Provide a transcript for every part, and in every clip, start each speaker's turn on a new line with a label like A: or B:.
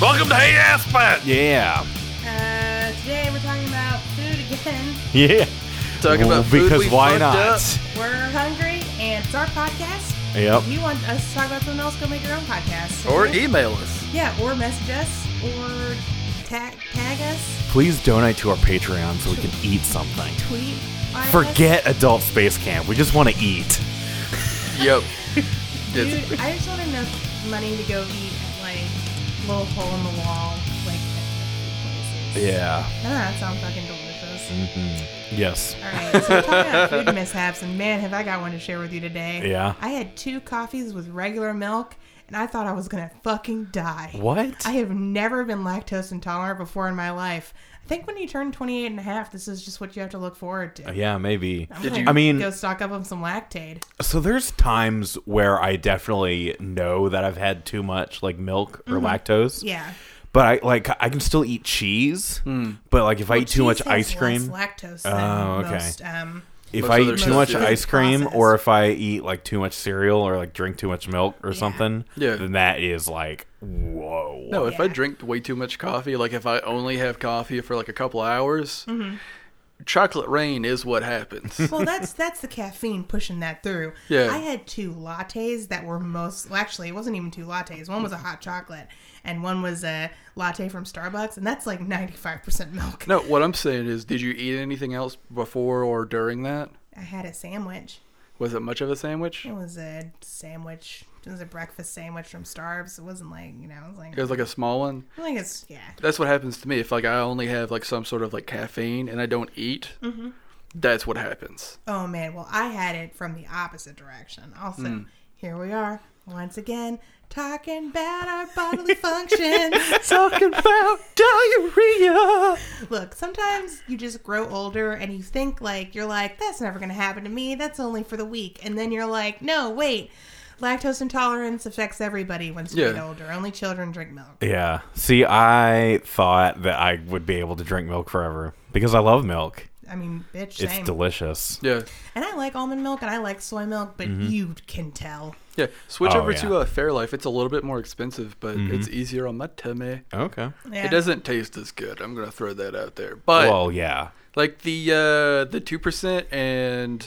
A: Welcome to Hey Aspen.
B: Yeah.
C: Uh, today we're talking about food again.
B: Yeah.
A: Talking
B: Well,
A: about food
B: because
A: we
B: why
A: fucked
B: not?
A: up.
C: We're hungry, and it's our podcast.
B: Yep.
C: If you want us to talk about something else, go make your own podcast.
A: Or
C: Okay?
A: email us.
C: yeah, or message us, or tag tag us,
B: Please donate to our Patreon so we can eat something.
C: tweet. at us.
B: Forget adult space camp. We just want to eat.
A: Yep.
C: Dude,
A: It's-
C: I just want enough money to go eat at like little hole in the wall like places.
B: Yeah. Mm.
C: None of that sounds fucking delicious.
B: Yes.
C: All right, so we're talking about food mishaps, and man, have I got one to share with you today.
B: Yeah.
C: I had two coffees with regular milk, and I thought I was gonna fucking die.
B: What?
C: I have never been lactose intolerant before in my life. I think when you turn 28 and a half, this is just what you have to look forward to.
B: Uh, yeah, maybe.
C: I'm
A: Did
C: gonna
A: you-
B: I mean-
C: go stock up on some lactate?
B: So there's times where I definitely know that I've had too much like milk or lactose.
C: Mm-hmm. Yeah.
B: But I like I can still eat cheese.
A: Hmm.
B: But like if I eat too much
C: Cheese has
B: ice cream,
C: Less lactose than
B: Oh, okay.
C: most. Um,
B: if
A: Most
B: I
A: other
B: eat
A: stuff
B: too much
A: is
B: ice cream
C: processed.
B: or if I eat like too much cereal or like drink too much milk or something,
A: Yeah.
B: then that is like whoa.
A: No, if I
C: Yeah.
A: drink way too much coffee, like if I only have coffee for like a couple hours,
B: Mm-hmm.
A: chocolate rain is what happens.
C: well, that's that's the caffeine pushing that through.
A: Yeah.
C: I had two lattes that were most. Well, actually, it wasn't even two lattes. One was a hot chocolate, and one was a latte from Starbucks, and that's like ninety five percent milk.
A: no, what I'm saying is, did you eat anything else before or during that?
C: I had a sandwich.
A: Was it much of a sandwich?
C: It was a sandwich. It was a breakfast sandwich from Starbucks. It wasn't like you know. It was like
A: It was like a small one.
C: I think it's yeah.
A: That's what happens to me if like I only have like some sort of like caffeine and I don't eat.
B: Mm-hmm.
A: That's what happens.
C: Oh man, well I had it from the opposite direction. Also,
A: Hmm.
C: here we are once again talking about our bodily functions.
B: talking about diarrhea.
C: Look, sometimes you just grow older and you think like you're like that's never going to happen to me. That's only for the weak. And then you're like, no, wait. Lactose intolerance affects everybody once you
A: Yeah.
C: get older. Only children drink milk.
B: Yeah. See, I thought that I would be able to drink milk forever because I love milk.
C: I mean, bitch,
B: It's
C: same.
B: delicious.
A: Yeah.
C: and I like almond milk and I like soy milk, but
B: Mm-hmm.
C: you can tell.
A: Yeah, switch
B: Oh,
A: over to
B: yeah. Mm-hmm.
A: uh, Fairlife. It's a little bit more expensive, but it's easier on my tummy.
B: Okay.
C: Yeah.
A: It doesn't taste as good. I'm gonna throw that out there. But
B: Well, yeah.
A: like the uh, the two percent and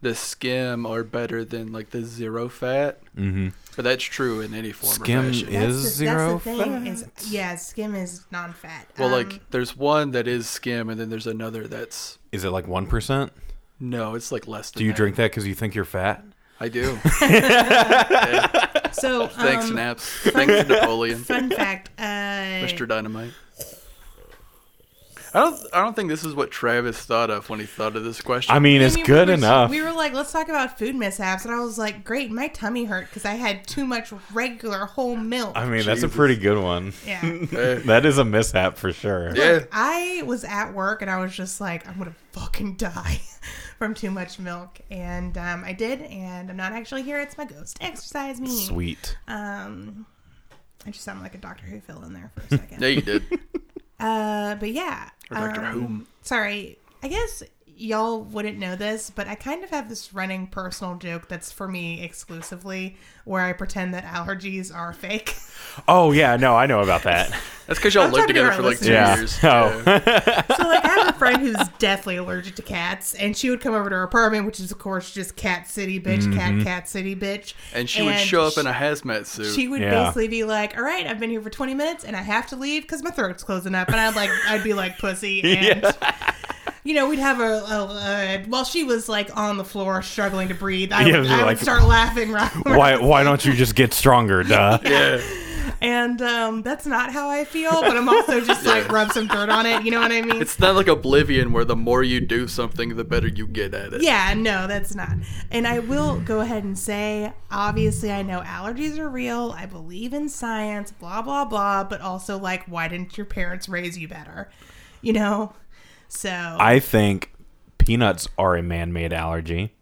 A: the skim are better than like the zero fat. Mm-hmm. But that's true in any form
B: Skim
A: or fashion.
B: is- zero
C: Is yeah, skim is non-fat.
A: well,
C: Um,
A: like there's one that is skim, and then there's another that's
B: Is it like 1%?
A: no. It's like less. Than
B: Do you
A: that.
B: drink that because you think you're fat?
A: I do.
C: so. Um,
A: Thanks, Naps. Thanks, Napoleon,
C: Fun fact, uh,
A: Mr. Dynamite. I don't. I don't think this is what Travis thought of when he thought of this question.
B: I mean,
C: I
B: it's
C: mean,
B: good
C: we were-
B: enough.
C: We were like, let's talk about food mishaps, and I was like, great, my tummy hurt because I had too much regular whole milk.
B: I mean, that's a
A: Jesus.
B: pretty good one.
C: yeah.
A: Uh,
B: That is a mishap for sure.
A: yeah.
C: I was at work and I was just like, I'm gonna fucking die from too much milk, and um, I did, and I'm not actually here. It's my ghost exercise me.
B: Sweet.
C: Um, I just sound like a Doctor Who fill in there for a second.
A: Yeah, you did.
C: Uh, but yeah.
A: Dr.
C: um,
A: Whom.
C: Sorry. I guess y'all wouldn't know this, but I kind of have this running personal joke that's for me exclusively where I pretend that allergies are fake.
B: Oh, yeah. No, I know about that.
A: That's because y'all
C: I'm
A: lived
C: talking to
A: together
C: our
A: for like two
B: yeah.
A: years.
B: Oh.
A: Yeah.
C: so, like, I have a friend who's deathly allergic to cats, and she would come over to her apartment, which is, of course, just cat city, bitch, cat, cat city, bitch.
A: Mm-hmm. And she would show up in a hazmat suit.
C: she would
B: Yeah.
C: basically be like, "All right, I've been here for 20 minutes, and I have to leave because my throat's closing up." And I'd like, I'd be like, "Pussy," and you know, we'd have a, a, a while she was like on the floor struggling to breathe. I,
B: Yeah,
C: would,
B: it was
C: I
B: like-
C: would start laughing, right?
B: Why, why don't you just get stronger, duh?
A: yeah.
C: And um, that's not how I feel, but I'm also just like rub some dirt on it. You know what I mean?
A: It's not like Oblivion where the more you do something, the better you get at it.
C: Yeah, no, that's not. And I will go ahead and say, obviously, I know allergies are real. I believe in science, blah, blah, blah. But also, like, why didn't your parents raise you better? You know? So,
B: I think peanuts are a man-made allergy.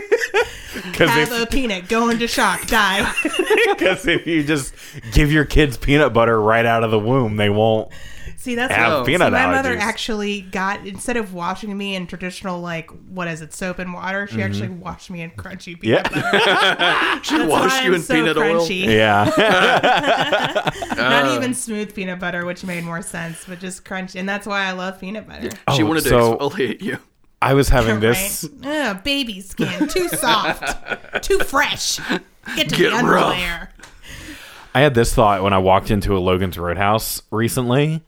C: have
B: Because
C: a peanut, go into shock, die.
B: if, if you just give your kids peanut butter right out of the womb, they won't
C: See, that's
B: Have
C: what,
B: peanut
C: so my mother
B: allergies.
C: actually got instead of washing me in traditional like what is it soap and water, she actually washed me in crunchy peanut.
B: Mm-hmm. Yeah.
C: butter.
A: She
C: That's
A: washed
C: why
A: you
C: I'm
A: in
C: so
A: peanut
C: crunchy.
B: Yeah. Oh.
C: Not even smooth peanut butter, which made more sense, but just crunch. And that's why I love peanut butter.
A: oil. She
B: Oh,
A: wanted
B: so-
A: to exfoliate you.
C: Oh,
B: I was having
C: Right?
B: this.
C: Ugh, baby skin, too soft, too fresh. Get to
A: Get
C: the
A: rough.
C: underwear.
B: I had this thought when I walked into a Logan's Roadhouse recently.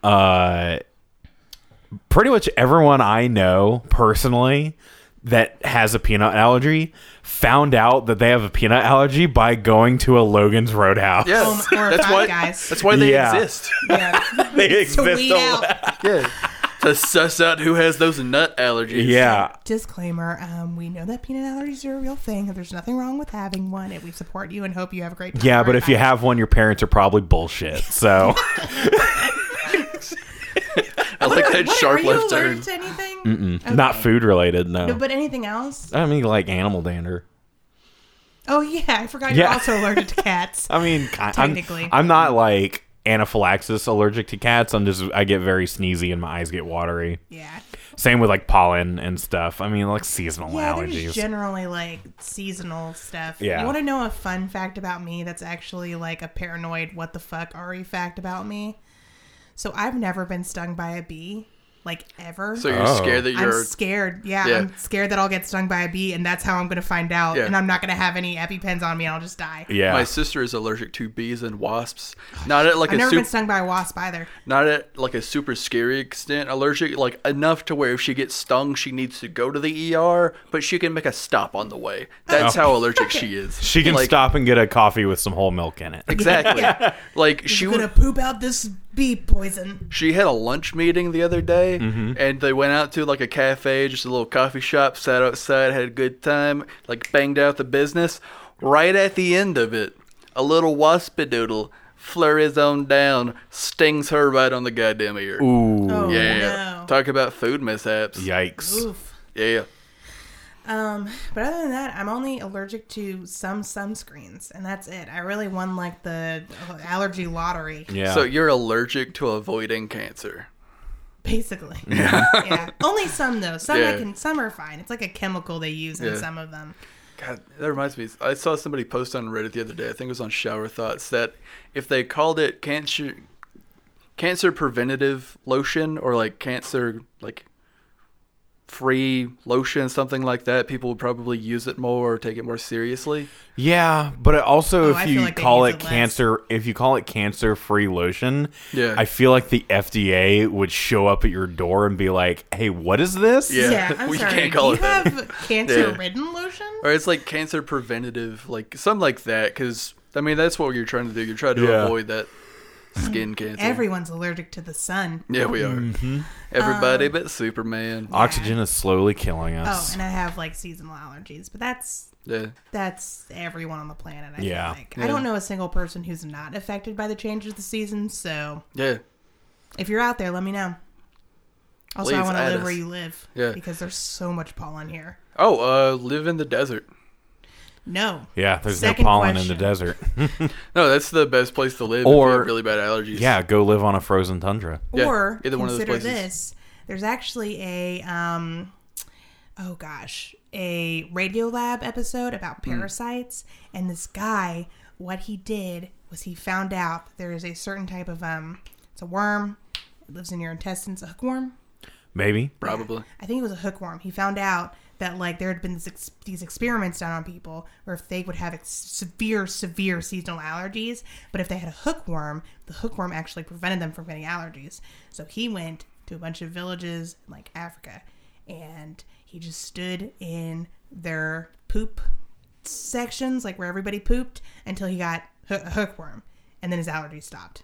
B: Uh, pretty much everyone I know personally that has a peanut allergy found out that they have a peanut allergy by going to a Logan's Roadhouse.
A: Yes,
C: Oh, my-
A: that's
C: Five
A: why.
C: Guys.
A: That's why they
B: Yeah.
A: exist.
C: Yeah.
B: They
C: to
B: exist
C: weed
B: a-
C: out.
A: Yeah, to suss out who has those nut allergies.
B: Yeah.
C: Disclaimer: um, We know that peanut allergies are a real thing, and there's nothing wrong with having one. And we support you and hope you have a great time.
B: Yeah,
C: Right
B: but if you
C: back.
B: have one, your parents are probably bullshit. So
A: I like that
C: What,
A: sharp
C: were you
A: left turn.
C: allergic to anything?
B: not food related, no.
C: No, but anything else?
B: I mean, like animal dander.
C: Oh yeah, I forgot
B: Yeah.
C: you're also allergic to cats.
B: I mean, ki- I'm-
C: Technically.
B: I'm, not like anaphylaxis allergic to cats. I'm just I get very sneezy and my eyes get watery.
C: Yeah,
B: Same with like pollen and stuff. I mean, like seasonal
C: yeah.
B: allergies.
C: There's generally like seasonal stuff.
B: Yeah.
C: You want to know a fun fact about me? That's actually like a paranoid what the fuck are you fact about me. So I've never been stung by a bee, like ever.
A: So you're
B: Oh.
A: scared that
C: I'm
A: you're.
C: scared. Yeah,
A: Yeah.
C: I'm scared that I'll get stung by a bee, and that's how I'm going to find out.
A: Yeah.
C: And I'm not going to have any EpiPens on me, and I'll just die.
B: yeah.
A: My sister is allergic to bees and wasps. Not at like
C: I've
A: a
C: never
A: super,
C: been stung by a wasp either.
A: not at like a super scary extent allergic, like enough to where if she gets stung, she needs to go to the ER, but she can make a stop on the way. That's
B: Oh.
A: how allergic she is.
B: she can
A: like,
B: stop and get a coffee with some whole milk in it.
A: Exactly. Like she
C: You're
A: would.
C: going to poop out this bee poison.
A: she had a lunch meeting the other day
B: Mm-hmm.
A: and they went out to like a cafe just a little coffee shop sat outside had a good time like banged out the business right at the end of it a little waspidoodle flurries on down stings her right on the goddamn ear
B: Ooh.
C: Oh,
A: yeah
C: no.
A: talk about food mishaps
B: Yikes.
C: Oof.
A: yeah
C: Um, but other than that, I'm only allergic to some sunscreens, and that's it. I really won like the allergy lottery,
B: Yeah.
A: so you're allergic to avoiding cancer
C: basically. Yeah. Only some though. Some I
A: Yeah.
C: can. Some are fine. It's like a chemical they use in
A: Yeah.
C: some of them.
A: God, that reminds me. I saw somebody post on Reddit the other day. I think it was on Shower Thoughts that if they called it cancer, cancer preventative lotion or like cancer like free lotion, something like that, people would probably use it more or take it more seriously.
B: Yeah, but it also
C: Oh, I
B: if
C: feel
B: you
C: like they
B: call
C: use
B: it
C: it less.
B: cancer, if you call it cancer-free lotion,
A: Yeah.
B: I feel like the FDA would show up at your door and be like, "Hey, what is this?"
A: Yeah.
C: I'm
A: Well, you
C: sorry.
A: can't call
C: Do
A: it
C: you
A: that.
C: have cancer-ridden lotion?
A: Or it's like cancer preventative, like something like that. Because I mean, that's what you're trying to do. You're trying to
B: Yeah.
A: avoid that skin cancer.
C: Everyone's allergic to the sun.
A: yeah, we are. Everybody but Superman.
B: Oxygen is slowly killing
C: Oh,
B: us.
C: and I have like seasonal allergies, but that's
A: yeah.
C: that's everyone on the planet. I
B: Yeah.
C: yeah. Think. I don't know a single person who's not affected by the change of the seasons. So
A: Yeah.
C: if you're out there, let me know. Also, I
A: Please
C: want to
A: add
C: live
A: us.
C: where you live.
A: Yeah.
C: Because there's so much pollen here.
A: Oh, uh, live in the desert.
C: No.
B: yeah, there's
C: Second
B: no pollen in
C: question.
B: the desert.
A: No, that's the best place to live. if
B: Or-
A: you have really bad allergies.
B: yeah, go live on a frozen tundra.
A: Yeah,
C: or
A: either one of those
C: consider
A: places.
C: this. There's actually a um, oh gosh, a Radiolab episode about
A: Hmm.
C: parasites, and this guy, what he did was he found out that there is a certain type of um, it's a worm, it lives in your intestines, a hookworm.
B: Maybe.
A: probably.
C: I think it was a hookworm. He found out that like there had been this ex- these experiments done on people where if they would have ex- severe, severe seasonal allergies, but if they had a hookworm, the hookworm actually prevented them from getting allergies. So he went to a bunch of villages in, like Africa, and he just stood in their poop sections, like where everybody pooped, until he got hoo- a hookworm, and then his allergies stopped.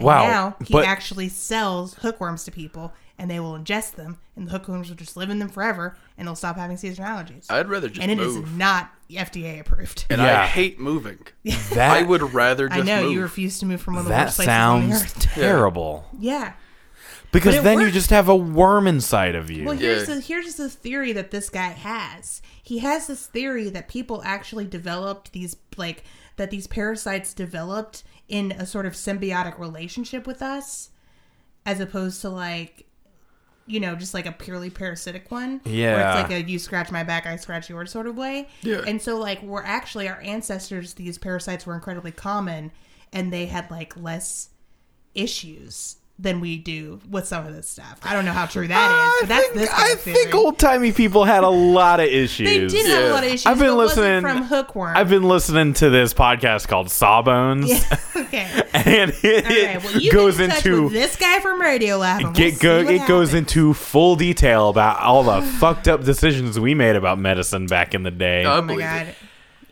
B: Wow.
C: Now he
B: but
C: actually sells hookworms to people, and they will ingest them, and the hookworms will just live in them forever, and they'll stop having seasonal allergies.
A: I'd rather just
C: and it is
A: move.
C: not FDA approved.
A: and I
B: Yeah.
A: hate moving.
B: that,
A: I would rather just
C: I know
A: move.
C: you refuse to move from one of the
B: that
C: worst places on the
B: sounds
C: earth.
B: terrible.
C: yeah.
B: Because
C: But it
B: then you
C: works.
B: just have a worm inside of you.
C: Well,
A: Yeah.
C: here's the here's the theory that this guy has. He has this theory that people actually developed these like that these parasites developed in a sort of symbiotic relationship with us as opposed to like you know just like a purely parasitic one
B: Yeah.
C: where it's like a you scratch my back i scratch yours sort of way
A: Yeah.
C: and so like we're actually our ancestors these parasites were incredibly common and they had like less issues than we do with some of this stuff i don't know how true that is but that's this kind
B: I
C: of
B: think
C: theory.
B: old timey people had a lot of
C: they
B: issues.
C: did have a
A: Yeah.
C: lot of issues
B: I've been
C: but it wasn't
B: listening-
C: from hookworm
B: I've been listening to this podcast called Sawbones,
C: yeah, okay
B: and it,
C: All right, well, you
B: it goes
C: get in touch
B: into
C: with this guy from Radio Lab. And
B: get go,
C: we'll see
B: it
C: what
B: goes
C: happens.
B: into full detail about all the fucked up decisions we made about medicine back in the day.
A: I
C: Oh my
A: believe
C: god,
A: it.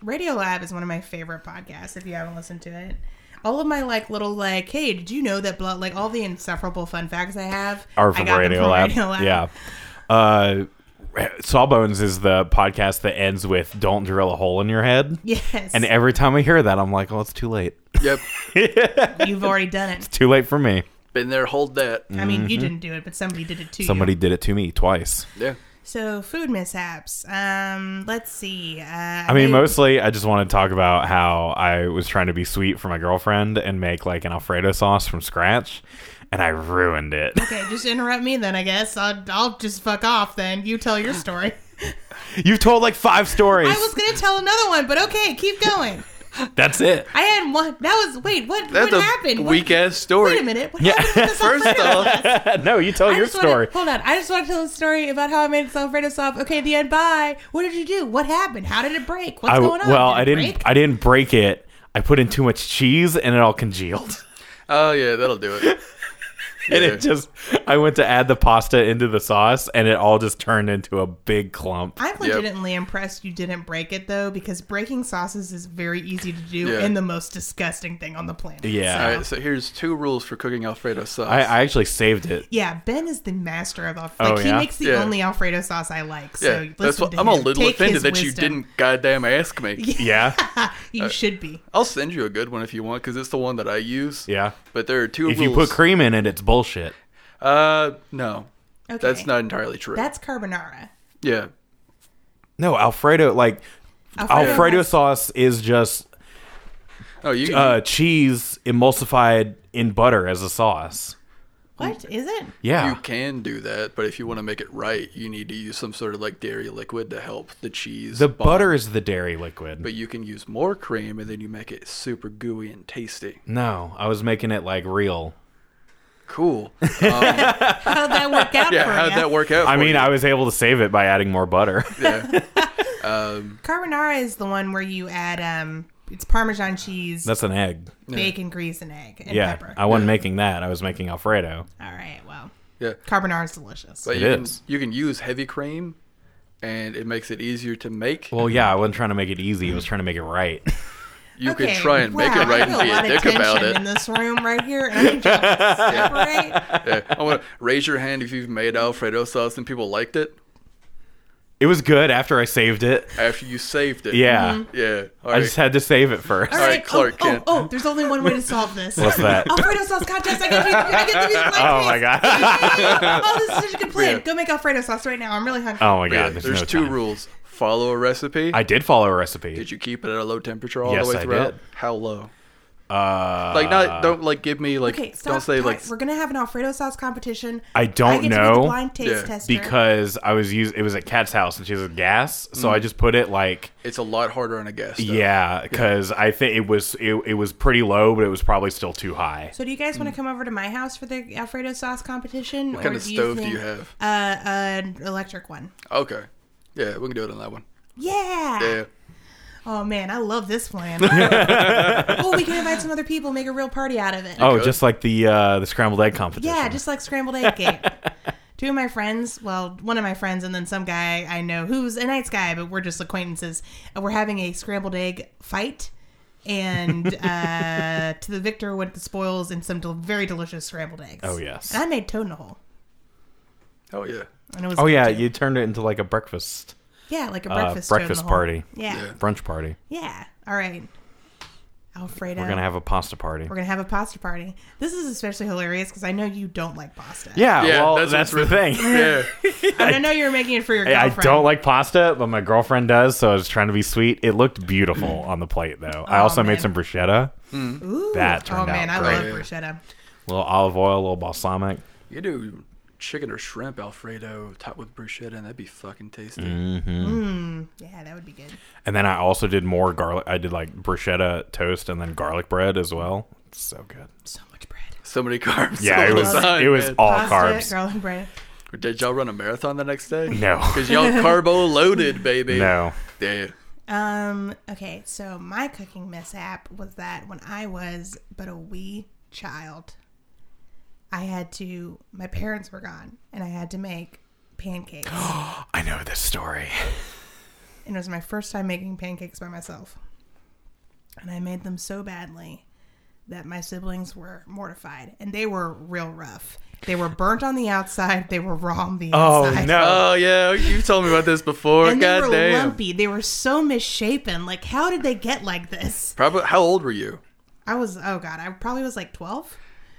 C: Radio Lab is one of my favorite podcasts. If you haven't listened to it, all of my like little like, hey, did you know that blood? Like all the insufferable fun facts I have
B: are
C: I
B: from
C: got them
B: Radio Lab. Yeah. Uh, Sawbones is the podcast that ends with "Don't drill a hole in your head,"
C: Yes,
B: and every time I hear that, I'm like, "Oh, it's too late.
A: Yep.
C: you've already done it.
B: Too late for me.
A: Been there, hold that.
C: I mean, you didn't do it, but Mm-hmm. somebody did it to
B: Somebody
C: you.
B: did it to me twice."
A: Yeah.
C: So food mishaps. Um, let's see. Uh,
B: I mean, mostly I just want to talk about how I was trying to be sweet for my girlfriend and make like an Alfredo sauce from scratch, and I ruined it.
C: Okay, just interrupt me then. I guess I'll, I'll just fuck off. Then you tell your story.
B: You've told like five stories.
C: I was gonna tell another one, but okay, keep going.
B: That's it.
C: I had one. That was wait. What?
A: That's
C: what
A: a
C: happened? What-
A: weak ass story.
C: Wait a minute. What
B: Yeah.
C: happened to this
A: First
C: Alfredo
A: off-
C: sauce?
B: no, you tell
C: I
B: your
C: just wanna-
B: story.
C: hold on. I just want to tell a story about how I made this Alfredo sauce. Okay, the end. Bye. What did you do? What happened? How did it break? What's
B: I,
C: going on?
B: well,
C: Did it
B: I didn't.
C: break?
B: I didn't break it. I put in too much cheese and it all congealed.
A: Oh yeah, that'll do it.
B: And
A: Yeah.
B: it just, I went to add the pasta into the sauce and it all just turned into a big clump.
C: I'm legitimately impressed you didn't break it though, because breaking sauces is very easy to do
A: Yeah.
C: and the most disgusting thing on the planet.
B: yeah.
A: All right, so here's two rules for cooking Alfredo sauce.
B: I, I actually saved it.
C: Yeah, Ben is the master of Alfredo.
B: Oh,
C: Like, he
B: yeah?
C: makes the
A: Yeah.
C: only Alfredo sauce I like. So
A: yeah,
C: listen
A: that's what
C: to
A: I'm a
C: him.
A: little
C: Take
A: offended
C: his
A: that you
C: wisdom.
A: didn't Uh, goddamn ask me.
B: Yeah.
C: You should be.
A: I'll send you a good one if you want, because it's the one that I use.
B: Yeah.
A: But there are two
B: If
A: rules.
B: you put cream in it, it's bullshit.
A: uh, no,
C: Okay.
A: that's not entirely true.
C: That's carbonara.
A: yeah,
B: No, Alfredo, like,
C: Alfredo
B: Alfredo,
C: has-
B: sauce is just
A: oh you.
B: uh, cheese emulsified in butter as a sauce.
C: What is it?
A: you
B: Yeah.
A: can do that, but if you want to make it right, you need to use some sort of like dairy liquid to help the cheese.
B: the
A: bond.
B: butter is the dairy liquid.
A: But you can use more cream, and then you make it super gooey and tasty.
B: no, I was making it like real.
A: Cool.
C: How'd that work out
A: Yeah,
C: for
A: how'd
C: ya?
A: that work out?
B: I
A: for
B: mean,
A: you?
B: I was able to save it by adding more butter.
A: Yeah.
C: Carbonara is the one where you add um, it's Parmesan cheese,
B: That's an egg.
C: bacon grease, and egg and
B: Yeah,
C: pepper.
B: I wasn't making that. I was making Alfredo.
C: All right, well,
A: yeah.
C: carbonara is delicious.
A: But
B: It
A: you
B: is.
A: Can, you can use heavy cream, and it makes it easier to make.
B: Well, yeah, I wasn't trying to make it easy. I was trying to make it right.
A: you could try and make
C: wow,
A: it right
C: I
A: and be
C: feel
A: a
C: lot of
A: dick about
C: tension
A: it.
C: In this room right here, and I need y'all to separate.
A: Yeah. I want to raise your hand if you've made Alfredo sauce and people liked it
B: It was good after I saved it.
A: after you saved it.
B: Yeah,
A: Yeah. All
B: I
A: right.
B: just had to save it first.
C: All
A: right,
C: right,
A: Clark
C: oh, oh,
A: Kent.
C: oh, there's only one way to solve this.
B: What's that?
C: Alfredo sauce contest. I got you. I get to be the black
B: Oh my
C: face.
B: god.
C: oh, this is such a good plan.
A: Yeah.
C: Go make Alfredo sauce right now. I'm really hungry.
B: Oh my
A: Yeah,
B: god.
A: there's
B: There's, no
A: two
B: time.
A: rules. Follow a recipe.
B: I did follow a recipe.
A: did you keep it at a low temperature all
B: Yes,
A: the way
B: I
A: throughout?
B: did.
A: How low?
B: Uh,
A: Like not don't like give me like
C: Okay, stop.
A: don't say
C: All
A: like
C: right, we're gonna have an Alfredo sauce competition.
B: I don't
C: get To be
B: know,
C: the blind taste
A: yeah,
C: tester.
B: because I was using it was at Kat's house and she was a gas, so
C: Mm.
B: I just put it like
A: it's a lot harder on a gas stove.
B: yeah, because I think it was it, it was pretty low, but it was probably still too high.
C: So do you guys want to come over to my house for the Alfredo sauce competition? What
A: kind of stove do you have?
C: Uh, an electric one.
A: Okay. Yeah, we can do it on that one.
C: Yeah.
A: Yeah.
C: Oh man, I love this plan. oh, we can invite some other people, make a real party out of it.
B: Oh,
A: could.
B: just like the uh, the scrambled egg competition.
C: yeah, just like scrambled egg game. Two of my friends, well, one of my friends, and then some guy I know who's a nice guy, but we're just acquaintances. And we're having a scrambled egg fight, and uh, to the victor went the spoils and some del- very delicious scrambled eggs.
B: Oh, yes.
C: and I made toad in the hole,
A: Oh yeah.
C: and it was
B: oh
C: good,
B: yeah,
C: too.
B: you turned it into like a breakfast
C: yeah, like a
B: uh,
C: breakfast
B: breakfast party,
C: Yeah.
A: Yeah.
C: yeah,
B: brunch party.
C: All right, Alfredo.
B: We're gonna have a pasta party.
C: We're gonna have a pasta party. This is especially hilarious because I know you don't like pasta.
B: Yeah,
A: Yeah,
B: well,
A: that's
B: that's, the
A: what's
B: thing.
A: Yeah.
C: I know you're making it for your
B: I
C: girlfriend.
B: don't like pasta, but my girlfriend does, so I was trying to be sweet. It looked beautiful on the plate, though. I
C: Aw,
B: also
C: Oh, man.
B: made some bruschetta.
C: Ooh.
B: That
C: oh
B: turned
C: man,
B: out
C: I love
A: great.
C: bruschetta.
B: A little olive oil, a little balsamic.
A: You do chicken or shrimp Alfredo topped with bruschetta, and that'd be fucking tasty.
B: Mm.
C: Yeah, that would be good.
B: And then I also did more garlic. I did like bruschetta toast and then garlic bread as well. It's so good.
C: So much bread.
A: So many carbs.
B: Yeah,
A: all
B: it
A: the
B: was
A: time,
B: it was
A: man.
B: all
C: Pasta,
B: carbs.
C: garlic bread.
A: Did y'all run a marathon the next day?
B: No.
A: Because y'all carbo loaded, baby.
B: No.
A: Yeah.
C: Um, okay, so my cooking mishap was that when I was but a wee child, I had to, my parents were gone, and I had to make pancakes.
B: I know this story.
C: and it was my first time making pancakes by myself. And I made them so badly that my siblings were mortified, and they were real rough. They were burnt on the outside, they were raw on the
B: Oh
C: inside.
B: no.
A: Oh yeah, you told me about this before.
C: And they
A: God
C: were
A: damn.
C: lumpy. They were so misshapen. Like, how did they get like this?
A: Probably. How old were you?
C: I was, oh God, I probably was like 12.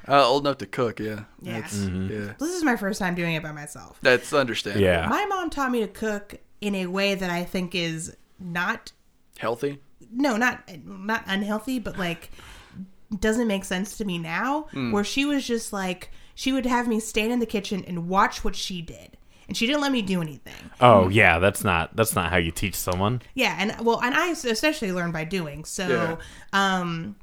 A: Uh, old enough to cook. Yeah.
C: Yeah.
A: That's, Yeah.
C: This is my first time doing it by myself.
A: That's understandable.
B: Mm-hmm. Yeah.
C: My mom taught me to cook in a way that I think is not
A: Healthy.
C: no, not not unhealthy, but like doesn't make sense to me now.
A: Hmm.
C: Where she was just like she would have me stand in the kitchen and watch what she did. And she didn't let me do anything.
B: Oh yeah, that's not that's not how you teach someone.
C: Yeah, and well, and I especially learned by doing.
A: Yeah.
C: So, um,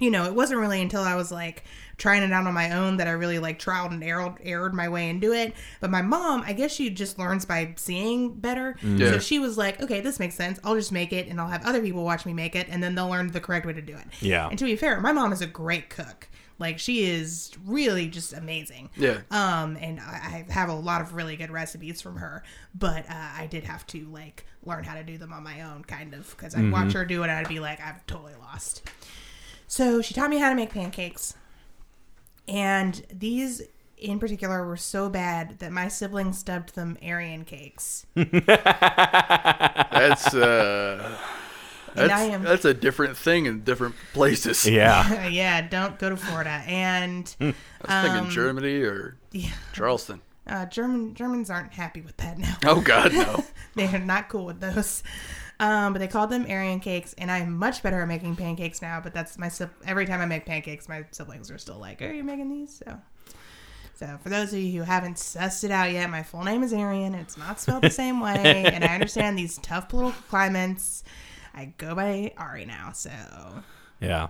C: you know, it wasn't really until I was like trying it out on my own that I really like trialed and errored, errored my way into it. But my mom, I guess she just learns by seeing better.
A: Mm. Yeah.
C: So she was like, okay, this makes sense. I'll just make it and I'll have other people watch me make it and then they'll learn the correct way to do it.
B: Yeah.
C: And to be fair, my mom is a great cook. Like she is really just amazing.
A: Yeah.
C: Um, and I I have a lot of really good recipes from her, but uh, I did have to like learn how to do them on my own, kind of, because I'd watch her do it and I'd be like, I've totally lost. So she taught me how to make pancakes, and these in particular were so bad that my siblings dubbed them Aryan cakes.
A: That's uh. That's,
C: I am-
A: that's a different thing in different places.
B: Yeah.
C: Uh, yeah, don't go to Florida. And
A: I was thinking Germany or
C: Um, yeah,
A: Charleston.
C: uh, German Germans aren't happy with that now.
A: Oh God, no.
C: They're not cool with those. Um, but they called them Aryan cakes, and I'm much better at making pancakes now. But that's my si- every time I make pancakes, my siblings are still like, "Are you making these?" So, so for those of you who haven't sussed it out yet, my full name is Arian. It's not spelled the same way, and I understand these tough political climates. I go by Ari now, so
B: Yeah.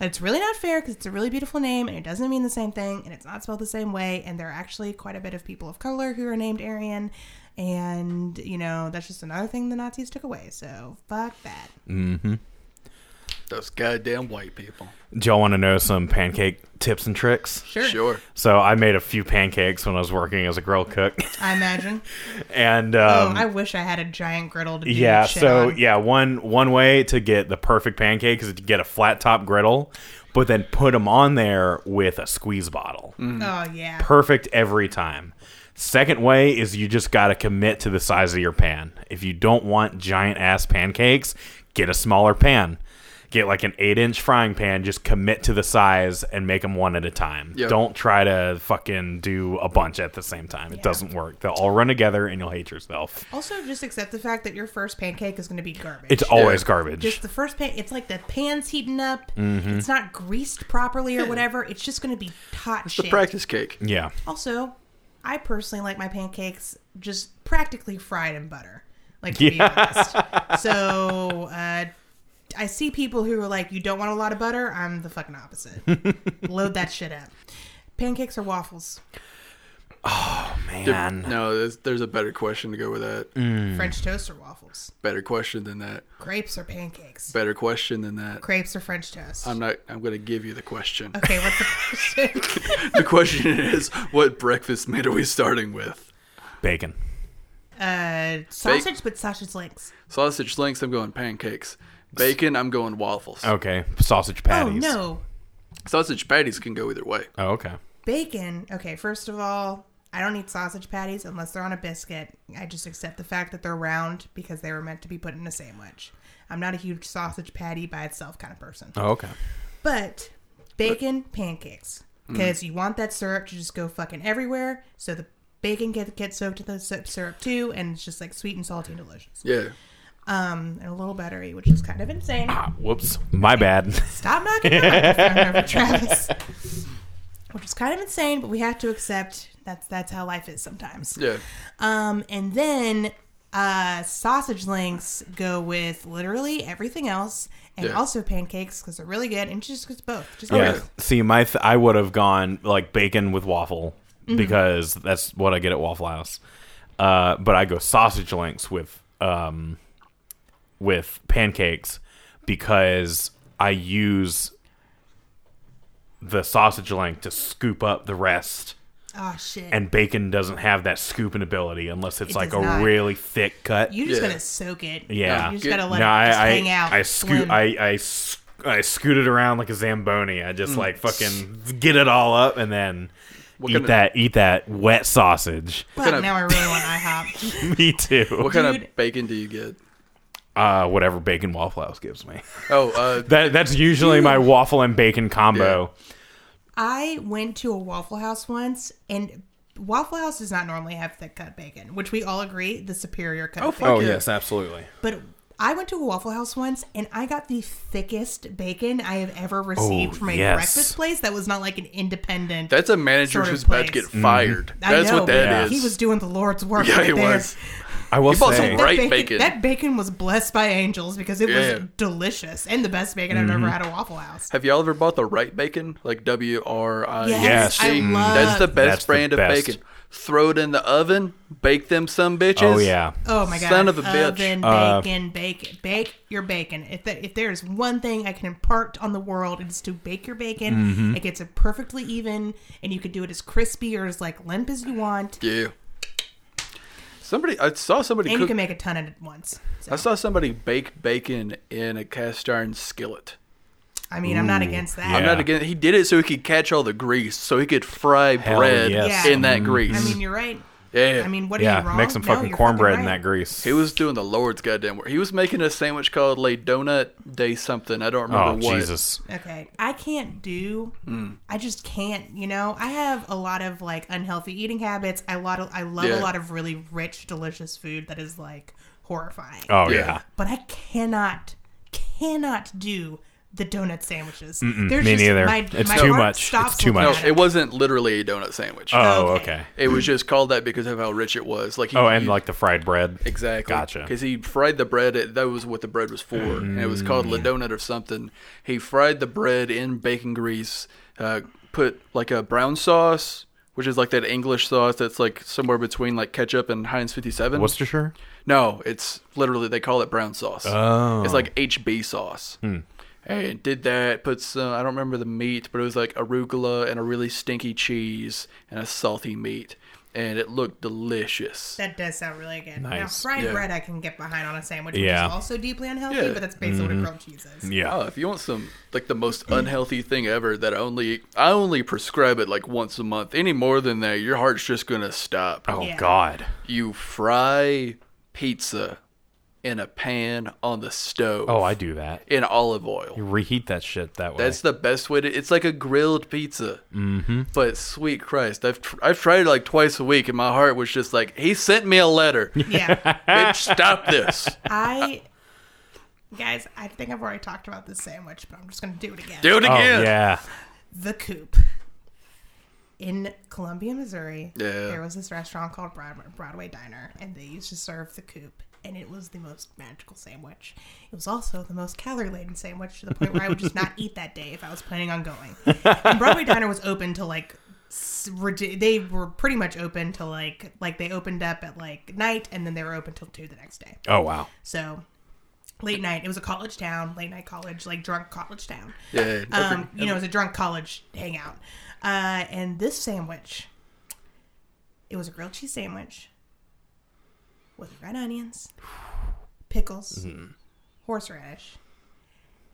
C: it's really not fair because it's a really beautiful name, and it doesn't mean the same thing, and it's not spelled the same way. And there are actually quite a bit of people of color who are named Aryan, and you know that's just another thing the Nazis took away. So fuck that.
A: Those goddamn white people.
B: Do y'all want to know some pancake tips and tricks?
C: Sure,
A: Sure.
B: So I made a few pancakes when I was working as a grill cook,
C: I imagine.
B: and
C: oh,
B: um,
C: I wish I had a giant griddle to do
B: yeah.
C: that shit
B: So
C: on.
B: yeah, one one way to get the perfect pancake is to get a flat top griddle, but then put them on there with a squeeze bottle.
C: Oh yeah.
B: perfect every time. Second way is you just got to commit to the size of your pan. If you don't want giant ass pancakes, get a smaller pan. Get like an eight inch frying pan, just commit to the size and make them one at a time.
A: Yeah.
B: Don't try to fucking do a bunch at the same time. It doesn't work. They'll all run together and you'll hate yourself.
C: also, just accept the fact that your first pancake is going to be garbage.
B: It's always garbage.
C: just the first pan. It's like the pan's heating up.
B: Mm-hmm.
C: It's not greased properly or whatever. It's just going to be hot
A: It's
C: shit.
A: the practice cake.
B: yeah.
C: Also, I personally like my pancakes just practically fried in butter. Like to be honest. So uh, I see people who are like, "You don't want a lot of butter." I'm the fucking opposite. Load that shit up. Pancakes or waffles?
B: Man. Mm.
A: No, there's, there's a better question to go with that.
C: French toast or waffles?
A: Better question than that.
C: Crepes or pancakes?
A: Better question than that.
C: Crepes or French toast?
A: I'm not. I'm gonna give you the question.
C: okay, what's the question?
A: the question is, what breakfast meat are we starting with?
B: Bacon.
C: uh, sausage, but sausage links.
A: Sausage links. I'm going pancakes. Bacon. I'm going waffles.
B: Okay. Sausage patties.
C: Oh no,
A: Sausage patties can go either way.
B: Oh, okay.
C: Bacon. Okay, first of all, I don't eat sausage patties unless they're on a biscuit. I just accept the fact that they're round because they were meant to be put in a sandwich. I'm not a huge sausage patty by itself kind of person.
B: Oh, okay.
C: But bacon pancakes because you want that syrup to just go fucking everywhere. So the bacon get- gets soaked in the sy- syrup too, and it's just like sweet and salty and delicious.
A: Yeah.
C: um, and a little battery, which is kind of insane.
B: Ah, whoops, my bad.
C: Stop knocking my microphone over, Travis. Which is kind of insane, but we have to accept that's that's how life is sometimes.
A: Yeah.
C: Um, and then uh, sausage links go with literally everything else, and
A: Yeah.
C: also pancakes because they're really good, and she just gets both. Just
B: yeah.
C: both.
B: See, my th- I would have gone like bacon with waffle
C: Mm-hmm.
B: because that's what I get at Waffle House. Uh, but I go sausage links with um, with pancakes because I use the sausage link to scoop up the rest,
C: Oh shit!
B: and bacon doesn't have that scooping ability unless it's
C: It
B: like
C: does
B: a
C: not.
B: really thick cut.
C: you just
A: Yeah.
C: gotta soak it.
B: Yeah.
C: you just
A: Get-
C: gotta let
B: no,
C: it
B: I,
C: just
B: I,
C: hang out.
B: I scoot.
C: swim.
B: I I, sc- I scoot it around like a zamboni. I
C: Mm.
B: just like fucking get it all up and then
A: kind
B: eat
A: of-
B: that eat that wet sausage.
C: Fuck,
A: kinda-
C: now I really want IHOP.
B: Me too.
A: What kind
C: Dude.
A: of bacon do you get?
B: Uh, whatever bacon waffle house gives me.
A: Oh, uh,
B: That that's usually my waffle and bacon combo.
C: I went to a Waffle House once, and Waffle House does not normally have thick cut bacon, which we all agree the superior cut.
A: Oh,
C: of
A: fuck. Okay.
B: absolutely.
C: But I went to a Waffle House once and I got the thickest bacon I have ever received
B: Oh,
C: from a
B: yes.
C: breakfast place that was not like an independent.
A: that's a manager
C: Sort of
A: who's about to get
C: place.
B: Mm-hmm.
A: fired.
C: I
A: That's
C: know,
A: what that
C: but
A: is.
C: He was doing the Lord's work.
A: yeah,
C: right
A: he
C: there.
A: was.
B: I will
A: You bought
B: say
A: some Right
C: bacon,
A: bacon.
C: That bacon was blessed by angels because it
A: Yeah. Mm-hmm.
C: was delicious and the best bacon I've ever had at Waffle House.
A: Have y'all ever bought the right bacon? Like W R I S T?
B: Yes, I
C: love-
A: That's the best
B: That's the
A: brand of
B: best.
A: bacon. Throw it in the oven, bake them some bitches.
B: Oh yeah.
C: Oh my god!
A: Son of a bitch.
C: Oven,
B: Uh,
C: bacon, bake, bake your bacon. If the, if there is one thing I can impart on the world, it's to bake your bacon.
B: Mm-hmm.
C: It gets it perfectly even, and you can do it as crispy or as like limp as you want.
A: Yeah. Somebody, I saw somebody
C: and you
A: cook.
C: can make a ton at once. So,
A: I saw somebody bake bacon in a cast iron skillet.
C: I mean, I'm not against that.
B: yeah.
A: I'm not again. He did it so he could catch all the grease, so he could fry bread
B: yes. Mm-hmm.
A: in that
B: Yeah.
A: grease.
C: I mean, you're right.
A: yeah.
C: I mean, what are you
B: Yeah.
C: wrong?
B: Make some
C: No,
B: fucking
C: you're
B: cornbread in
C: right.
B: that grease.
A: he was doing the Lord's goddamn work. He was making a sandwich called Le Donut Day something. I don't remember
B: oh
A: what.
B: Jesus.
C: Okay, I can't do.
A: Mm.
C: I just can't. You know, I have a lot of like unhealthy eating habits. I lot. Of, I love
A: Yeah.
C: a lot of really rich, delicious food that is like horrifying.
B: Oh
A: Yeah.
B: yeah.
C: but I cannot, cannot do the donut sandwiches. There's
B: me neither. It's too
C: heart
B: much.
C: stops
B: It's too
C: looking
A: No,
B: much.
C: at
A: it wasn't literally a donut sandwich.
B: Oh
C: Okay.
B: okay.
A: It was just called that because of how rich it was. Like he,
B: Oh, and like the fried bread.
A: exactly
B: Gotcha.
A: because he fried the bread. It, that was what the bread was for, and it was called
B: Mm.
A: La Donut or something. He fried the bread in bacon grease, uh, put like a brown sauce, which is like that English sauce that's like somewhere between like ketchup and Heinz fifty seven.
B: Worcestershire.
A: Oh. No, it's literally they call it brown sauce.
B: Oh. Hmm.
A: It's like HB sauce. And did that, put some, I don't remember the meat, but it was like arugula and a really stinky cheese and a salty meat. And it looked delicious.
C: That does sound really good. Now,
B: Nice.
C: fried
A: Yeah.
C: bread I can get behind on a sandwich,
B: Yeah. Mm-hmm.
C: which is also deeply unhealthy,
A: Yeah.
C: but that's basically what a grilled cheese is.
B: Yeah.
A: Oh, if you want some, like the most unhealthy thing ever that I only, I only prescribe it like once a month. Any more than that, your heart's just going to stop.
B: Oh
C: Yeah.
B: God.
A: You fry pizza in a pan on the stove
B: Oh, I do that.
A: in olive oil.
B: Reheat that shit that way.
A: That's the best way to. It's like a grilled pizza. Mm-hmm. But sweet Christ, I've tr- I've tried it like twice a week, and my heart was just like, he sent me a letter.
C: Yeah.
A: Bitch, stop this.
C: I, guys, I think I've already talked about this sandwich, but I'm just going to do it again.
A: Do it
B: oh
A: again.
B: yeah.
C: The Coop. In Columbia, Missouri,
A: Yeah.
C: there was this restaurant called Broadway, Broadway Diner, and they used to serve the coop, and it was the most magical sandwich. It was also the most calorie laden sandwich to the point where I would just not eat that day if I was planning on going. And Broadway Diner was open to like s- ridi- they were pretty much open to like like they opened up at like night, and then they were open till two the next day.
B: Oh wow.
C: So late night, it was a college town, late night college, like drunk college town
A: Yeah. every-
C: um, you know, it was a drunk college hangout. Uh, and this sandwich, it was a grilled cheese sandwich with red onions, pickles,
A: Mm-hmm.
C: horseradish,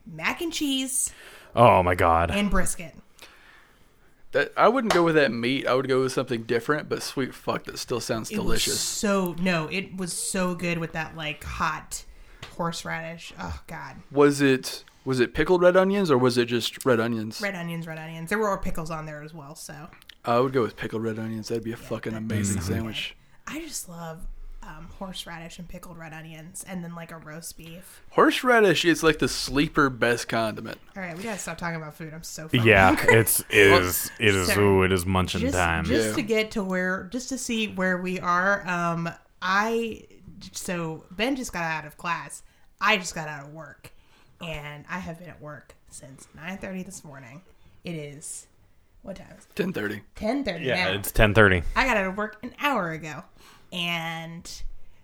C: mac and cheese,
B: Oh my god.
C: and brisket.
A: that, I wouldn't go with that meat. I would go with something different. But sweet fuck, that still sounds
C: It Was
A: delicious.
C: so no, it was so good with that like hot horseradish. Oh god,
A: Was it was it pickled red onions or was it just red onions?
C: red onions, red onions. There were pickles on there as well, so
A: I would go with pickled red onions. That'd be a fucking amazing sandwich.
C: I just love um, horseradish and pickled red onions, and then like a roast beef.
A: Horseradish is like the sleeper best condiment.
C: All right, we gotta stop talking about food. I'm so fucking
B: Yeah,
C: hungry.
B: it's it is it is
C: So-
B: ooh it is munching
C: just,
B: time.
C: Just
A: Yeah.
C: to get to where, just to see where we are. Um, I so Ben just got out of class. I just got out of work, and I have been at work since 9:30 this morning. It is what time is it?
A: 10:30.
C: 10:30
B: yeah,
C: now.
B: it's ten thirty.
C: I got out of work an hour ago, and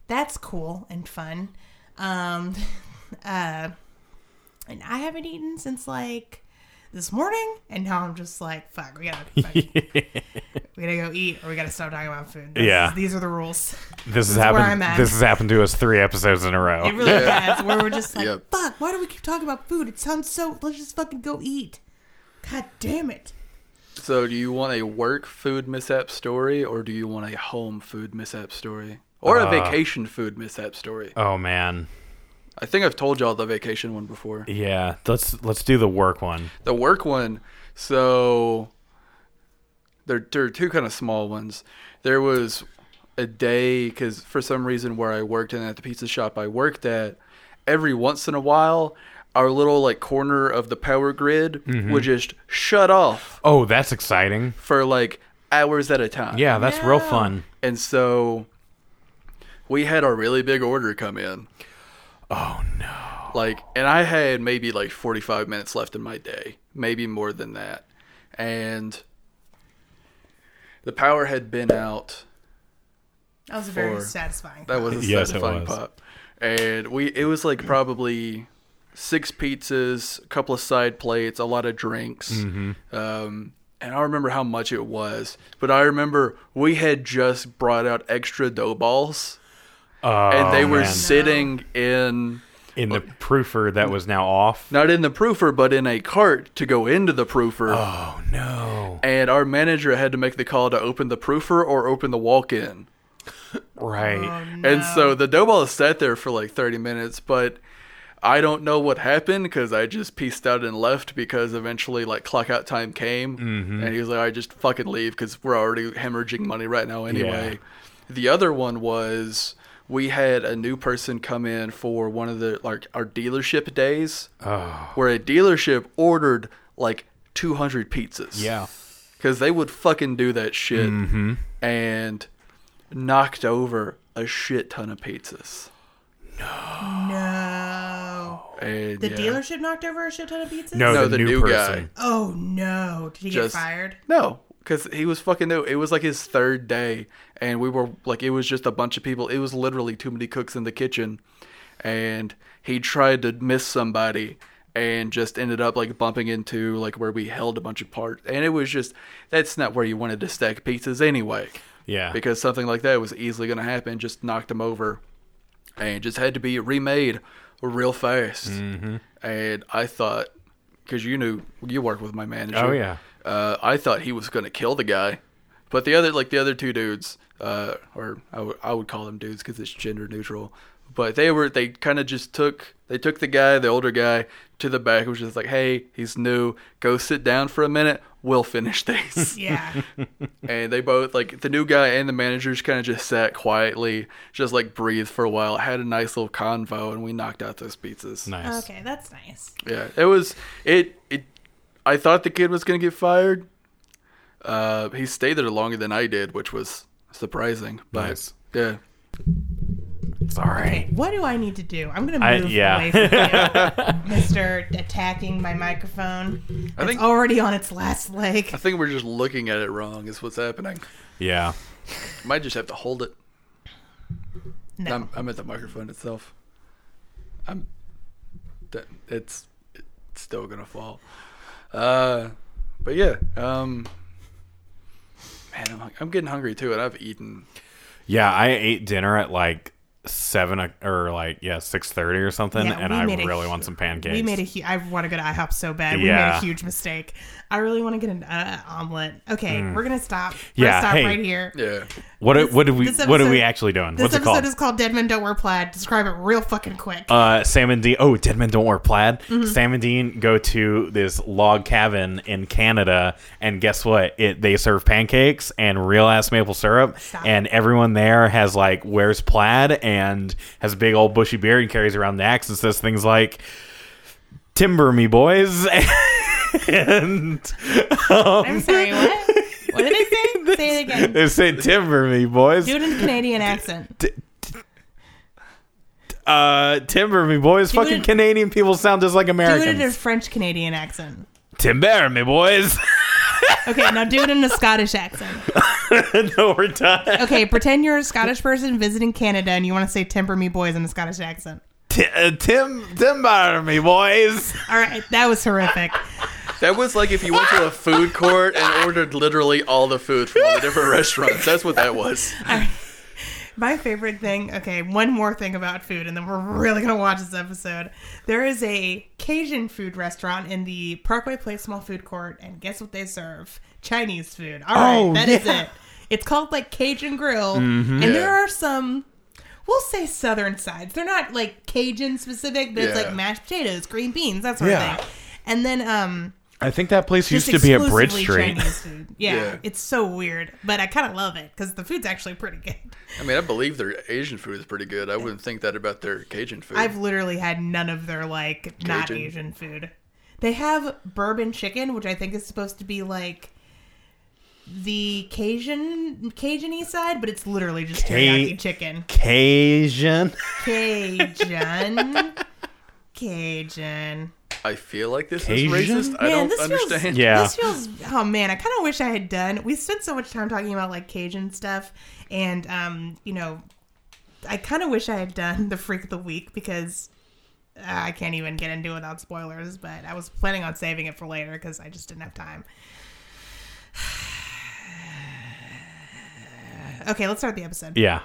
C: that's cool and fun. Um, uh, and I haven't eaten since like this morning, and now I'm just like, fuck, we gotta, fucking- we gotta go eat, or we gotta stop talking about food. This
B: Yeah.
C: is- these are the rules.
B: This has
C: where
B: happened.
C: I'm at.
B: This has happened to us three episodes in a row.
C: It really has. Where we're just like,
A: Yep.
C: fuck, why do we keep talking about food? It sounds so. Let's just fucking go eat. God damn it.
A: So, do you want a work food mishap story or do you want a home food mishap story or a vacation food mishap story?
B: oh man,
A: I think I've told y'all the vacation one before.
B: yeah. Let's let's do the work one.
A: The work one. So, there, there are two kind of small ones. There was a day because for some reason where I worked and at the pizza shop I worked at, every once in a while, our little like corner of the power grid would just shut off
B: Oh, that's exciting.
A: for like hours at a time.
B: Yeah, that's real
C: No.
B: fun.
A: And so we had a really big order come in. Oh no. Like and I had maybe like 45 minutes left in my day, maybe more than that. And the power had been out.
C: That was a very
A: Four.
C: satisfying.
A: That was a
B: Yes, it
A: satisfying
B: was.
A: pop. And we it was like probably six pizzas, a couple of side plates, a lot of drinks.
B: Mm-hmm.
A: Um, and I don't remember how much it was, but I remember we had just brought out extra dough balls,
B: Oh,
A: and they were
B: man.
A: sitting in
B: in the proofer that was now off.
A: not in the proofer, but in a cart to go into the proofer.
B: Oh no!
A: And our manager had to make the call to open the proofer or open the walk-in.
B: Right.
C: Um,
A: And so the dough ball sat there for like 30 minutes, but I don't know what happened because I just peaced out and left because eventually like clock out time came
B: Mm-hmm.
A: and he was like, I just fucking leave because we're already hemorrhaging money right now anyway. The other one was we had a new person come in for one of the like our dealership days
B: Oh
A: where a dealership ordered like 200 pizzas
B: yeah.
A: because they would fucking do that shit and knocked over a shit ton of pizzas.
C: no.
A: And
C: The
A: yeah.
C: dealership knocked over a shit ton of pizzas?
B: No,
A: No,
B: the, new, person.
C: Oh no. Did he
A: Just-
C: get fired?
A: No, because he was fucking new. It was like his third day, and we were like, it was just a bunch of people. It was literally too many cooks in the kitchen, and he tried to miss somebody and just ended up like bumping into like where we held a bunch of parts and it was just that's not where you wanted to stack pizzas anyway
B: Yeah.
A: because something like that was easily going to happen. Just knocked him over, and just had to be remade real fast.
B: Mm-hmm.
A: And I thought, because you knew you work with my manager.
B: Oh, yeah.
A: Uh, I thought he was going to kill the guy, but the other like the other two dudes, uh, or I would- I would call them dudes because it's gender neutral. But they were they kind of just took they took the guy the older guy to the back and was just like hey he's new go sit down for a minute we'll finish this
C: Yeah.
A: and they both like the new guy and the managers kind of just sat quietly, just like breathed for a while, had a nice little convo, and we knocked out those pizzas.
B: nice.
C: okay, that's nice.
A: Yeah, it was it it. I thought the kid was gonna get fired. Uh, he stayed there longer than I did, which was surprising. But
B: Nice.
A: yeah,
B: Sorry.
C: What do I need to do? I'm gonna
B: I-
C: move
B: yeah.
C: away from you, Mister attacking my microphone.
A: I
C: It's
A: think
C: already on its last leg.
A: I think we're just looking at it wrong. Is what's happening.
B: Yeah.
A: Might just have to hold it.
C: No.
A: I'm, I'm at the microphone itself. I'm. that- It's it's still gonna fall. Uh, but yeah. Um. Man, I'm hung- I'm getting hungry too, and I've eaten.
B: Yeah. I ate dinner at like seven o- or like yeah six thirty or something,
C: Yeah,
B: and
C: we
B: I
C: made a
B: really want
C: hu-
B: some pancakes.
C: We made a huge. I want to go to IHOP so bad. We made
B: Yeah.
C: a huge mistake. I really want to get an uh, omelet. Okay, we're gonna stop. We're
B: Mm. Yeah,
C: gonna stop
B: hey.
C: right here.
A: Yeah.
B: what do- what do we
C: this
B: what are
C: episode-
B: we actually doing?
C: This
B: What's it
C: episode
B: called?
C: is called Dead Men Don't Wear Plaid. Describe it real fucking quick.
B: uh, Sam and Dean. Oh, dead men don't wear plaid.
C: Mm-hmm.
B: Sam and Dean go to this log cabin in Canada, and guess what? It they serve pancakes and real ass maple syrup,
C: Stop.
B: and everyone there has like wears plaid and has a big old bushy beard and carries around an axe and says things like "Timber me boys." and Oh.
C: I'm sorry. What? What did I say? say it again.
B: they say "Timber me boys."
C: Do it in a Canadian accent.
B: Uh, "Timber me boys."
C: Do
B: Fucking
C: it-
B: Canadian people sound just like
C: Do it in a
B: Americans.
C: French Canadian accent.
B: "Timber me boys."
C: Okay, now do it in a Scottish accent.
B: no, we're done.
C: Okay, pretend you're a Scottish person visiting Canada and you want to say "Temper me, boys" in a Scottish accent.
B: T- uh, Tim, Timber me boys.
C: All right, that was horrific.
A: That was like if you went to a food court and ordered literally all the food from all the different restaurants. That's what that was.
C: My favorite thing, okay, one more thing about food, and then we're really gonna watch this episode. There is a Cajun food restaurant in the Parkway Place Small Food Court, and guess what they serve? Chinese food. All
B: Oh,
C: right, that is
B: yeah. Mm-hmm.
C: it. It's called like Cajun Grill, and
A: Yeah.
C: there are some, we'll say southern sides. They're not like Cajun specific, but it's
A: Yeah.
C: like mashed potatoes, green beans, that sort
B: Yeah.
C: of thing. And then, um,
B: I think that place used
C: just
B: to be at Bridge
C: exclusively
B: Street.
C: Chinese food. Yeah,
A: Yeah.
C: it's so weird, but I kind of love it because the food's actually pretty good.
A: I mean, I believe their Asian food is pretty good. I wouldn't think that about their Cajun food.
C: I've literally had none of their like not
A: Cajun.
C: Asian food. They have bourbon chicken, which I think is supposed to be like the Cajun Cajun-y side, but it's literally just
B: Ca-
C: teriyaki chicken.
B: Cajun.
C: Cajun. Cajun.
A: I feel like this
B: Cajun?
A: is racist. I
C: Man,
A: don't
C: this
A: understand.
C: Feels,
B: Yeah.
C: This feels oh man, I kinda wish I had done we spent so much time talking about like Cajun stuff and um, you know, I kinda wish I had done the freak of the week because uh, I can't even get into it without spoilers, but I was planning on saving it for later because I just didn't have time. Okay, let's start the episode.
B: Yeah.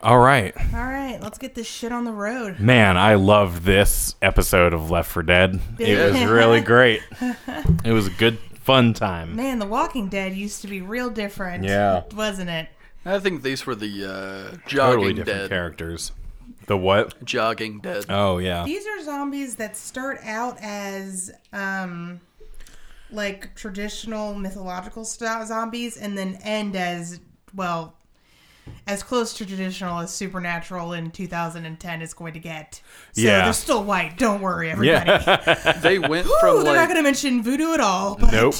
B: All right.
C: All right, let's get this shit on the road.
B: Man, I loved this episode of Left for Dead. It was really great. It was a good, fun time.
C: Man, The Walking Dead used to be real different.
B: Yeah.
C: Wasn't it?
A: I think these were the uh, jogging
B: totally different
A: dead.
B: characters. The what?
A: Jogging dead.
B: Oh yeah.
C: These are zombies that start out as um like traditional mythological style zombies and then end as well as close to traditional as supernatural in 2010 is going to get. So
B: Yeah.
C: they're still white. Don't worry everybody.
A: They went
C: Ooh,
A: from
C: they're not
A: like
C: going to mention voodoo at all. But
B: Nope.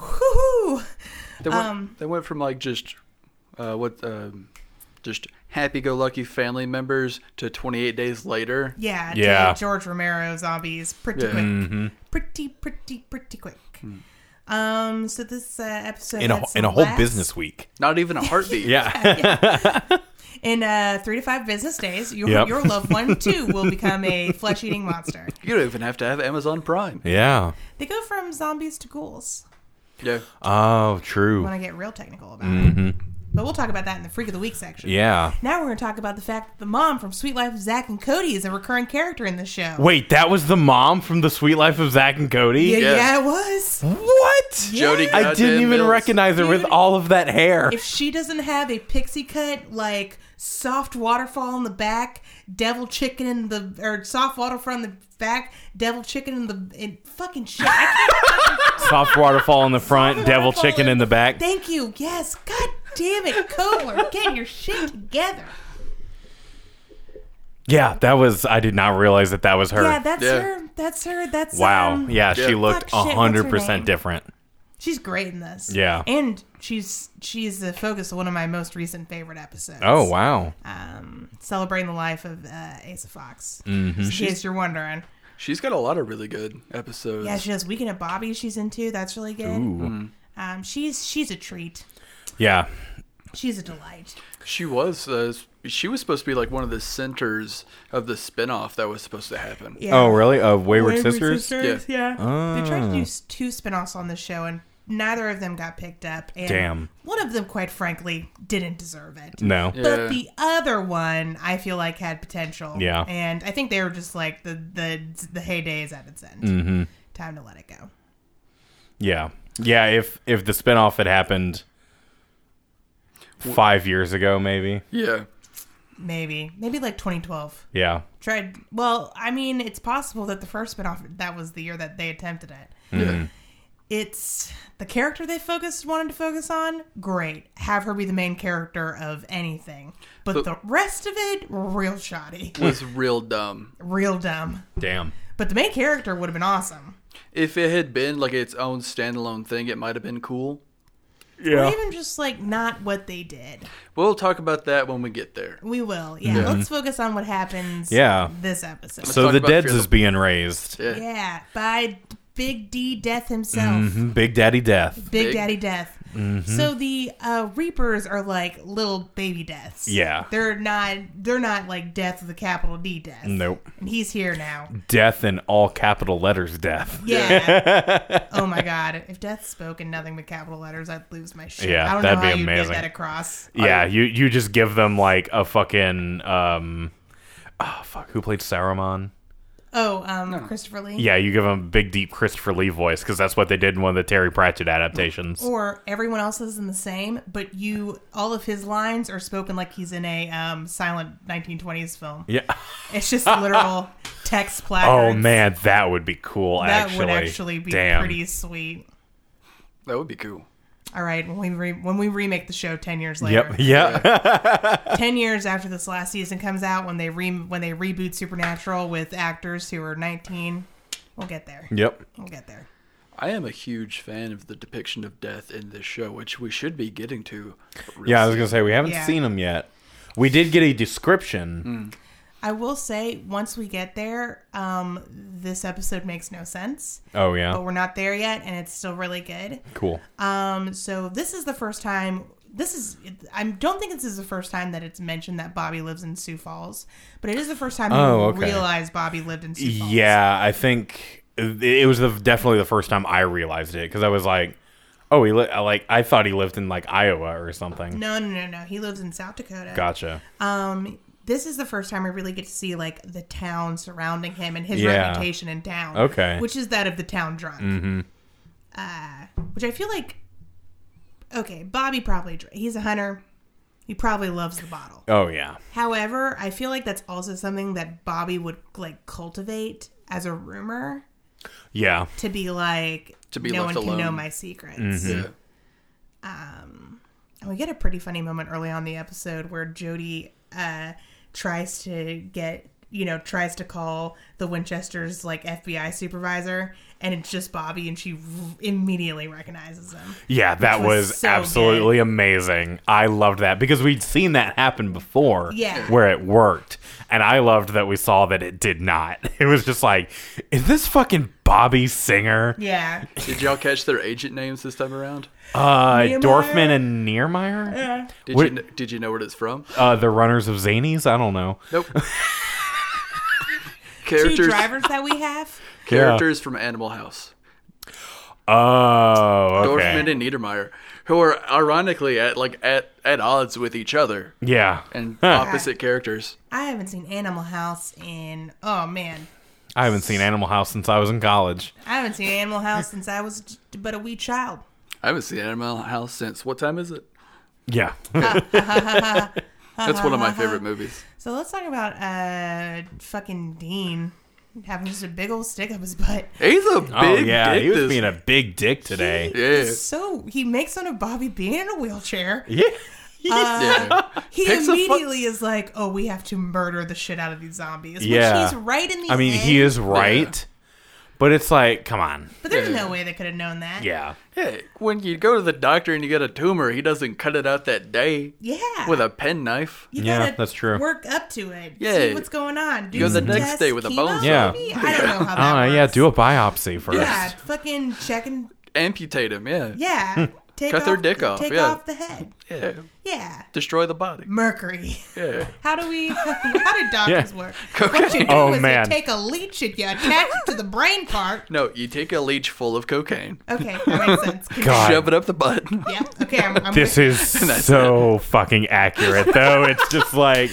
C: whoo-hoo.
A: they went,
C: um,
A: they went from like just uh, what um, just happy-go-lucky family members to 28 days later.
C: Yeah, to
B: Yeah. Mm-hmm.
C: George Romero zombies pretty
A: Yeah.
C: quick. Pretty pretty pretty quick. Um so this uh, episode
B: Hmm. In a
C: had some
B: in a whole
C: laughs.
B: business week.
A: Not even a heartbeat.
B: Yeah.
C: In uh, three to five business days, your,
B: Yep.
C: your loved one too will become a flesh eating monster.
A: You don't even have to have Amazon Prime.
B: yeah.
C: They go from zombies to ghouls
A: Yeah.
B: Oh,
C: when
B: true.
C: I get real technical about it. But we'll talk about that in the Freak of the Week section.
B: Mm-hmm. Yeah.
C: Now we're going to talk about the fact that the mom from Sweet Life of Zach and Cody is a recurring character in the show.
B: Wait, that was the mom from The Sweet Life of Zach and Cody.
C: Yeah,
A: Yeah.
C: yeah, it was.
B: What?
A: Jody
B: I didn't
A: goddamn
B: even
A: Mills.
B: recognize her with
C: Dude.
B: all of that hair.
C: If she doesn't have a pixie cut, like soft waterfall in the back, devil chicken in the, or soft waterfall in the back, devil chicken in the, in, fucking shit. I can't
B: Soft waterfall in the front,
C: Soft
B: devil
C: waterfall
B: chicken
C: in-
B: in the back.
C: Thank you. Yes. God damn it, Kobler. Get your shit together.
B: Yeah, that was. I did not realize that that was her.
C: Yeah, that's
A: Yeah.
C: her. That's her. That's
B: wow.
C: um,
B: Yeah, she
A: Yeah.
B: looked
C: Fuck, shit, what's her
B: hundred percent
C: name?
B: different.
C: She's great in this.
B: Yeah.
C: And she's she's the focus of one of my most recent favorite episodes.
B: Oh wow.
C: Um, celebrating the life of uh, Asa Fox. Mm-hmm. In case you're wondering.
A: She's got a lot of really good episodes.
C: Yeah, she does Weekend at Bobby. She's into. That's really good. Um, she's she's a treat.
B: Yeah.
C: She's a delight.
A: She was. Uh, she was supposed to be like one of the centers of the spinoff that was supposed to happen.
C: Yeah.
B: Oh, really? Of Wayward, Sisters? Ah.
C: Yeah. They tried to do s- two spinoffs on the show, and neither of them got picked up. And
B: Damn. Mm.
C: One of them, quite frankly, didn't deserve it.
B: No.
A: Yeah.
C: But the other one, I feel like had potential.
B: Yeah.
C: And I think they were just like the the the heyday is at its end.
B: Mm-hmm.
C: Time to let it go.
B: Yeah. Yeah, if if the spinoff had happened five years ago, maybe.
A: Yeah.
C: Maybe maybe like 2012.
B: Yeah.
C: Tried. Well, I mean, it's possible that the first spinoff that was the year that they attempted it.
B: Mm-hmm.
A: Yeah.
C: It's the character they focused wanted to focus on. Great, have her be the main character of anything. But
A: But-
C: the rest of it, real shoddy,
A: Was real dumb.
C: real dumb.
B: Damn.
C: But the main character would have been awesome.
A: If it had been like its own standalone thing, it might have been cool.
C: Or
B: Yeah.
C: even just like not what they did.
A: We'll talk about that when we get there.
C: We will. Yeah. Let's focus on what happens
B: Yeah.
C: this episode.
B: So
A: Talk
B: the
A: about
B: Deads
A: Fear
B: is being raised.
A: Yeah.
C: yeah. By Big D Death himself.
B: Big Daddy Death.
C: Big,
A: Big-
C: Daddy Death. So the uh, Reapers are like little baby deaths.
B: Yeah.
C: They're not they're not like death with a capital D death.
B: Nope.
C: And he's here now.
B: Death in all capital letters, death.
C: Yeah. oh my god. If death spoke in nothing but capital letters, I'd lose my shit.
B: Yeah,
C: I don't
B: that'd
C: know
B: be
C: how you get
B: amazing.
C: that across.
B: Yeah, you you just give them like a fucking um oh fuck, who played Saruman?
C: Oh, um Christopher Lee.
B: Yeah, you give them a big deep Christopher Lee voice because that's what they did in one of the Terry Pratchett adaptations.
C: Or everyone else is in the same, but you all of his lines are spoken like he's in a um, silent 1920s film.
B: Yeah.
C: It's just literal text
B: Oh
C: placards.
B: man, that would be cool.
C: that
B: actually,
C: would actually be
B: Damn.
C: pretty sweet.
A: That would be cool.
C: All right, when we re- when we remake the show ten years later,
B: Yep. Yeah.
C: ten years after this last season comes out, when they re- when they reboot Supernatural with actors who are 19, we'll get there.
B: Yep.
C: We'll get there.
A: I am a huge fan of the depiction of death in this show, which we should be getting to. real
B: Yeah, I was
A: soon.
B: gonna say we haven't
C: Yeah.
B: seen them yet. We did get a description.
C: I will say, once we get there, um, this episode makes no sense.
B: Oh yeah,
C: but we're not there yet, and it's still really good.
B: cool.
C: Um, so this is the first time. This is I don't think this is the first time that it's mentioned that Bobby lives in Sioux Falls, but it is the first time
B: Oh,
C: you
B: okay.
C: realize Bobby lived in Sioux Falls.
B: Yeah, I think it it was the, definitely the first time I realized it because I was like, oh, he li- I like I thought he lived in like Iowa or something.
C: No, no, no, no. He lives in South Dakota.
B: Gotcha.
C: Um, this is the first time I really get to see like the town surrounding him and his
B: Yeah.
C: reputation in town.
B: Okay. Mm-hmm.
C: which is that of the town drunk. Uh, which I feel like. Okay, Bobby probably dr- he's a hunter. He probably loves the bottle.
B: Oh yeah.
C: However, I feel like that's also something that Bobby would like cultivate as a rumor
B: Yeah.
C: to be like
A: To be
C: no
A: left
C: one can know
A: alone.
C: my secrets.
B: Mm-hmm.
A: Yeah.
C: And we get a pretty funny moment early on in the episode where Jody uh, tries to get you know tries to call the Winchester's like FBI supervisor, and it's just Bobby, and she r- immediately recognizes him.
B: Yeah, that
C: Which was
B: was,
C: so
B: absolutely amazing. I loved that because we'd seen that happen before
C: Yeah.
B: where it worked. And I loved that we saw that it did not. It was just like, is this fucking Bobby Singer?
C: Yeah,
A: Did y'all catch their agent names this time around?
B: Uh,
C: Niemeyer?
B: Dorfman and Niermeyer?
A: Did
B: What-
A: you kn- did you know what it's from?
B: Uh, the runners of Zanies? I don't know.
A: Nope.
C: two
A: characters
C: drivers that we have.
A: characters from Animal House.
B: Oh, okay.
A: Dorfman and Niedermeyer, who are ironically at like at, at odds with each other
B: yeah.
A: and opposite characters.
C: I haven't seen Animal House in oh man,
B: I haven't seen Animal House since I was in college.
C: I haven't seen Animal House since I was j- but a wee child.
A: I haven't seen Animal House since what time is it?
B: Yeah.
A: That's one of my favorite movies.
C: So let's talk about uh fucking Dean having just a big old stick up his butt.
A: He's a big
B: oh, yeah.
A: dick.
B: He was
A: this-
B: being a big dick today.
C: He
A: Yeah.
C: is So he makes fun of Bobby being in a wheelchair.
B: Yeah.
A: yeah.
C: He
A: Picks a fu-
C: immediately is like, "Oh, we have to murder the shit out of these zombies."
B: Yeah.
C: Which he's right in the.
B: I mean,
C: head,
B: he is right. But it's like, come on.
C: But there's
A: Yeah.
C: no way they could have known that.
B: Yeah.
A: Hey, when you go to the doctor and you get a tumor, he doesn't cut it out that day
C: Yeah.
A: with a penknife.
C: you
B: Yeah,
C: gotta
B: that's true.
C: Work up to it. See
A: Yeah.
C: what's going on. Do
A: Go the
C: some
A: next
C: tests,
A: day with a
C: chemo,
A: bone
B: saw.
C: maybe? I don't know how
B: Uh,
C: that
B: yeah,
C: works.
B: do a biopsy first.
C: Yeah, fucking checking.
A: Amputate him, yeah.
C: Yeah, take
A: Cut
C: off,
A: their dick off,
C: Take
A: yeah.
C: off the head.
A: Yeah.
C: Yeah.
A: Destroy the body.
C: Mercury.
A: Yeah.
C: How do we? How do doctors
B: Yeah.
C: work?
A: Cocaine.
C: What you do
B: Oh,
C: is
B: man.
C: you take a leech and you attach it to the brain part.
A: No, you take a leech full of cocaine,
C: Okay, that makes sense. Continue.
B: God.
A: shove it up the butt.
C: Yeah. Okay. I'm, I'm
B: This is so fucking accurate, though. It's just like,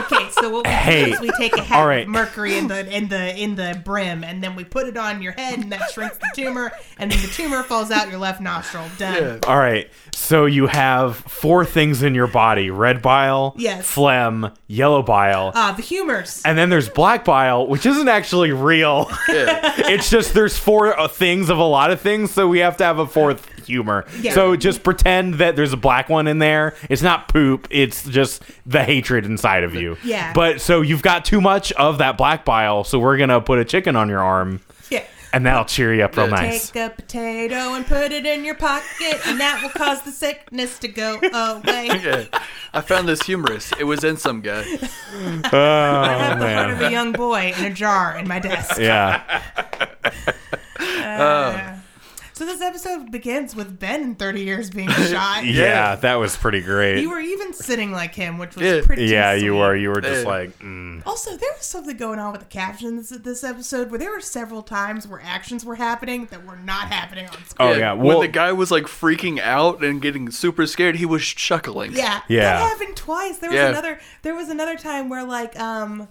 C: okay. So what we
B: Hey.
C: do is we take a half
B: All right.
C: of mercury in the in the in the brim, and then we put it on your head, and that shrinks the tumor, and then the tumor falls out your left nostril. Done.
A: Yeah.
B: all right, so you have four things in your body red bile,
C: Yes.
B: phlegm, yellow bile,
C: Ah, the humors.
B: and then there's black bile, which isn't actually real.
A: Yeah.
B: it's just there's four uh, things of a lot of things, so we have to have a fourth humor.
C: Yeah.
B: So just pretend that there's a black one in there. It's not poop. It's just the hatred inside of you.
C: Yeah.
B: But so you've got too much of that black bile, so we're gonna put a chicken on your arm,
C: Yeah.
B: and that'll cheer you up real
A: Yeah.
B: nice.
C: Take a potato and put it in your pocket, and that will cause the sickness to go away.
A: yeah. I found this humorous. It was in some guy.
B: Oh
C: I have the heart
B: man.
C: of a young boy in a jar in my desk.
B: Yeah.
C: Uh, so this episode begins with Ben in 30 years being shot.
B: Yeah. That was pretty great.
C: You were even sitting like him, which was
A: Yeah.
C: pretty.
B: yeah, you
C: sweet.
B: were. You were just
A: Yeah.
B: like, mm.
C: Also, there was something going on with the captions at this episode where there were several times where actions were happening that were not happening on screen.
B: oh yeah.
A: when
B: Well,
A: the guy was like freaking out and getting super scared, he was chuckling.
C: Yeah,
B: Yeah.
C: That happened twice. There was
A: Yeah.
C: another. There was another time where like um.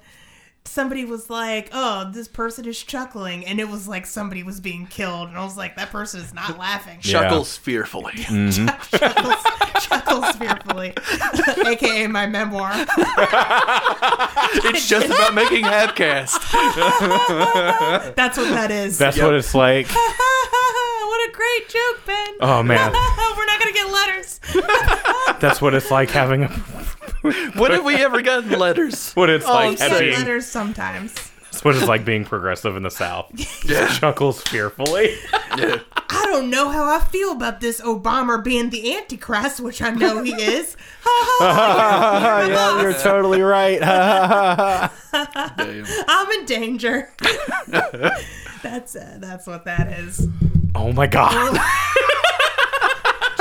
C: Somebody was like, "Oh, this person is chuckling," and it was like somebody was being killed, and I was like, "That person is not laughing."
A: Chuckles fearfully.
B: Mm.
C: chuckles, chuckles fearfully, aka my memoir.
A: It's just about making halfcast.
C: That's what that is.
B: that's what it's like.
C: what a great joke, Ben.
B: Oh, man.
C: we're not gonna get letters.
B: That's what it's like having a.
A: When have we ever gotten letters?
B: What it's
C: We
B: like
C: get
A: saying.
B: being
C: letters sometimes.
B: That's what it's like being progressive in the South.
A: Yeah.
B: Chuckles fearfully.
A: yeah.
C: I don't know how I feel about this Obama being the Antichrist, which I know he is.
B: yeah, you're totally right.
A: Damn.
C: I'm in danger. that's uh, that's what that is.
B: oh my god.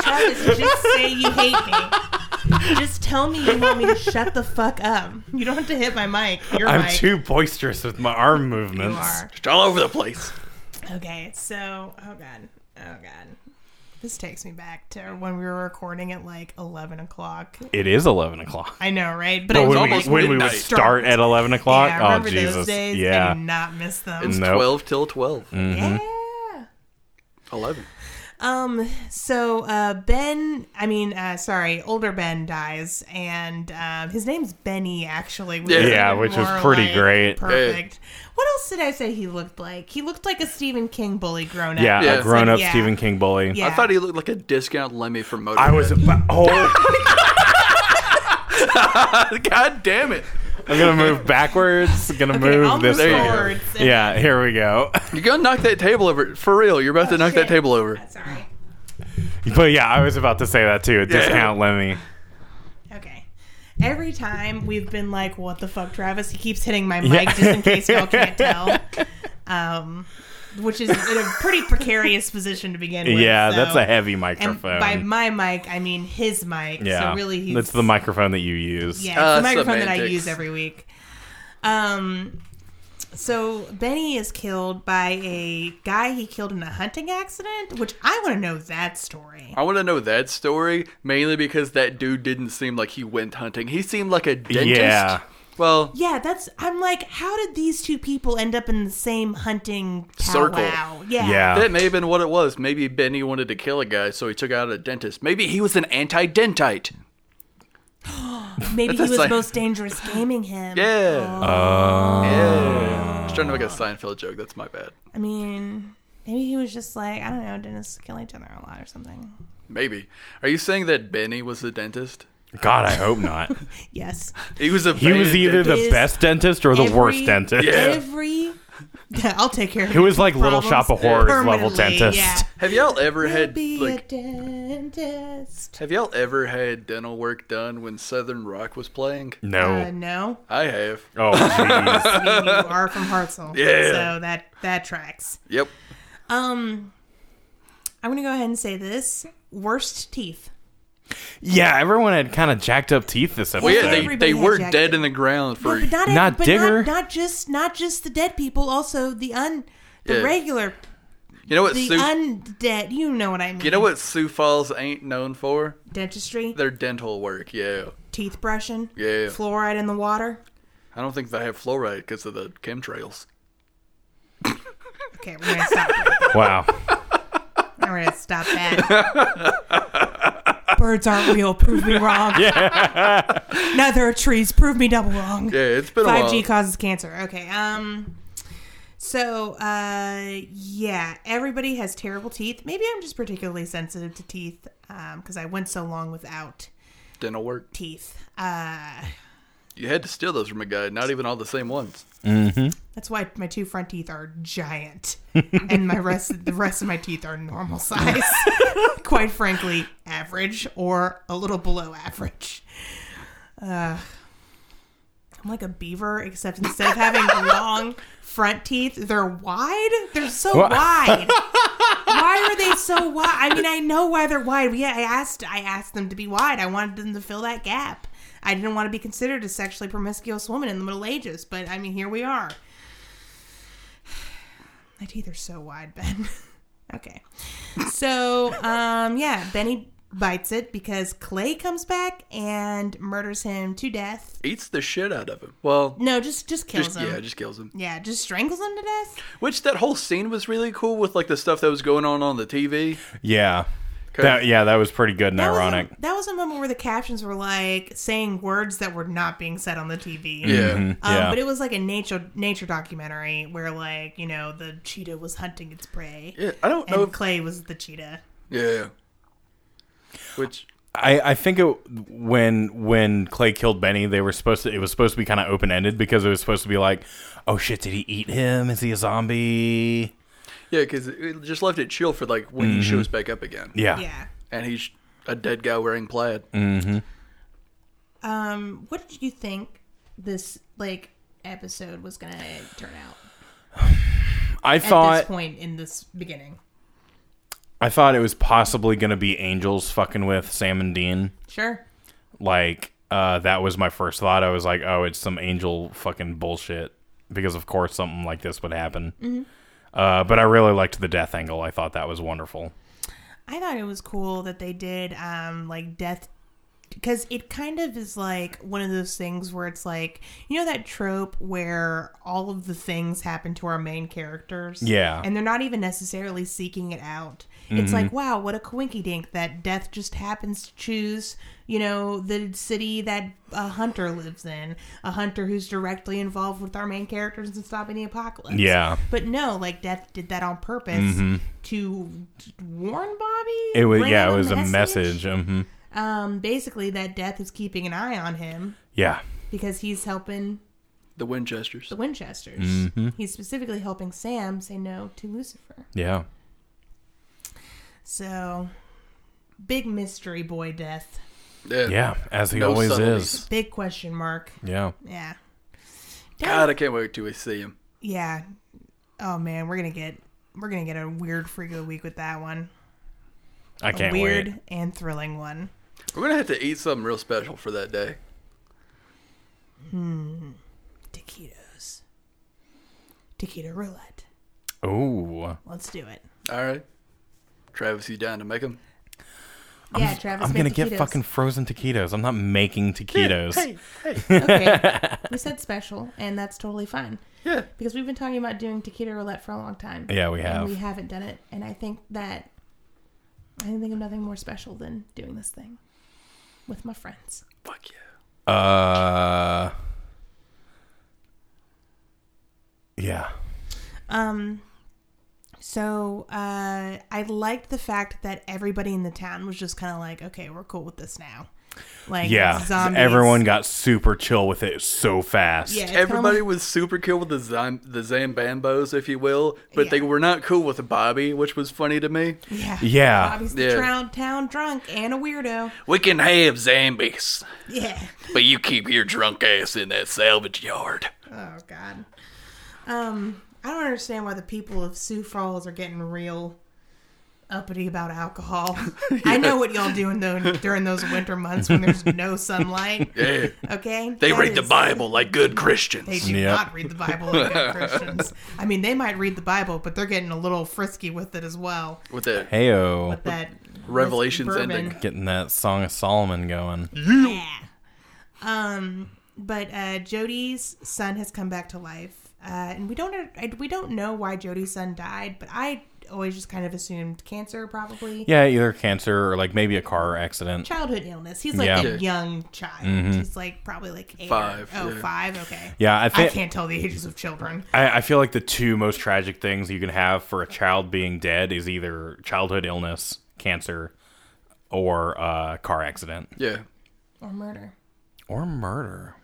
C: Travis, just say you hate me. Just tell me you want me to shut the fuck up. You don't have to hit my mic. Your
B: I'm
C: mic.
B: too boisterous with my arm
C: you
B: movements.
C: are.
A: Just all over the place.
C: Okay, so oh god, oh god, this takes me back to when we were recording at like eleven o'clock.
B: It is 11 o'clock.
C: I know, right? But
B: But
C: I
B: when we,
A: almost
B: when we would
A: midnight.
B: start at 11 o'clock,
C: yeah, I
B: oh
C: remember
B: Jesus.
C: those days. I
B: yeah. Mm-hmm.
C: do not miss them.
A: It's
B: Nope. Mm.
A: 12 till 12.
C: Yeah.
A: 11.
C: Um. So uh, Ben, I mean, uh, sorry, older Ben dies, and um, his name's Benny actually. which
A: Yeah.
C: is
B: Yeah,
C: even
B: which was
C: more,
B: pretty
C: like,
B: great.
C: Perfect. What else did I say he looked like? He looked like a Stephen King bully grown up.
B: Yeah,
A: Yeah.
B: a grown up
C: Yeah.
B: Stephen King bully.
C: Yeah.
A: I thought he looked like a discount Lemmy from Motorhead.
B: I was about. Oh,
A: God damn it.
B: I'm going to move backwards. going to
C: Okay,
B: move
C: I'll
B: this
C: move
A: you go.
B: way.
C: forwards. and-
B: Yeah, here we go.
A: You're going to knock that table over. For real, you're about to knock
C: Oh, shit.
A: that table over.
C: Sorry.
B: But yeah, I was about to say that too. Discount Lemmy.
C: Okay. Every time we've been like, "What the fuck, Travis?" He keeps hitting my
B: Yeah.
C: mic just in case y'all can't tell. Um, which is in a pretty precarious position to begin with.
B: Yeah, that's
C: so-
B: a heavy
C: And
B: microphone.
C: by my mic, I mean his mic.
B: Yeah,
C: So really, he's
B: that's the microphone that you use.
C: Yeah,
A: Uh,
C: it's the microphone that I
A: semantics.
C: use every week. Um, so Benny is killed by a guy he killed in a hunting accident, which I want to know that story.
A: I want to know that story mainly because that dude didn't seem like he went hunting. He seemed like a dentist.
B: Yeah.
A: Well,
C: Yeah, that's. I'm like, how did these two people end up in the same hunting
A: Circle.
C: powwow? Yeah.
B: Yeah.
A: that may have been what it was. Maybe Benny wanted to kill a guy, so he took out a dentist. Maybe he was an anti-dentite.
C: Maybe he
A: That's
C: was
A: like-
C: most dangerous gaming him. Oh.
A: Yeah.
B: Uh,
A: yeah. I was trying to make a Seinfeld joke. That's my bad.
C: I mean, maybe he was just like, I don't know, dentists kill each other a lot or something.
A: Maybe. Are you saying that Benny was the dentist?
B: God, I hope not.
C: Yes.
A: He was a.
B: He was either the
C: Is
B: best dentist or the worst
C: every-
B: dentist.
A: Yeah.
C: Every. Yeah, I'll take care of
B: It was like Little
C: problems
B: Shop of Horrors level
C: permanently,
B: dentist.
C: Yeah.
A: Have y'all ever
C: I'll
A: had
C: be
A: like?
C: a dentist.
A: Have y'all ever had dental work done when Southern Rock was playing?
B: No.
C: Uh, no.
A: I have.
B: oh, jeez.
C: I mean, you are from Hartzell.
A: Yeah.
C: So that, that tracks.
A: Yep.
C: Um, I'm gonna go ahead and say this: worst teeth.
B: Yeah, everyone had kind of jacked up teeth this episode.
A: Well, yeah, they,
C: Everybody
A: they
C: had
A: were
C: jacked-
A: dead in the ground for
C: No, but not,
B: Not
C: but
B: Digger.
C: Not, not just not just the dead people. Also the un the
A: Yeah.
C: regular
A: you know what
C: the
A: Sioux,
C: undead. You know what I mean?
A: you know what Sioux Falls ain't known for
C: Dentistry,
A: their dental work. Yeah,
C: teeth brushing,
A: Yeah.
C: fluoride in the water.
A: I don't think they have fluoride because of the chemtrails.
C: Okay, we're gonna stop. that.
B: Wow.
C: We're gonna stop that. Birds aren't real. Prove me wrong. Neither are trees. Prove me double wrong.
A: Yeah, it's been a
C: Five
A: while.
C: G causes cancer. Okay. Um. So, uh, yeah, everybody has terrible teeth. Maybe I'm just particularly sensitive to teeth because I went so long without
A: dental work.
C: teeth. Uh,
A: You had to steal those from a guy. Not even all the same ones.
C: that's why my two front teeth are giant, and my rest the rest of my teeth are normal size. Quite frankly, average or a little below average. Uh, I'm like a beaver, except instead of having long front teeth, they're wide. They're so
B: Wha-
C: wide. why are they so wide? I mean, I know why they're wide. Yeah, I asked. I asked them to be wide. I wanted them to fill that gap. I didn't want to be considered a sexually promiscuous woman in the Middle Ages, but I mean, here we are. My teeth are so wide, Ben. okay. So, um, yeah, Benny bites it because Clay comes back and murders him to death.
A: Eats the shit out of him. Well,
C: No, just just kills
A: just,
C: him.
A: yeah, just kills him.
C: yeah, just strangles him to death.
A: Which that whole scene was really cool with like the stuff that was going on on the TV.
B: Yeah.
A: Okay.
B: That, yeah, that was pretty good and
C: That was a-
B: ironic.
C: that was a moment where the captions were like saying words that were not being said on the TV.
A: Yeah.
C: Um,
B: Mm-hmm. yeah.
C: But it was like a nature nature documentary where like you know the cheetah was hunting its prey
A: Yeah, Oh. I don't know.
C: and
A: If,
C: Clay was the cheetah.
A: yeah. Which
B: I, I think it when when Clay killed Benny, they were supposed to. It was supposed to be kind of open ended because it was supposed to be like, oh shit, did he eat him? Is he a zombie?
A: yeah, because it just left it chill for like when he shows back up again.
B: Mm-hmm. Yeah. Mm.
C: Yeah.
A: And he's a dead guy wearing plaid.
C: Um, what did you think this like episode was gonna turn out
B: I
C: at
B: thought
C: this point in this beginning?
B: I thought it was possibly gonna be angels fucking with Sam and Dean.
C: Sure.
B: Like uh, that was my first thought. I was like, oh, it's some angel fucking bullshit because of course something like this would happen.
C: Mm-hmm.
B: Uh, but I really liked the death angle. I thought that was wonderful.
C: I thought it was cool that they did um like death because it kind of is like one of those things where it's like you know that trope where all of the things happen to our main characters
B: Yeah.
C: and they're not even necessarily seeking it out it's like wow what a coinky dink that death just happens to choose you know the city that a hunter lives in a hunter who's directly involved with our main characters in stopping the apocalypse
B: Yeah. Mm-hmm.
C: but no, like Death did that on purpose to warn Bobby.
B: It was
C: Bring
B: yeah,
C: him
B: it was a message. hmm
C: Um, basically that Death is keeping an eye on him
B: Yeah.
C: because he's helping
A: The Winchesters.
C: the Winchesters.
B: Mm-hmm.
C: He's specifically helping Sam say no to Lucifer.
B: Yeah.
C: So, big mystery boy Death.
B: Yeah, as he
A: No
B: always
A: subtleties.
B: is.
C: Big question mark.
B: Yeah.
C: Yeah.
A: God, I can't wait till we see him.
C: Yeah. Oh man, we're gonna get we're gonna get a weird freak of the week with that one.
B: I can't
C: weird
B: wait.
C: and thrilling one.
A: We're gonna have to eat something real special for that day.
C: taquitos. Taquito roulette.
B: Ooh.
C: Let's do it.
A: All right, Travis, you down to make him?
C: Yeah, Travis.
B: I'm
C: make
B: gonna get
C: taquitos.
B: fucking frozen taquitos. I'm not making taquitos.
C: okay. We said special, and that's totally fine
A: Yeah.
C: because we've been talking about doing taquito roulette for a long time.
B: Yeah, we
C: And
B: have.
C: we haven't done it, and I think that I can think of nothing more special than doing this thing with my friends.
A: Fuck yeah.
B: Uh. Yeah.
C: Um. So uh, I liked the fact that everybody in the town was just kind of like, okay, we're cool with this now. Like,
B: Yeah.
C: zombies.
B: Everyone got super chill with it so fast.
C: Yeah, it's kinda like-
A: Everybody was super cool with the Zam- the Zambambos, if you will, but
C: Yeah.
A: they were not cool with Bobby, which was funny to me.
C: Yeah.
B: Yeah.
C: Bobby's
A: Yeah.
C: the town, town drunk and a weirdo.
A: We can have Zambies,
C: Yeah.
A: but you keep your drunk ass in that salvage yard.
C: Oh God. Um, I don't understand why the people of Sioux Falls are getting real uppity about alcohol. I know what y'all do in the, during those winter months when there's no sunlight.
A: Yeah.
C: Okay,
A: They
C: That
A: read the
C: is-
A: Bible like good
C: They
A: Christians.
C: do
D: Yep.
C: not read the Bible like good Christians. I mean, they might read the Bible, but they're getting a little frisky with it as well.
A: With that
D: Heyo,
C: With that
A: Revelation's
C: bourbon.
A: ending.
B: Getting that Song of Solomon going.
C: Yeah. Um, but uh, Jody's son has come back to life, uh, and we don't I- we don't know why Jody's son died, but I always just kind of assumed cancer, probably
B: Yeah, either cancer or like maybe a car accident.
C: childhood illness. He's like
B: Yeah. Mm-hmm.
A: Yeah.
C: a young child. He's like probably like eight or-
A: Five,
C: oh,
A: yeah.
C: five, Okay.
B: Yeah, I
C: I
B: think
C: can't tell the ages of children.
B: I, I feel like the two most tragic things you can have for a child being dead is either childhood illness, cancer, or uh, car accident,
A: Yeah.
C: Or murder.
B: or murder.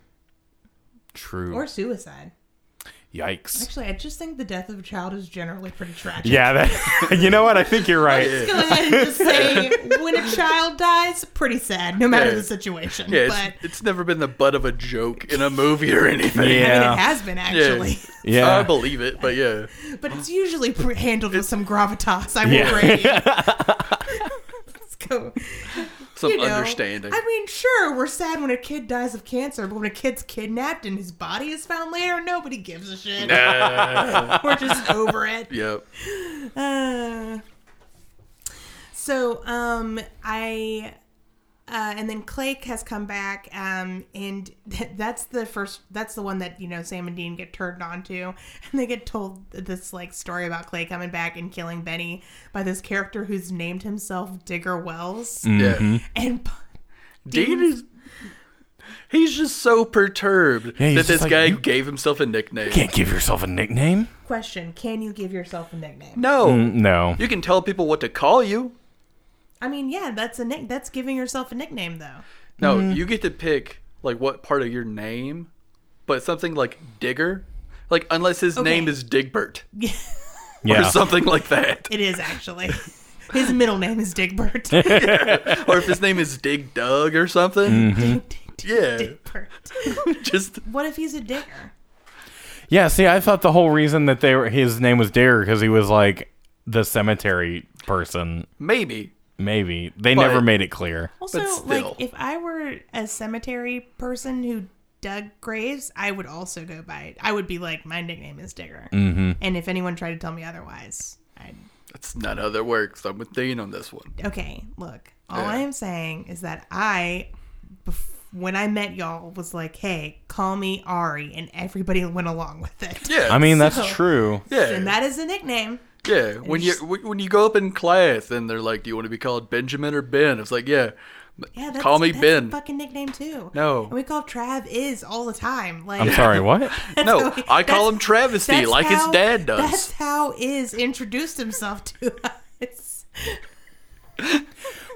B: True.
C: Or suicide.
B: Yikes.
C: Actually, I just think the death of a child is generally pretty tragic.
B: Yeah, that, you know what? I think you're right.
C: Let's go ahead and just say when a child dies, pretty sad, no matter
A: Yeah.
C: the situation.
A: Yeah,
C: but
A: it's, it's never been the butt of a joke in a movie or anything.
C: I mean,
B: Yeah.
C: it has been actually,
A: I
B: Yeah.
A: believe it, but yeah.
C: but it's usually pre- handled with some gravitas. I will
B: Yeah.
C: grade you. Let's go.
A: Some
C: You know,
A: understanding.
C: I mean, sure, we're sad when a kid dies of cancer, but when a kid's kidnapped and his body is found later, nobody gives a shit. we're just over it.
A: Yep.
C: Uh, so um i uh, and then Clake has come back, um, and th- that's the first. That's the one that you know Sam and Dean get turned on to, and they get told this like story about Clay coming back and killing Benny by this character who's named himself Digger Wells.
B: Mm-hmm.
A: Yeah.
C: And
A: Dean is. He's just so perturbed
B: Yeah, he's
A: that
B: just
A: this
B: like,
A: guy
B: "You-
A: gave himself a nickname.
B: Can't give yourself a nickname?
C: question: Can you give yourself a nickname?
A: No.
B: Mm, No.
A: You can tell people what to call you.
C: I mean, yeah, that's a nick. That's giving yourself a nickname, though.
A: No,
B: Mm-hmm.
A: you get to pick like what part of your name, but something like Digger, like unless his name
C: Okay.
A: is Digbert or
B: Yeah.
A: something like that,
C: It is actually. His middle name is Digbert.
A: or if his name is Dig Dug or something.
C: Dig- dig- dig-
A: Yeah.
C: Digbert.
B: Mm.
A: Just
C: What if he's a digger?
B: Yeah, see, I thought the whole reason that they were his name was Digger because he was like the cemetery person.
A: maybe.
B: Maybe they
A: But-
B: never made it clear.
C: Also,
A: But still.
C: like if I were a cemetery person who dug graves, I would also go by it. I would be like, my nickname is Digger. Mm-hmm. And if anyone tried to tell me otherwise, I'd
A: That's not how that works. I'm with Dean on this one.
C: okay. Look, all
A: Yeah.
C: I am saying is that I, bef- when I met y'all, was like, hey, call me Ari, and everybody went along with it.
A: Yeah.
B: I mean, that's
C: So-
B: true.
A: yeah.
C: And that is a nickname.
A: yeah. When you
C: just-
A: when when you go up in class and they're like, "Do you want to be called Benjamin or Ben?" It's like, "Yeah,
C: Yeah, that's,
A: Call me
C: that's
A: Ben.
C: A fucking nickname too.
A: No.
C: and we call Trav is all the time. Like
B: I'm sorry. What?
A: no,
C: how-
A: I call
C: that's-
A: him Travesty
C: That's
A: like
C: how-
A: his dad
C: That's
A: does."
C: how Is introduced himself to us.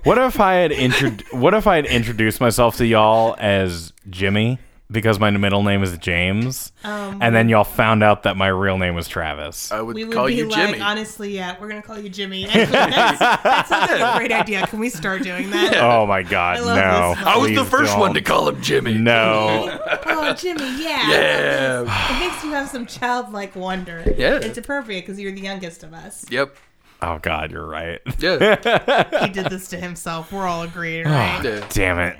B: What if I had intro- What if I had introduced myself to y'all as Jimmy because my middle name is James,
C: Um,
B: and then y'all found out that my real name was Travis?
A: I would,
C: We would
A: call
C: be
A: you
C: like,
A: Jimmy.
C: honestly, yeah, we're gonna call you Jimmy. Actually, that's, that sounds like a great idea. Can we start doing that?
B: oh my God!
C: love
B: no.
C: this.
A: I was the
B: please
A: 1st one
B: don't.
A: to call him Jimmy.
B: No.
C: Oh, Jimmy, yeah.
A: Yeah.
C: It makes you have some childlike wonder.
A: Yeah.
C: It's appropriate because you're the youngest of us.
A: Yep.
B: Oh God, you're right.
A: Yeah.
C: He did this to himself. We're all agreed, right?
A: yeah.
B: Damn it.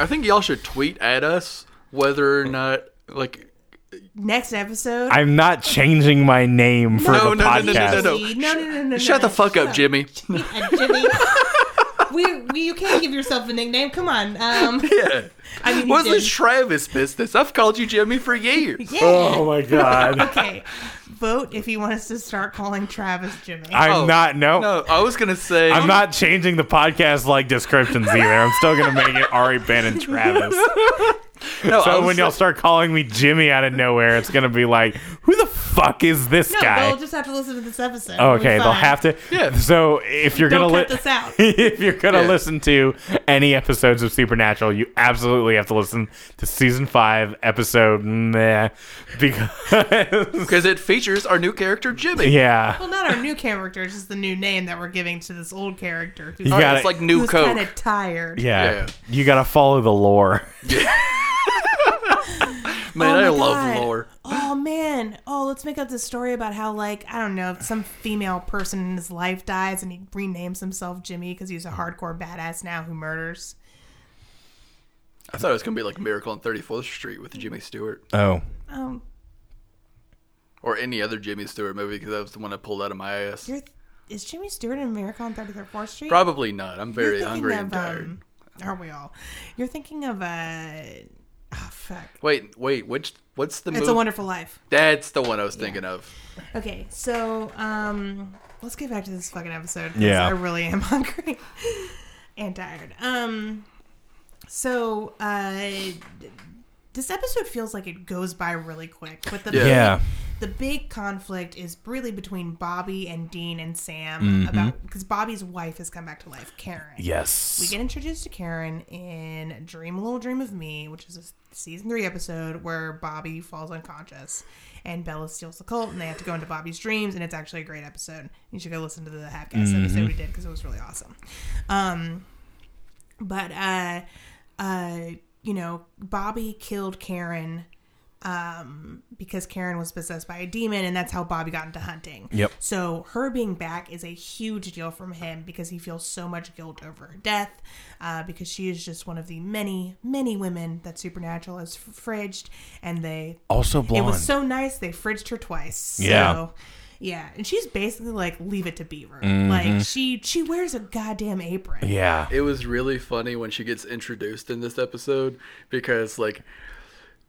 A: I think y'all should tweet at us whether or not like
C: Next episode.
B: I'm not changing my name for
A: No,
B: the
A: no, no,
B: podcast.
A: no, no, no.
C: Jimmy. no, no, no, no, no,
A: shut
C: no.
A: the fuck up,
C: up.
A: Jimmy.
C: Yeah, Jimmy. we, we, you can't give yourself a nickname. Come on. Um,
A: Yeah.
C: I mean, you
A: What's
C: did.
A: this Travis business? I've called you Jimmy for years.
C: yeah.
B: Oh my God.
C: Okay. Vote if you want us to start calling Travis Jimmy.
B: I'm
A: Oh,
B: not. No.
A: No, I was gonna say
B: I'm not changing the podcast like descriptions either. I'm still gonna make it Ari Ben and Travis.
A: no, I
B: So
A: was
B: when y'all
A: say-
B: start calling me Jimmy out of nowhere, it's gonna be like, who the fuck is this
C: no,
B: guy?
C: they'll just have to listen to this episode.
B: Oh, okay, they'll have to.
A: Yeah.
B: So if you're
C: Don't
B: gonna
C: cut
B: li-
C: this out.
B: if you're gonna
A: Yeah.
B: listen to any episodes of Supernatural, you absolutely have to listen to season five, episode meh, because
A: because it features our new character Jimmy.
B: yeah,
C: Well, not our new character, it's just the new name that we're giving to this old character who's,
B: You got
A: it's
B: it.
A: like new
C: who's
A: Coke.
C: kind of tired.
B: yeah,
A: Yeah.
B: you gotta follow the lore.
A: Man,
C: Oh
A: I
C: my
A: love
C: God.
A: lore.
C: oh man, oh let's make up this story about how like I don't know some female person in his life dies and he renames himself Jimmy because he's a hardcore badass now who murders.
A: I thought it was gonna be like Miracle on 34th Street with Jimmy Stewart
E: Oh,
C: Um,
A: or any other Jimmy Stewart movie because that was the one I pulled out of my ass.
C: you're, is Jimmy Stewart in America on Thirty Third Fourth Street?
A: Probably not. I'm
C: You're
A: very
C: thinking
A: hungry and
C: of,
A: tired.
C: um, are we all? You're thinking of uh, oh fuck,
A: Wait, wait. Which? What's the
C: It's
A: movie?
C: a Wonderful Life.
A: That's the one I was thinking of.
C: Okay, so um, let's get back to this fucking episode. 'cause
E: Yeah.
C: I really am hungry and tired. Um, so uh, this episode feels like it goes by really quick, but the
A: Yeah.
E: yeah.
C: the big conflict is really between Bobby and Dean and Sam
A: Mm-hmm.
C: about because Bobby's wife has come back to life, Karen. We
E: Yes.
C: get introduced to Karen in Dream a Little Dream of Me, which is a season three episode where Bobby falls unconscious and Bella steals the cult and they have to go into Bobby's dreams. And it's actually a great episode. You should go listen to the half-cast episode we did because it was really awesome. Um, but, uh, uh, you know, Bobby killed Karen um, because Karen was possessed by a demon, and that's how Bobby got into hunting.
E: Yep.
C: So her being back is a huge deal from him because he feels so much guilt over her death, uh, because she is just one of the many, many women that Supernatural has f- fridged, and they
E: Also
C: it
E: blonde.
C: was so nice they fridged her twice. So,
E: Yeah.
C: Yeah, and she's basically like leave it to Beaver.
E: Mm-hmm.
C: Like she she wears a goddamn apron.
E: yeah.
A: It was really funny when she gets introduced in this episode because like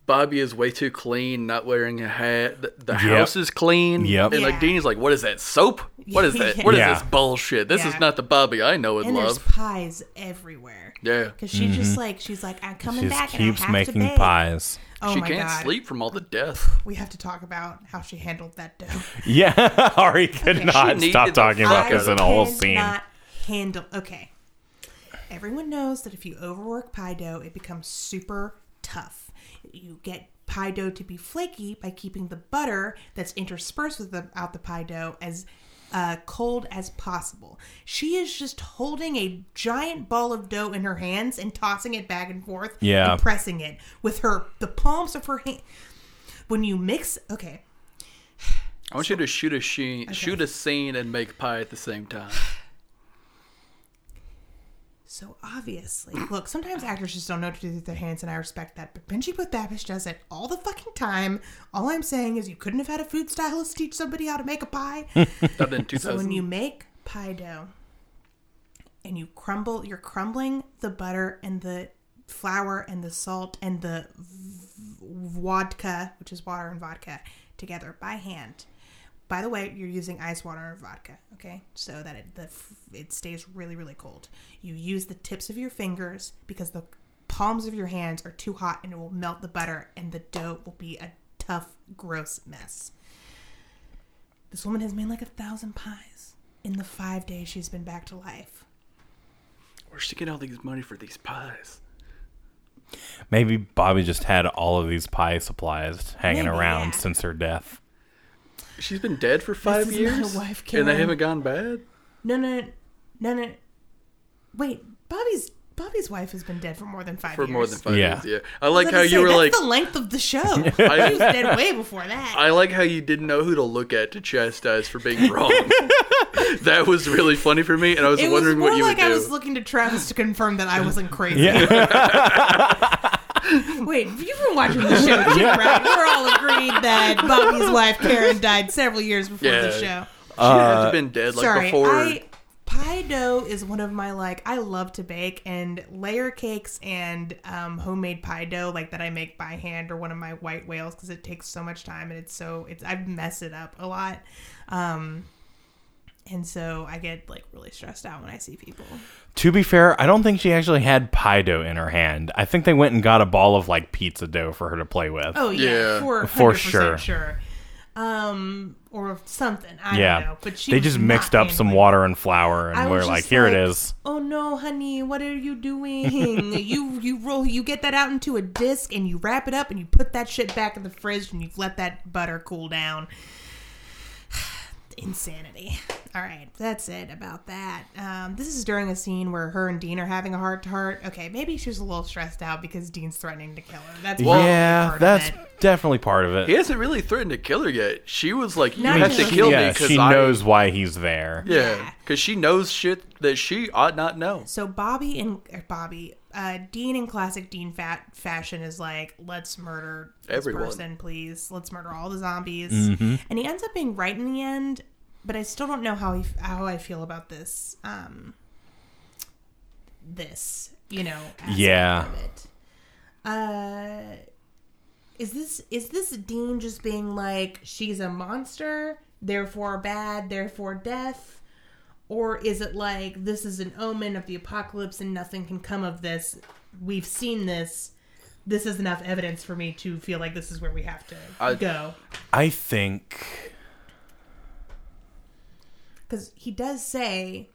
A: Bobby is way too clean, not wearing a hat. The, the house is clean.
E: Yep.
A: And
C: Yeah.
A: like Dean is like, "What is that soap? What is that? What is
E: Yeah.
A: this bullshit? This
C: Yeah.
A: is not the Bobby I know and,
C: And there's
A: love."
C: pies everywhere.
A: Yeah.
C: Cause she just like she's like I'm coming
E: Mm-hmm. She
C: back
E: just
C: and I
E: keeps
C: have to
E: making
C: bake.
E: pies.
C: Oh
A: she
C: my
A: can't
C: god,
A: sleep from all the death.
C: we have to talk about how she handled that dough.
E: Yeah. Ari could
C: Okay.
E: not
A: She
E: stop
A: needed the
E: talking about
A: fuck
E: this
A: out
E: in
A: of
E: a whole
C: cannot
E: scene.
C: handle. Okay, everyone knows that if you overwork pie dough, it becomes super tough. You get pie dough to be flaky by keeping the butter that's interspersed with the, out the pie dough as uh, cold as possible. She is just holding a giant ball of dough in her hands and tossing it back and forth,
E: Yeah.
C: and pressing it with her the palms of her hand. When you mix, okay,
A: I want you to shoot a sheen, shoot a scene and make pie at the same time.
C: So obviously, look, sometimes actors just don't know what to do with their hands, and I respect that. But Benji Booth Babish does it all the fucking time. All I'm saying is you couldn't have had a food stylist teach somebody how to make a pie.
A: That in
C: so
A: 2000.
C: when you make pie dough and you crumble, you're crumbling the butter and the flour and the salt and the v- vodka, which is water and vodka, together by hand. By the way, you're using ice water and vodka, okay? So that it the f- it stays really really cold. You use the tips of your fingers because the palms of your hands are too hot and it will melt the butter and the dough will be a tough gross mess. This woman has made like a thousand pies in the 5 days she's been back to life.
A: Where'd she get all these money for these pies?
E: Maybe Bobby just had all of these pie supplies hanging
C: Maybe,
E: around
C: yeah.
E: since her death.
A: She's been dead for five
C: is not
A: years,
C: a wife,
A: and they
C: Karen.
A: haven't gone bad.
C: No, no, no, no. Wait, Bobby's Bobby's wife has been dead for more than 5
A: For
C: years.
A: more than five
E: Yeah.
A: years, yeah. I
C: I was
A: like
C: gonna
A: how
C: say,
A: you were
C: that's
A: like,
C: the length of the show. she was dead way before that.
A: I like how you didn't know who to look at to chastise for being wrong. that was really funny for me, and I was
C: it was
A: wondering
C: more
A: what you
C: like
A: would
C: I
A: do.
C: was looking to Travis to confirm that I wasn't crazy. Wait, you've been watching the show too, right? We're all agreed that Bobby's wife Karen died several years before the
A: Yeah.
C: show.
A: She'd
E: Uh,
A: have to have been dead like
C: Sorry,
A: before.
C: I pie dough is one of my like I love to bake and layer cakes and um, homemade pie dough like that I make by hand are one of my white whales because it takes so much time and it's so it's I mess it up a lot. Um, and so I get like really stressed out when I see people.
E: To be fair, I don't think she actually had pie dough in her hand. I think they went and got a ball of like pizza dough for her to play with.
C: Oh yeah,
A: Yeah.
C: for
E: For
C: sure,
E: sure.
C: sure, um, or something. I
E: yeah.
C: don't know. But she
E: they
C: was
E: just
C: not
E: mixed up some
C: handling it.
E: water and flour and
C: I
E: we're
C: was
E: like,
C: just
E: here it
C: like,
E: is.
C: Oh no, honey, what are you doing? you you roll you get that out into a disc and you wrap it up and you put that shit back in the fridge and you've let that butter cool down. insanity. All right, that's it about that. Um, this is during a scene where her and Dean are having a heart to heart. Okay, maybe she was a little stressed out because Dean's threatening to kill her. That's probably part
E: yeah,
C: of
E: that's
C: it.
E: definitely part of it.
A: He hasn't really threatened to kill her yet. She was like, "You
C: Not
A: have to
C: yet.
A: kill me
E: yeah,
A: 'cause me," because
E: she
A: I
E: knows why he's there.
A: Yeah, because she knows shit that she ought not know.
C: So Bobby and or Bobby, uh, Dean in classic Dean fat fashion is like, let's murder this
A: Everyone.
C: person, please. Let's murder all the zombies. And he ends up being right in the end, but I still don't know how he how I feel about this. Um, this, you know, aspect
E: Yeah.
C: of it. Uh, is this is this Dean just being like she's a monster, therefore bad, therefore death? Or is it like this is an omen of the apocalypse and nothing can come of this? We've seen this. This is enough evidence for me to feel like this is where we have to
A: I-
C: go.
E: I think
C: Because he does say,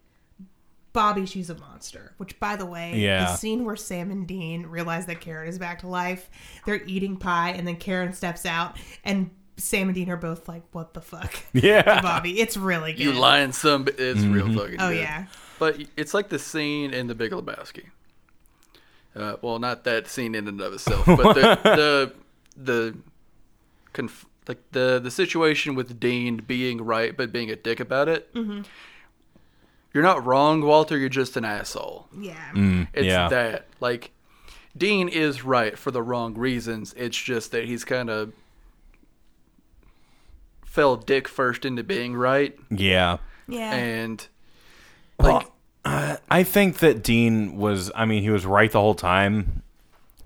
C: Bobby, she's a monster. Which, by the way,
E: Yeah.
C: the scene where Sam and Dean realize that Karen is back to life, they're eating pie, and then Karen steps out, and Sam and Dean are both like, what the fuck?
E: Yeah.
C: Bobby, it's really good.
A: You lying some. It's real fucking.
C: Oh,
A: good.
C: yeah.
A: But it's like the scene in The Big Lebowski. Uh, well, not that scene in and of itself, but the the the conf- like the the situation with Dean being right but being a dick about it.
C: Mm-hmm.
A: You're not wrong, Walter. You're just an asshole.
C: Yeah.
A: It's
E: Yeah.
A: that like Dean is right for the wrong reasons. It's just that he's kind of fell dick first into being right,
E: Yeah.
C: Yeah.
A: and
E: Like, I think that Dean was, I mean, he was right the whole time.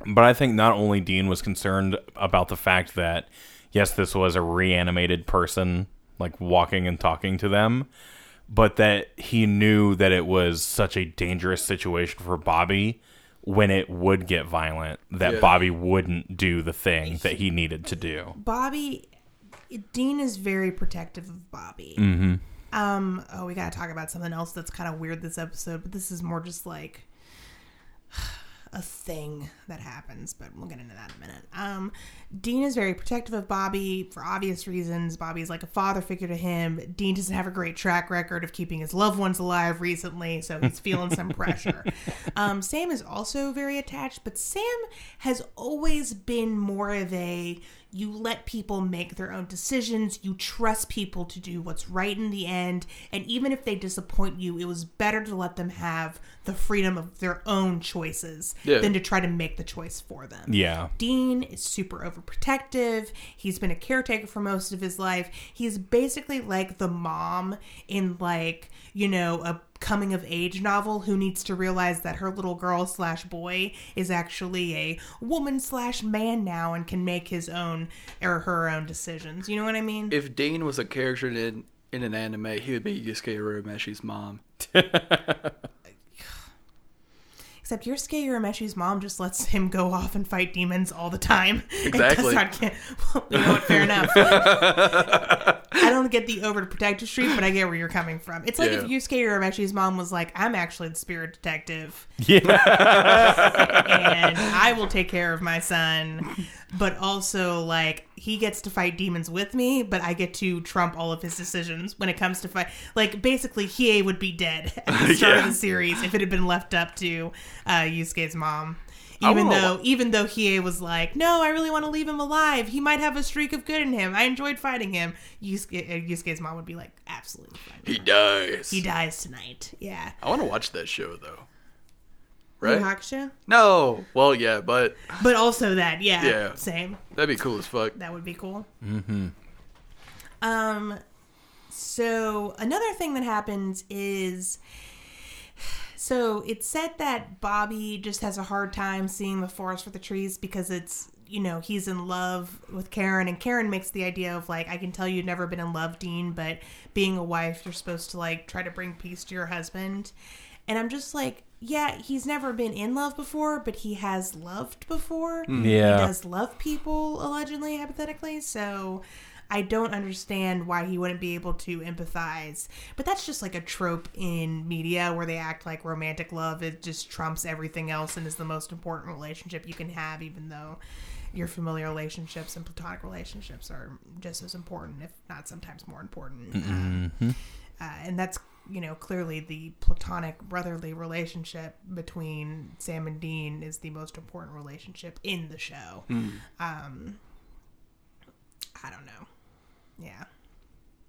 E: But I think not only Dean was concerned about the fact that, yes, this was a reanimated person, like walking and talking to them, but that he knew that it was such a dangerous situation for Bobby when it would get violent that
A: Yeah.
E: Bobby wouldn't do the thing that he needed to do.
C: Bobby, Dean is very protective of Bobby. Um. Oh, we gotta talk about something else that's kind of weird this episode, but this is more just like a thing that happens. But we'll get into that in a minute. Um, Dean is very protective of Bobby for obvious reasons. Bobby's like a father figure to him. Dean doesn't have a great track record of keeping his loved ones alive recently, so he's feeling some pressure. Um, Sam is also very attached, but Sam has always been more of a you let people make their own decisions, you trust people to do what's right in the end, and even if they disappoint you, it was better to let them have the freedom of their own choices
A: Yeah.
C: than to try to make the choice for them.
E: Yeah.
C: Dean is super overprotective. He's been a caretaker for most of his life. He's basically like the mom in like, you know, a coming of age novel who needs to realize that her little girl slash boy is actually a woman slash man now and can make his own or her own decisions. You know what I mean?
A: if Dean was a character in in an anime, he would be Yusuke Uromeshi's mom.
C: Except Yosuke Urameshi's mom just lets him go off and fight demons all the time. It does
A: Exactly.
C: not get- well, you know what? Fair enough. I don't get the over protective streak, but I get where you're coming from. It's like if
A: Yeah.
C: Yusuke Urameshi's mom was like, I'm actually the spirit detective
E: Yeah.
C: and I will take care of my son. But also, like, he gets to fight demons with me, but I get to trump all of his decisions when it comes to fight. Like, basically, Hiei would be dead at the start of the series if it had been left up to uh, Yusuke's mom. Even
A: wanna
C: though, even though Hiei was like, "No, I really want to leave him alive. He might have a streak of good in him. I enjoyed fighting him." Yusuke, uh, Yusuke's mom would be like, "Absolutely, fine.
A: He dies.
C: he dies tonight." Yeah,
A: I want to watch that show though.
C: Yu
A: Right?
C: Hakusho?
A: No. Well, yeah, but
C: but also that, yeah,
A: Yeah.
C: same.
A: that'd be cool as fuck.
C: That would be cool. Mm-hmm. Um, so another thing that happens is, so it's said that Bobby just has a hard time seeing the forest for the trees because it's you know he's in love with Karen and Karen makes the idea of like I can tell you've never been in love, Dean, but being a wife you're supposed to like try to bring peace to your husband, and I'm just like. Yeah, he's never been in love before, but he has loved before
E: Yeah.
C: does love people allegedly hypothetically so I don't understand why he wouldn't be able to empathize. But that's just like a trope in media where they act like romantic love it just trumps everything else and is the most important relationship you can have, even though your familial relationships and platonic relationships are just as important, if not sometimes more important. Um, uh, and that's you know clearly the platonic brotherly relationship between Sam and Dean is the most important relationship in the show. Um, I don't know. Yeah.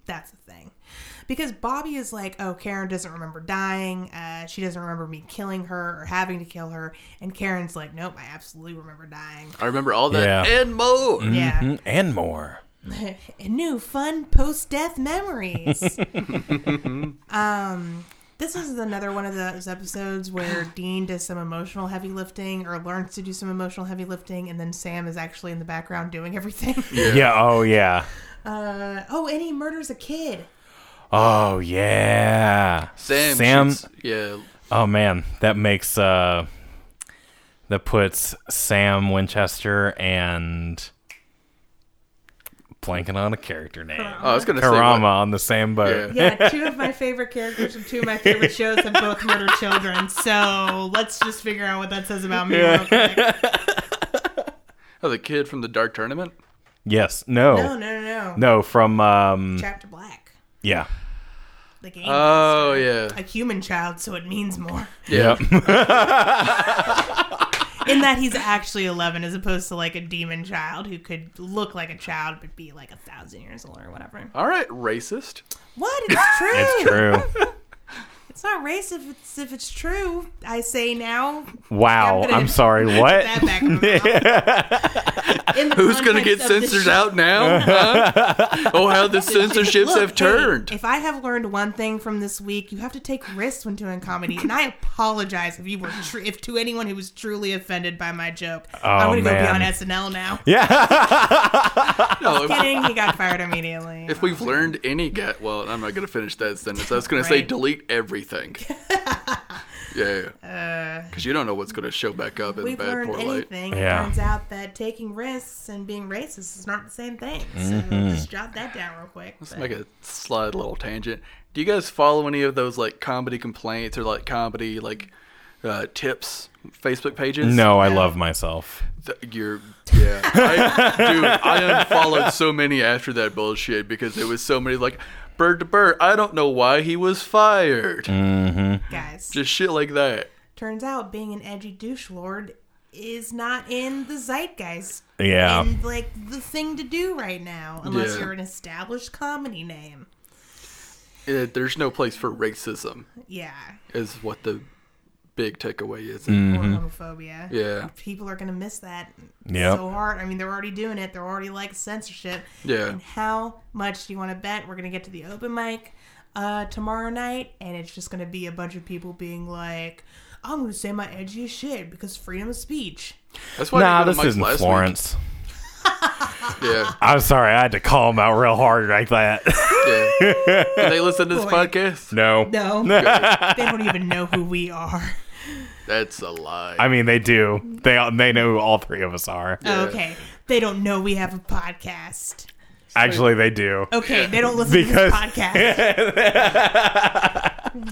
C: That's the thing. Because Bobby is like, oh, Karen doesn't remember dying. Uh, she doesn't remember me killing her or having to kill her. And Karen's like, nope, I absolutely remember dying.
A: I remember all that
E: Yeah.
A: and more.
C: Yeah.
E: Mhm, and more.
C: and new fun post-death memories. um, this is another one of those episodes where Dean does some emotional heavy lifting or learns to do some emotional heavy lifting, and then Sam is actually in the background doing everything.
E: Yeah. Oh yeah.
C: Uh, oh, and he murders a kid.
E: Oh yeah.
A: Sam,
E: Sam.
A: shoots- yeah,
E: Oh man, that makes uh, that puts Sam Winchester and blanking on a character name.
A: Oh, I was gonna
E: Karama
A: say.
E: on the same boat.
C: Yeah, two of my favorite characters from two of my favorite shows have both murdered children. So let's just figure out what that says about me. Real quick.
A: what- Oh, the kid from the Dark Tournament.
E: Yes. No.
C: No, no, no, no.
E: No, from um
C: Chapter Black.
E: yeah.
C: The game.
A: Oh yeah,
C: a human child, so it means more.
A: yeah.
C: In that he's actually 11 as opposed to like a demon child who could look like a child but be like a thousand years old or whatever.
A: All right, racist.
C: What? It's true.
E: It's true.
C: It's not racist if it's, if it's true. I say now.
E: Wow.
C: I'm gonna
E: I'm sorry. What?
C: That back in my mouth. In the
A: Who's gonna get
C: context of the
A: censored
C: show-
A: out now? huh? Oh, how the censorships
C: Look,
A: have
C: hey,
A: turned.
C: if I have learned one thing from this week, you have to take risks when doing comedy, and I apologize if you were tr- if to anyone who was truly offended by my joke. I'm
E: Oh,
C: gonna go be
E: man.
C: on SNL now.
A: No, if,
C: Kidding, he got fired immediately.
A: if we've learned any, ga- well, I'm not gonna finish that sentence. I was gonna say
C: Right.
A: delete everything. Yeah, because you don't know what's gonna show back up in
C: Uh, we've
A: bad
C: learned
A: poor light.
C: anything,
E: Yeah.
C: it turns out that taking risks and being racist is not the same thing. So
E: Mm-hmm.
C: just jot that down real quick. but-
A: Make a slight little tangent. Do you guys follow any of those like comedy complaints or like comedy like uh, tips Facebook pages?
E: No, I love myself.
A: Th- You're yeah, I, dude. I unfollowed so many after that bullshit because there was so many like bird to bird. I don't know why he was fired.
C: guys,
A: Just shit like that.
C: turns out being an edgy douche lord is not in the zeitgeist.
E: Yeah.
C: And like the thing to do right now, unless
A: Yeah.
C: you're an established comedy name.
A: Uh, there's no place for racism,
C: Yeah.
A: is what the big takeaway is.
E: Mm.
C: Or
E: Mm-hmm.
C: homophobia.
A: Yeah,
C: People are gonna miss that
E: Yep.
C: so hard. I mean, they're already doing it. They're already like censorship.
A: Yeah.
C: And how much do you want to bet we're gonna get to the open mic uh, tomorrow night, and it's just gonna be a bunch of people being like, "I'm gonna say my edgiest shit because freedom of speech."
A: that's why. I
E: Nah,
A: didn't go to
E: this
A: Mike's
E: isn't
A: last week.
E: Florence.
A: Yeah,
E: I'm sorry. I had to call him out real hard like that.
A: yeah. Did they listen to this
C: Boy.
A: podcast?
E: no.
C: No, they don't even know who we are.
A: That's a lie.
E: I mean, they do. They all- they know who all three of us are.
A: Yeah.
C: Okay, they don't know we have a podcast.
E: Actually, they do.
C: Okay, they don't listen
E: Because-
C: to this podcast.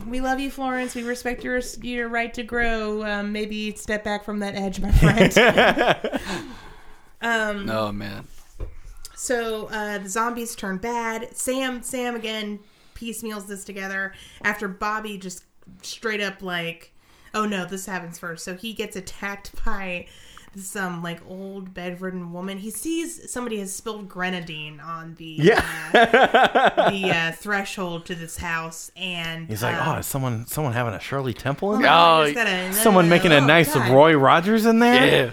C: we love you, Florence. We respect your your right to grow. Um, maybe step back from that edge, my friend.
A: no Oh, man.
C: so uh, the zombies turn bad. Sam, Sam again piecemeals this together after Bobby just straight up like, oh no, this happens first. So he gets attacked by some like old bedridden woman. He sees somebody has spilled grenadine on the uh, the uh, threshold to this house, and
E: He's like,
C: uh,
E: oh, is someone someone having a Shirley Temple in there?
A: Oh,
C: Is that a-
E: Someone making a
C: Oh,
E: nice
C: God.
E: Roy Rogers in there?
A: Yeah.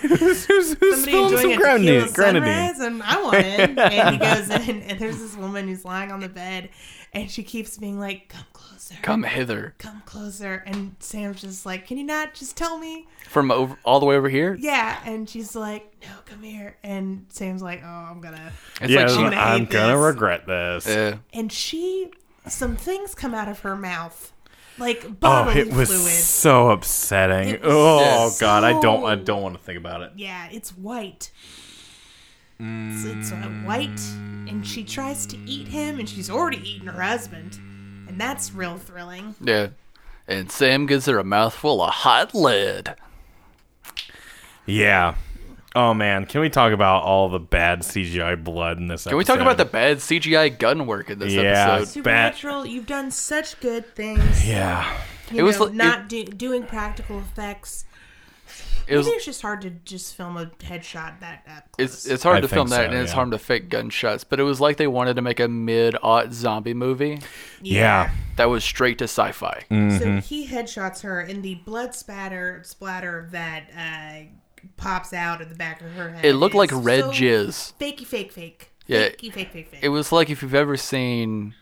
E: who's who's, who's
C: Somebody
E: spilling some
C: enjoying a tequila
E: grenadine? grenadine?
C: sunrise, and I want in. And he goes in, and there's this woman who's lying on the bed, and she keeps being like, "Come closer,
A: Come hither
C: come closer." And Sam's just like, "Can you not just tell me?"
A: from over, all the way over here.
C: Yeah, and she's like, "No, come here." And Sam's like, "Oh, I'm gonna."
A: It's
E: Yeah,
A: like she,
C: gonna hate
E: I'm gonna
C: this.
E: regret this.
A: yeah.
C: And she, some things come out of her mouth, like
E: Oh,
C: bodily
E: it was
C: fluid.
E: so upsetting.
C: It was
E: Oh
C: so-
E: god, I don't I don't want to think about it.
C: Yeah, it's white. It's, it's uh, white, and she tries to eat him, and she's already eaten her husband, and that's real thrilling.
A: Yeah. And Sam gives her a mouthful of hot lead.
E: Yeah. Oh man, can we talk about all the bad CGI blood in this?
A: Can we talk about the bad CGI gun work in this
E: Yeah.
A: episode?
E: Bat-
C: Supernatural, you've done such good things.
E: Yeah.
C: You
A: It was
C: know,
A: like-
C: not do, doing practical effects.
A: It was
C: Maybe it's just hard to just film a headshot that up close.
A: it's it's hard
E: I
A: to film
E: think
A: that
E: so,
A: and it's
E: yeah.
A: hard to fake gunshots, but it was like they wanted to make a mid-aught zombie movie
E: Yeah.
A: that was straight to sci-fi.
E: Mm.
C: So he headshots her, and the blood spatter splatter that uh, pops out of the back of her head.
A: It looked like
C: is
A: red
C: so
A: jizz.
C: Fakey, fake, fake.
A: Yeah,
C: Fakey, fake, fake, fake.
A: It was like if you've ever seen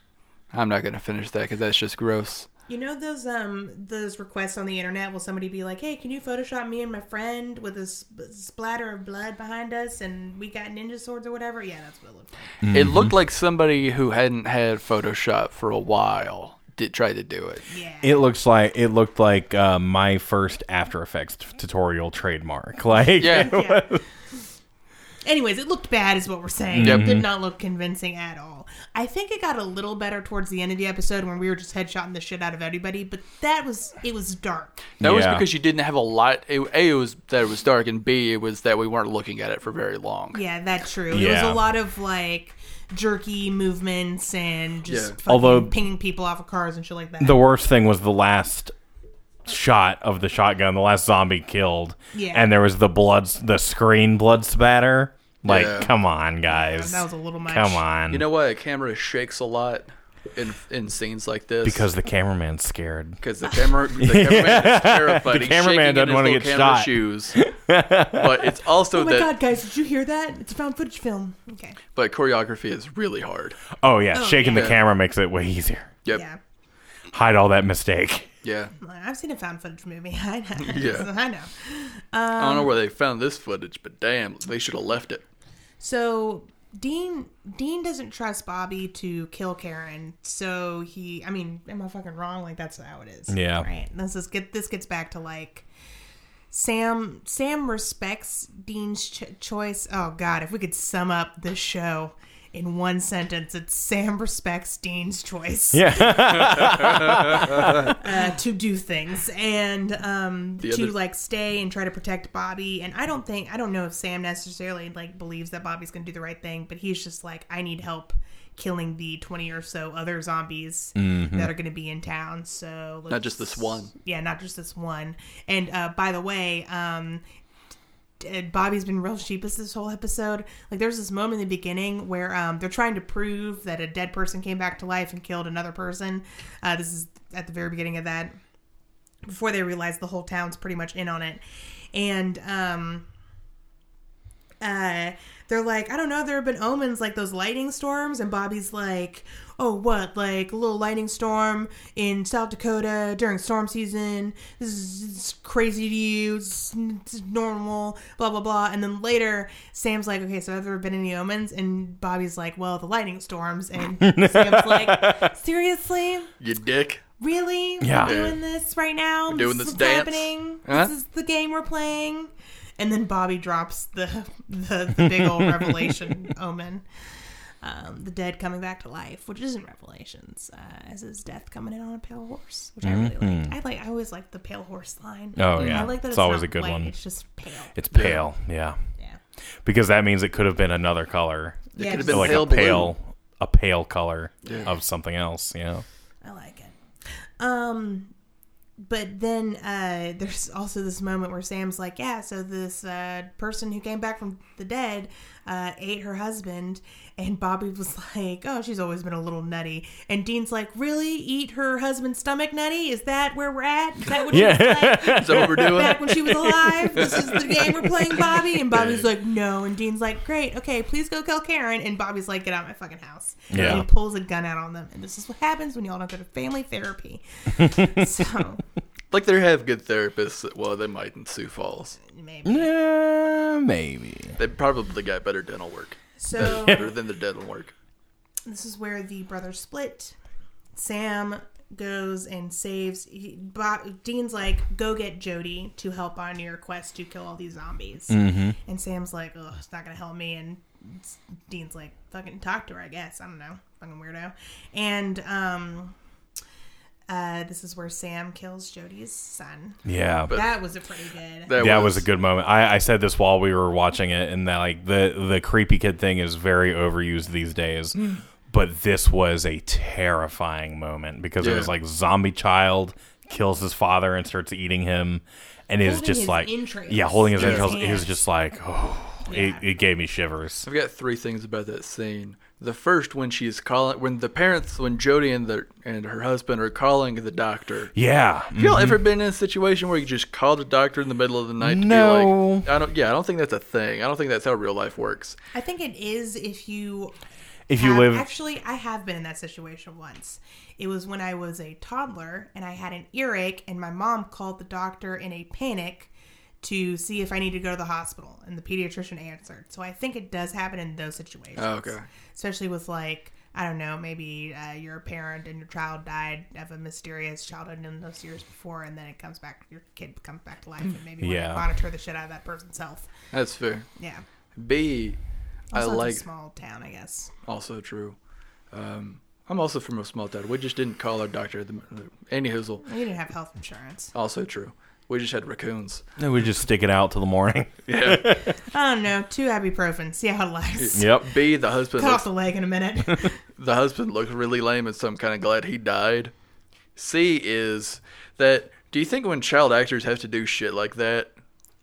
A: I'm not going to finish that cuz that's just gross.
C: you know those um those requests on the internet? Will somebody be like, "Hey, can you Photoshop me and my friend with a sp- splatter of blood behind us, and we got ninja swords or whatever?" Yeah, that's what it looked like.
E: Mm-hmm.
A: It looked like somebody who hadn't had Photoshop for a while did try to do it.
C: Yeah.
E: It looks like it looked like uh, my first After Effects t- tutorial trademark. Like
A: Yeah.
C: yeah. Anyways, it looked bad, is what we're saying. It
E: Mm-hmm.
C: did not look convincing at all. I think it got a little better towards the end of the episode when we were just headshotting the shit out of everybody, but that was it was dark.
A: That was
E: Yeah.
A: because you didn't have a lot. It, a, it was that it was dark, and B, it was that we weren't looking at it for very long.
C: Yeah, that's true. It was
E: Yeah.
C: a lot of like jerky movements and just
A: Yeah.
C: fucking
E: Although-
C: pinging people off of cars and shit like that.
E: the worst thing was the last shot of the shotgun, the last zombie killed.
C: Yeah.
E: And there was the blood, the screen blood spatter. Like,
A: Yeah.
E: come on, guys.
C: that was a little much.
E: Come on.
A: You know why a camera shakes a lot in in scenes like this?
E: because the cameraman's scared.
A: 'Cause the camera the cameraman is terrified.
E: The
A: He's
E: cameraman
A: shaking in
E: doesn't
A: his
E: wanna
A: little
E: get
A: camera
E: shot.
A: Shoes, but it's also
C: Oh my
A: that.
C: god, guys, did you hear that? It's a found footage film. Okay.
A: But choreography is really hard.
E: Oh yeah, shaking
A: yeah.
E: the camera makes it way easier.
A: Yep. Yeah.
C: Yeah.
E: Hide all that mistake.
C: I've seen a found footage movie. I know.
A: Yeah.
C: I know.
A: I
E: Um,
A: don't know where they found this footage, but damn, they should have left it.
C: So Dean Dean doesn't trust Bobby to kill Karen, so he I mean, am I fucking wrong? Like that's how it is.
E: Yeah.
C: Right. This is get this gets back to like Sam Sam respects Dean's ch- choice. Oh god, if we could sum up the show in one sentence, it's Sam respects Dean's choice. Yeah. uh, to do things and um
A: The
C: to
A: other-
C: like stay and try to protect Bobby. And I don't think I don't know if Sam necessarily like believes that Bobby's gonna do the right thing, but he's just like, I need help killing the twenty or so other zombies
A: Mm-hmm.
C: that are gonna be in town. So
A: Not just this one.
C: Yeah, not just this one. And uh, by the way, um, d- uh, Bobby's been real sheepish this whole episode. Like, there's this moment in the beginning where um, they're trying to prove that a dead person came back to life and killed another person. Uh, this is at the very beginning of that, before they realize the whole town's pretty much in on it. And um, uh, they're like, I don't know, there have been omens like those lightning storms. And Bobby's like, oh, what? Like a little lightning storm in South Dakota during storm season. This is, this is crazy to you. It's, it's normal, blah, blah, blah. And then later, Sam's like, okay, so have there been any omens? And Bobby's like, well, the lightning storms. And Sam's like, seriously?
A: You dick.
C: Really?
E: Yeah.
C: We're doing this right now? We're
A: doing
C: this is
A: this
C: what's
A: dance?
C: happening.
A: Huh?
C: This is the game we're playing. And then Bobby drops the the, the big old revelation omen. Um, the dead coming back to life, which isn't Revelations, uh, as is death coming in on a pale horse, which I really like. I like. I always like the pale horse line.
E: Mm-hmm. Oh, yeah.
C: I like that. It's,
E: It's always
C: not
E: a good
C: white,
E: one.
C: It's just pale.
E: It's pale. Yeah.
C: Yeah.
E: Because that means it could have been another color.
A: It
C: Yeah,
A: could have
C: just-
A: been
E: like
A: pale
E: a
A: blue.
E: pale a pale color of something else, you know.
C: I like it. Um, but then uh, there's also this moment where Sam's like, "Yeah, so this uh, person who came back from the dead uh, ate her husband," and Bobby was like, "Oh, she's always been a little nutty," and Dean's like, "Really? Eat her husband's stomach nutty? Is that where we're at? Is that what yeah. was like?"
A: Is that what we're doing?
C: Back when she was alive, this is the game we're playing, Bobby. And Bobby's like, no. And Dean's like, great, okay, please go kill Karen. And Bobby's like, get out of my fucking house.
E: Yeah.
C: And he pulls a gun out on them. And this is what happens when y'all don't go to family therapy. so
A: Like they have good therapists. that- Well, they might in Sioux Falls.
C: maybe.
E: Yeah, maybe.
A: They probably got better dental work.
C: So
A: Better than the dental work.
C: this is where the brothers split. Sam goes and saves. He, Bob, Dean's like, go get Jody to help on your quest to kill all these zombies. And Sam's like, oh, it's not going to help me. And Dean's like, fucking talk to her, I guess. I don't know. Fucking weirdo. And um, uh, this is where Sam kills Jody's son.
E: Yeah.
C: That was a pretty good.
A: That,
E: that was a good moment. I, I said this while we were watching it, and that like the the creepy kid thing is very overused these days.
C: Hmm.
E: But this was a terrifying moment because it
A: Yeah.
E: was like zombie child kills his father and starts eating him, and is
C: Holding
E: just
C: his
E: like
C: entrails
E: yeah, holding his
A: in his
E: entrails. It was
C: hands.
E: just like oh, it,
C: Yeah.
E: it gave me shivers.
A: I've got three things about that scene. The first, when she's calling, when the parents, when Jody and the and her husband are calling the doctor.
E: Yeah, mm.
A: Have y'all
E: Mm-hmm.
A: ever been in a situation where you just call the doctor in the middle of the night? To
E: No.
A: Be like, I don't. Yeah, I don't think that's a thing. I don't think that's how real life works.
C: I think it is if you
E: if you
C: have-
E: live
C: actually i have been in that situation once it was when i was a toddler and i had an earache and my mom called the doctor in a panic to see if i needed to go to the hospital and the pediatrician answered so i think it does happen in those situations
A: Oh, okay.
C: especially with like i don't know maybe uh, you're a parent and your child died of a mysterious childhood illness years before and then it comes back your kid comes back to life and maybe want
E: Yeah.
C: to monitor the shit out of that person's health
A: That's fair.
C: yeah
A: B, I
C: also it's
A: like
C: a small town i guess
A: also true. Um, I'm also from a small town. We just didn't call our doctor. at The, Annie Hoozle.
C: we didn't have health insurance
A: Also true. We just had raccoons.
E: and we just stick it out till the morning.
A: Yeah.
C: I don't know. Two ibuprofen. See how it lasts.
E: yep.
A: B, the husband.
C: Cut
A: looks-
C: off the leg in a minute.
A: the husband looked really lame and so I'm kind of glad he died. C is that do you think when child actors have to do shit like that,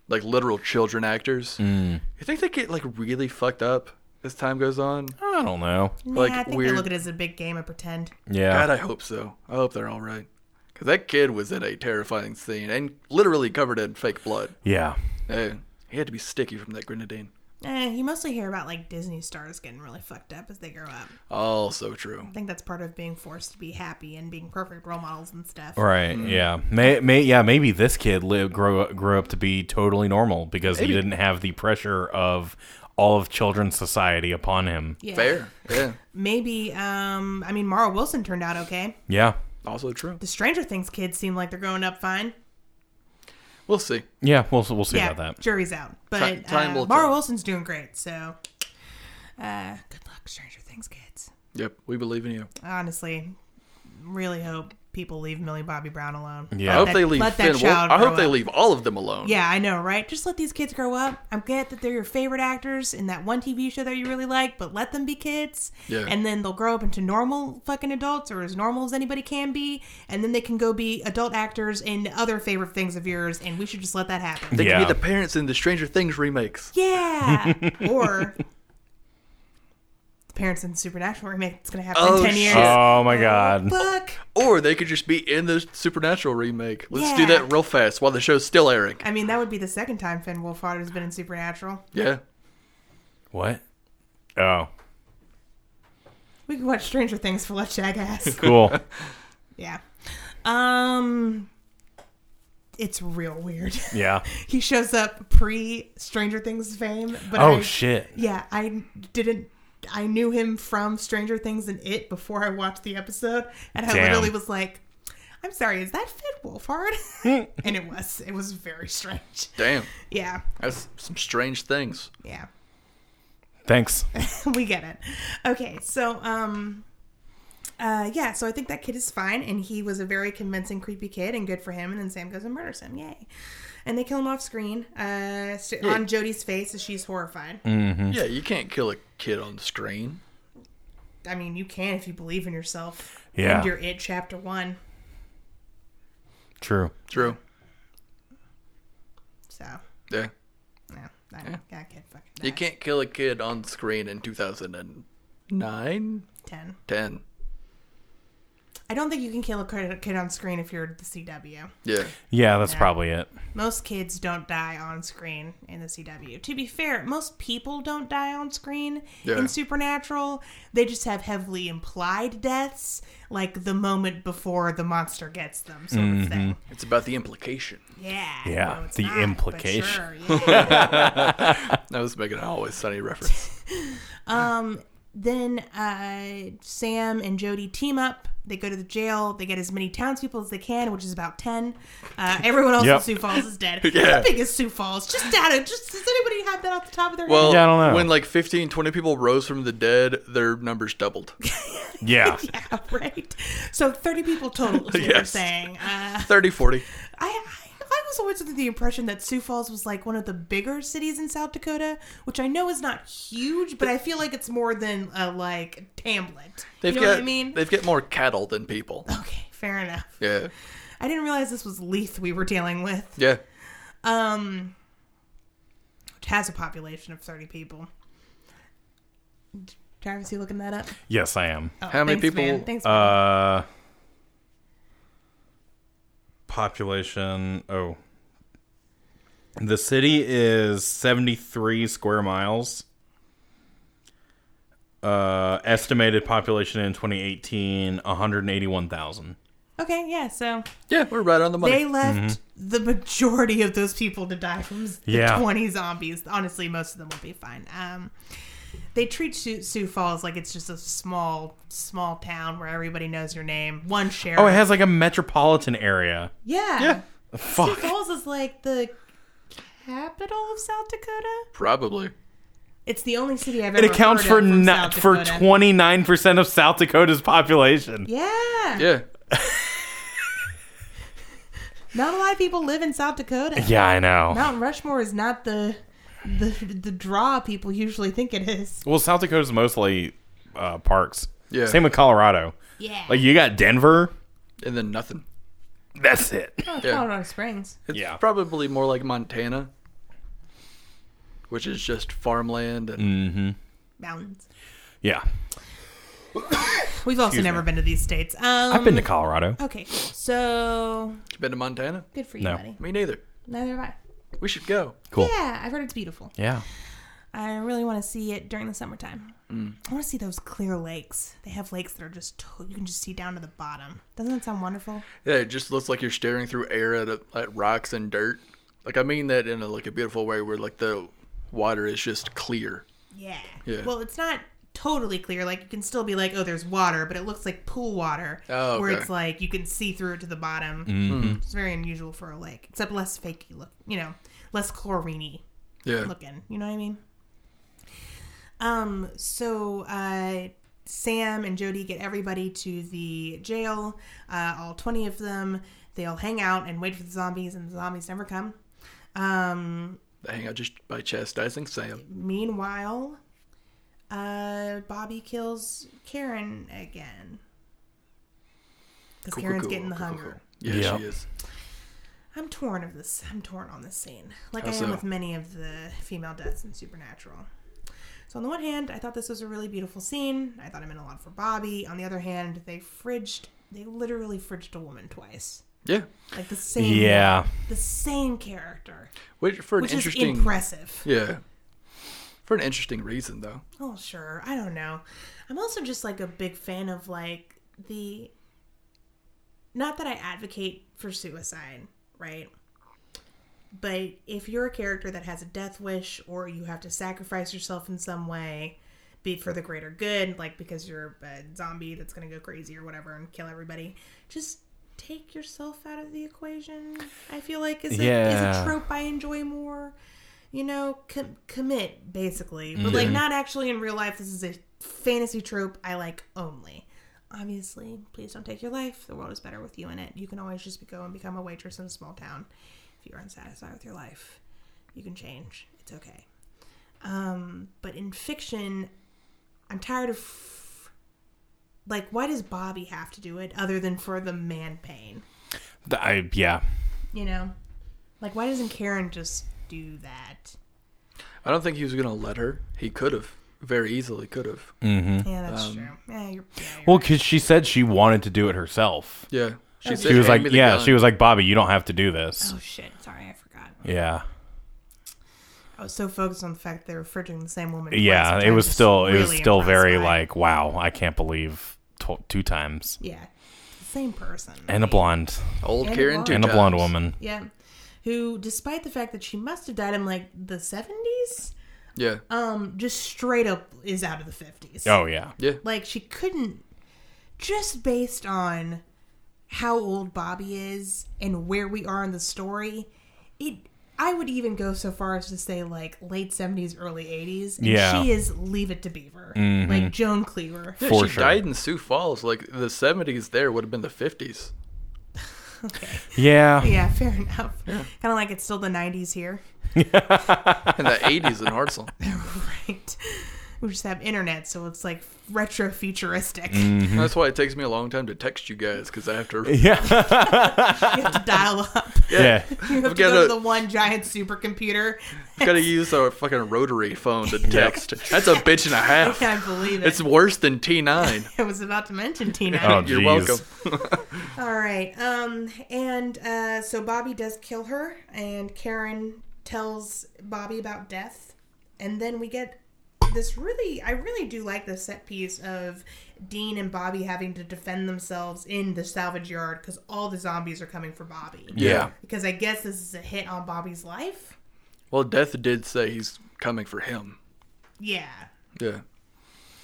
A: like literal children actors, you think they get like really fucked up as time goes on?
E: I don't know.
A: Like,
C: yeah, I think
A: weird.
C: they look at it as a big game of pretend.
E: Yeah,
A: God, I hope so. I hope they're all right. Because that kid was in a terrifying scene and literally covered in fake blood.
E: yeah.
A: Eh, he had to be sticky from that grenadine.
C: Eh, you mostly hear about like Disney stars getting really fucked up as they grow up.
A: Also true.
C: I think that's part of being forced to be happy and being perfect role models and stuff.
E: Right. Yeah. May, may yeah, maybe this kid live, grow grew up to be totally normal because he didn't have the pressure of all of children's society upon him.
C: Yeah.
A: Fair. Yeah.
C: Maybe. Um. I mean, Mara Wilson turned out okay.
E: Yeah.
A: Also true.
C: The Stranger Things kids seem like they're growing up fine.
A: We'll see.
E: Yeah, we'll we'll see
C: yeah.
E: about that.
C: Jury's out. But
A: time
C: uh,
A: will
C: Mara
A: tell.
C: Wilson's doing great. So, uh, good luck, Stranger Things kids.
A: Yep. We believe in you.
C: honestly really hope people leave Millie Bobby Brown alone.
E: Yeah.
A: I hope
C: Let-
A: they leave
C: let that
A: Finn. Wolf-
C: child
A: I hope
C: grow
A: they
C: up.
A: leave all of them alone.
C: Yeah, I know, right? Just let these kids grow up. I'm glad that they're your favorite actors in that one TV show that you really like, but let them be kids.
A: Yeah.
C: And then they'll grow up into normal fucking adults or as normal as anybody can be. And then they can go be adult actors in other favorite things of yours. And we should just let that happen.
A: They
E: Yeah.
A: can be the parents in the Stranger Things remakes.
C: Yeah. or the parents in Supernatural remake. It's going to happen
A: Oh,
C: in 10 years.
A: shit.
E: Oh my god.
C: Fuck.
A: Or they could just be in the Supernatural remake. Let's do
C: Yeah.
A: that real fast while the show's still airing.
C: I mean, that would be the second time Finn Wolfhard has been in Supernatural.
A: Yeah.
E: What? Oh,
C: We could watch Stranger Things for let's shag ass.
E: cool.
C: yeah. Um, it's real weird.
E: yeah.
C: he shows up pre Stranger Things fame, but
E: Oh
C: I,
E: shit.
C: yeah, I didn't. I knew him from Stranger Things and It before I watched the episode, and I
E: Damn.
C: literally was like, "I'm sorry, is that Finn Wolfhard?"
E: Hmm.
C: and it was. It was very strange.
A: Damn.
C: Yeah,
A: That's some strange things.
C: yeah.
E: Thanks.
C: we get it. Okay, so um uh yeah, so I think that kid is fine and he was a very convincing creepy kid and good for him and then Sam goes and murders him. Yay. And they kill him off screen, uh st- on Jody's face as she's horrified.
A: Mm.
E: Mm.
A: Yeah, you can't kill a kid on screen.
C: I mean, you can if you believe in yourself.
E: Yeah.
C: And you're it chapter 1.
E: True.
A: True.
C: So,
A: Yeah.
C: no, that, that kid fucking
A: You
C: died.
A: can't kill a kid on screen in 2009?
C: 10.
A: 10.
C: I don't think you can kill a kid kid on screen if you're the CW.
A: Yeah.
E: Yeah, that's
C: Yeah.
E: probably it.
C: Most kids don't die on screen in the CW. To be fair, most people don't die on screen
A: Yeah.
C: in Supernatural. They just have heavily implied deaths, like the moment before the monster gets them, sort of thing.
A: It's about the implication.
C: Yeah.
E: Mm-hmm. Yeah,
C: it's
E: the
C: not, but
E: implication.
C: sure, yeah.
A: I was making an always sunny reference.
C: Then uh, Sam and Jody team up. They go to the jail. They get as many townspeople as they can, which is about ten. Uh, everyone else
E: Yep.
C: in Sioux Falls is dead.
A: Yeah.
C: How big is Sioux Falls? Just out of just does anybody have that off the top of their
A: Well,
C: head?
E: Yeah, I don't know.
A: when like 15, 20 people rose from the dead, their numbers doubled.
E: Yeah.
C: Yeah, right. So thirty people total is what you're
A: Yes.
C: saying. Uh,
A: 30, 40.
C: I, I I was always under the impression that Sioux Falls was like one of the bigger cities in South Dakota, which I know is not huge, but I feel like it's more than a like Hamlet.
A: They've
C: you know
A: got
C: what I mean?
A: they've got more cattle than people.
C: Okay, fair enough.
A: Yeah.
C: I didn't realize this was Leith we were dealing with,
A: Yeah.
C: which has a population of thirty people. Travis, you looking that up?
E: Yes, I am.
C: Oh,
A: How many
C: thanks,
A: people-
C: Man. Thanks. man.
E: Uh, population. Oh, the city is seventy-three square miles. Uh, estimated population in 2018, 181,000.
C: okay, yeah. So
A: Yeah, we're right on the money.
C: they left the majority of those people to die from s- the
E: Yeah.
C: 20 zombies. Honestly, most of them will be fine. Um, they treat Sioux, Sioux Falls like it's just a small, small town where everybody knows your name. One sheriff.
E: Oh, it has like a metropolitan area.
C: yeah. Sioux
E: Fuck.
C: Falls is like the capital of South Dakota.
A: Probably.
C: It's the only city I've ever.
E: It accounts
C: heard
E: for
C: of from
E: not,
C: South
E: for
C: Dakota.
E: 29% of South Dakota's population.
C: Yeah.
A: Yeah.
C: Not a lot of people live in South Dakota.
E: Yeah, I know.
C: Mount Rushmore is not the the the draw people usually think it is.
E: Well, South Dakota's mostly uh, parks.
A: Yeah.
E: Same with Colorado.
C: Yeah.
E: Like you got Denver.
A: And then nothing.
E: That's it.
A: Yeah.
C: Colorado Springs.
A: It's
E: Yeah.
A: probably more like Montana, which is just farmland and
C: mountains.
E: Yeah.
C: We've also never been to these states. Um,
E: I've been to Colorado.
C: Okay, so
A: You been to Montana?
C: good for you,
E: No.
C: buddy.
A: Me neither.
C: Neither have I.
A: We should go.
E: Cool.
C: Yeah, I've heard it's beautiful.
E: Yeah.
C: I really want to see it during the summertime.
E: Mm.
C: I want to see those clear lakes. They have lakes that are just to- you can just see down to the bottom. Doesn't that sound wonderful?
A: Yeah, it just looks like you're staring through air at, at rocks and dirt. Like I mean that in a, like a beautiful way, where like the water is just clear.
C: Yeah.
A: Yeah.
C: Well, it's not totally clear. Like you can still be like, oh, there's water, but it looks like pool water,
A: Oh,
C: where
A: okay.
C: it's like you can see through it to the bottom.
E: Mm-hmm.
C: It's very unusual for a lake, except less fakey look. You know, less chloriney.
A: Yeah.
C: looking. You know what I mean? Um. So, uh, Sam and Jody get everybody to the jail. Uh, all twenty of them. They all hang out and wait for the zombies, and the zombies never come. Um.
A: They hang out just by chastising Sam.
C: Meanwhile, uh, Bobby kills Karen again. Because
A: Cool, cool,
C: Karen's
A: cool,
C: getting the
A: cool, cool,
C: hunger.
A: cool. Yeah,
E: Yeah.
A: she is.
C: I'm torn of this. I'm torn on this scene, like
A: How
C: I am
A: so?
C: with many of the female deaths in Supernatural. So on the one hand, I thought this was a really beautiful scene. I thought it meant a lot for Bobby. On the other hand, they fridged. They literally fridged a woman twice,
A: Yeah.
C: like the same.
E: Yeah.
C: The same character,
A: Which for an
C: which is
A: interesting.
C: impressive.
A: yeah. For an interesting reason, though.
C: Oh sure, I don't know. I'm also just like a big fan of like the. Not that I advocate for suicide, right? But if you're a character that has a death wish or you have to sacrifice yourself in some way, be it for the greater good, like because you're a zombie that's going to go crazy or whatever and kill everybody, just take yourself out of the equation. I feel like is a, is
E: Yeah.
C: a trope I enjoy more. You know, com- commit basically, but like not actually in real life. This is a fantasy trope I like only. Obviously, please don't take your life. The world is better with you in it. You can always just go and become a waitress in a small town if you're unsatisfied with your life you can change it's okay um but in fiction i'm tired of like why does bobby have to do it other than for the man pain
E: Th- I, yeah.
C: you know like why doesn't karen just do that
A: I don't think he was gonna let her. He could have very easily could have.
E: Mm.
C: yeah that's true yeah you're, yeah, you're
E: Hmm. Well, because she said she wanted to do it herself.
A: Yeah. She, said,
E: She was
A: "Hand
E: like,
A: me the
E: yeah,
A: gun."
E: she was like, Bobby, you don't have to do this.
C: oh shit sorry i forgot
E: Yeah.
C: i was so focused on the fact they were fridging the same woman twice
E: Yeah.
C: that
E: It
C: I'm
E: was
C: just
E: still, it was
C: really
E: still
C: impressed
E: very
C: by.
E: like, wow, I can't believe to- two times.
C: yeah same person
E: And a blonde.
A: old
C: And a
A: Karen
C: blonde.
A: two
E: And a blonde
A: times.
E: woman.
C: Yeah. Who, despite the fact that she must have died in like the 70s,
A: Yeah.
C: um just straight up is out of the 50s
E: Oh yeah.
A: yeah.
C: like she couldn't just based on how old Bobby is and where we are in the story it I would even go so far as to say like late 70s early 80s and
E: Yeah.
C: she is leave it to beaver like Joan Cleaver
A: Yeah,
E: For
A: she
E: sure.
A: died in Sioux Falls. Like the seventies, there would have been the fifties.
E: Yeah.
C: yeah fair enough kind of like it's still the 90s here
A: and the eighties in Hartsel.
C: right we just have internet so it's like retro futuristic
E: Mm-hmm.
A: That's why it takes me a long time to text you guys because I have to.
E: Yeah.
C: you have to dial up
E: Yeah.
C: you have to
A: got
C: go to
A: a-
C: the one giant supercomputer
A: Gotta use a fucking rotary phone to text. That's a bitch and a half.
C: I believe it
A: It's worse than T nine.
C: I was about to mention Tina.
E: Oh,
A: You're
E: jeez.
A: welcome.
C: All right. Um, and uh, so Bobby does kill her, and Karen tells Bobby about death, and then we get this really. I really do like this set piece of Dean and Bobby having to defend themselves in the salvage yard because all the zombies are coming for Bobby.
A: Yeah.
C: Because I guess this is a hit on Bobby's life.
A: Well, Death did say he's coming for him.
C: Yeah,
A: Yeah.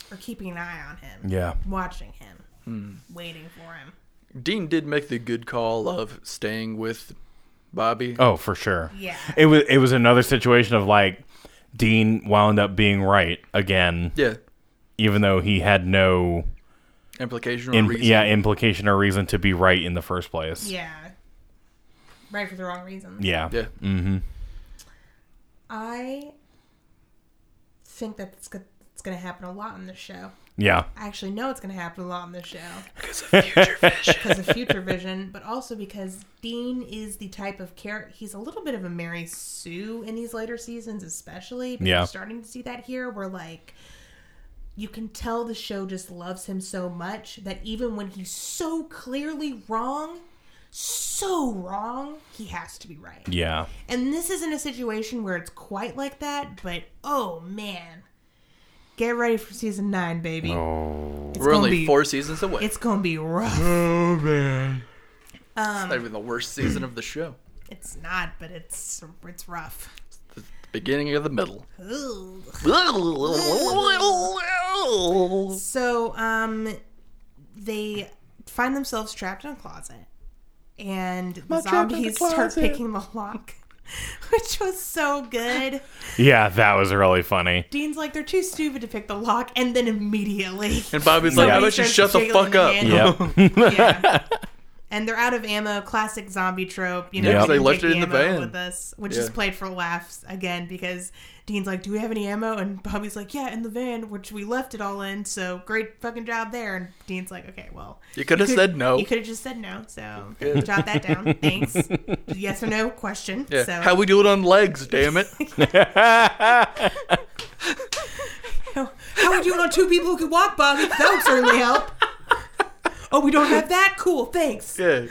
C: or keeping an eye on him.
E: Yeah.
C: watching him, waiting for him.
A: Dean did make the good call of staying with Bobby.
E: Oh, for sure.
C: Yeah.
E: It was it was another situation of like Dean wound up being right again,
A: Yeah.
E: even though he had no
A: Implication or
E: im-
A: reason.
E: yeah implication or reason to be right in the first place.
C: Yeah, right for the wrong reason.
E: Yeah.
A: Yeah.
C: I think that it's go- it's going to happen a lot in this show.
E: Yeah.
C: I actually know it's going to happen a lot in this show
A: Because of future vision.
C: because of future vision, but also because Dean is the type of character. He's a little bit of a Mary Sue in these later seasons, especially. But
E: Yeah.
C: You're starting to see that here, where like you can tell the show just loves him so much that even when he's so clearly wrong, so wrong, he has to be right.
E: Yeah.
C: And this isn't a situation where it's quite like that, but oh man. Get ready for season nine, baby.
E: Oh,
A: We're only
C: gonna be-
A: four seasons away. It's
C: It's gonna be rough.
A: not even the worst season of the show.
C: It's not, but it's it's rough.
A: Beginning of the middle.
C: Ugh.
A: yeah.
C: So, um, they find themselves trapped in a closet, and the
A: trapped in the
C: zombies start
A: closet.
C: picking the lock, which was so good.
E: Yeah, that was really funny.
C: Dean's like, they're too stupid to pick the lock, and then immediately
A: And Bobby's like,
E: Yeah.
A: how about you
C: Starts
A: shut the fuck
C: jiggling the
A: up?
C: handle.
E: Yeah.
C: yeah. And they're out of ammo, classic zombie trope. You know,
E: Yeah.
C: we
E: They
C: didn't
A: left
C: take
A: it in the
C: ammo
A: van.
C: with us, which is
A: Yeah.
C: played for laughs again because Dean's like, "Do we have any ammo?" And Bobby's like, "Yeah, in the van, which we left it all in." So great fucking job there. And Dean's like, "Okay, well,
A: You could have said no.
C: you could have just said no." So jot that down. Thanks. yes or no question.
A: Yeah.
C: So
A: How we do it on legs, damn it.
C: How would you know two people who could walk, Bobby? That would certainly help. Oh, we don't have that. Cool. Thanks.
A: Yeah.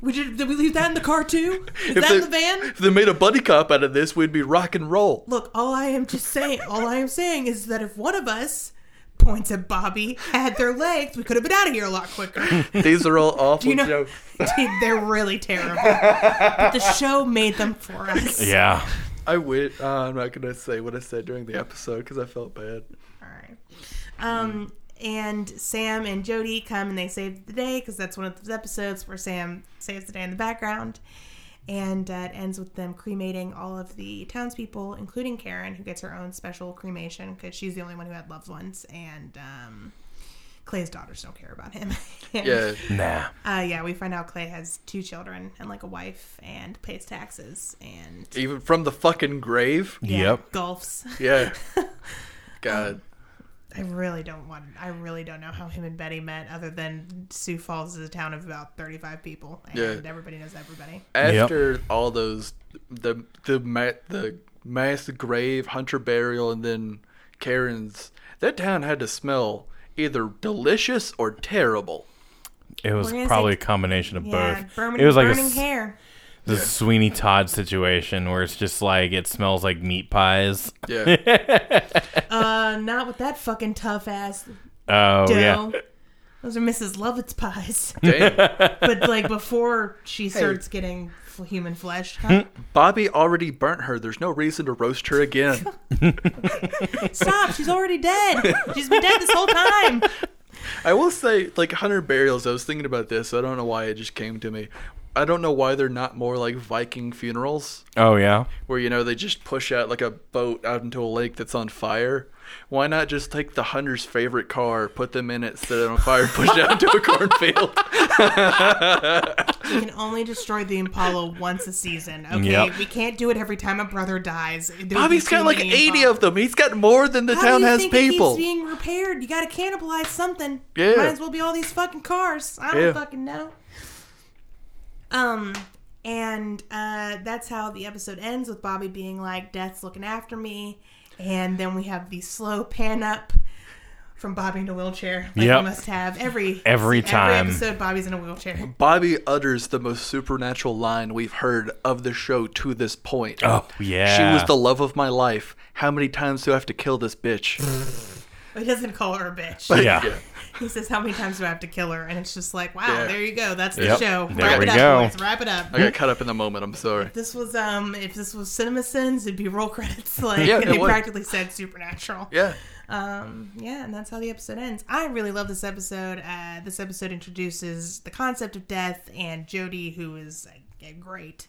C: We did. Did we leave that in the car too?
A: If
C: Is that
A: they-
C: in the van?
A: If they made a buddy cop out of this, we'd be rock and roll.
C: look, all I am just saying, all I am saying is that if one of us points at Bobby had their legs, we could have been out of here a lot quicker.
A: These are all awful
C: You know,
A: jokes.
C: dude, they're really terrible. But the show made them for us.
E: Yeah.
A: I wish uh, I'm not gonna say what I said during the episode because I felt bad.
C: All right. Um, and Sam and Jody come and they save the day because that's one of those episodes where Sam saves the day in the background. And uh, it ends with them cremating all of the townspeople, including Karen, who gets her own special cremation because she's the only one who had loved ones. And um, Clay's daughters don't care about him. And,
A: Yeah,
E: Nah.
C: Uh, yeah, we find out Clay has two children and like a wife and pays taxes and
A: even from the fucking grave.
C: yeah,
E: Yep.
C: golfs.
A: Yeah. God.
C: I really don't want. I really don't know how him and Betty met, other than Sioux Falls is a town of about thirty-five people, and
A: Yeah.
C: everybody knows everybody.
A: After all those, the the ma- the mass grave, hunter burial, and then Karen's, that town had to smell either delicious or terrible.
E: It was
C: We're gonna
E: probably
C: say-
E: a combination of
C: Yeah,
E: both.
C: Berman,
E: it was like a,
C: burning
E: s-
C: hair.
E: the Sweeney Todd situation where it's just like it smells like meat pies.
A: Yeah.
C: Uh, not with that fucking tough ass
E: Oh
C: dough.
E: yeah.
C: Those are Mrs. Lovett's pies.
A: Dang.
C: but like before she starts getting f- human flesh, huh?
E: Hmm?
A: Bobby already burnt her. There's no reason to roast her again.
C: stop! She's already dead. She's been dead this whole time.
A: I will say, like Hunter burials, I was thinking about this. I don't know why it just came to me. I don't know why they're not more like Viking funerals,
E: Oh yeah.
A: where you know they just push out like a boat out into a lake that's on fire. Why not just take the hunter's favorite car, put them in it, set it on fire, and push it out into a cornfield?
C: You can only destroy the Impala once a season. Okay,
E: Yep.
C: we can't do it every time a brother dies. There would be
A: Bobby's
C: too
A: got like
C: many
A: 80
C: Impala.
A: of them. He's got more than the
C: How
A: town
C: do you
A: has
C: think
A: people.
C: It keeps being repaired. You got to cannibalize something.
A: Yeah.
C: Might as well be all these fucking cars. I don't
A: Yeah.
C: fucking know. Um, and uh, that's how the episode ends with Bobby being like, "Death's looking after me," and then we have the slow pan up from Bobby in a wheelchair. Like
E: Yep.
C: we must have every
E: Every time.
C: episode Bobby's in a wheelchair.
A: Bobby utters the most supernatural line we've heard of the show to this point.
E: Oh yeah.
A: She was the love of my life. How many times do I have to kill this bitch?
C: He doesn't call her a bitch.
E: yeah.
C: He says, "How many times do I have to kill her?" And it's just like, "Wow,
A: Yeah.
C: there you go. That's the
E: Yep.
C: show.
E: There
C: Wrap
E: we
C: it up,
E: go.
C: boys. Wrap it up."
A: I got
E: Mhm.
A: caught up in the moment. I'm sorry.
C: This was um if this was CinemaSins, it'd be roll credits. Like
A: Yeah, it
C: they
A: would.
C: practically said supernatural.
A: Yeah.
C: Um yeah, and that's how the episode ends. I really love this episode. Uh this episode introduces the concept of death and Jody who is uh, great.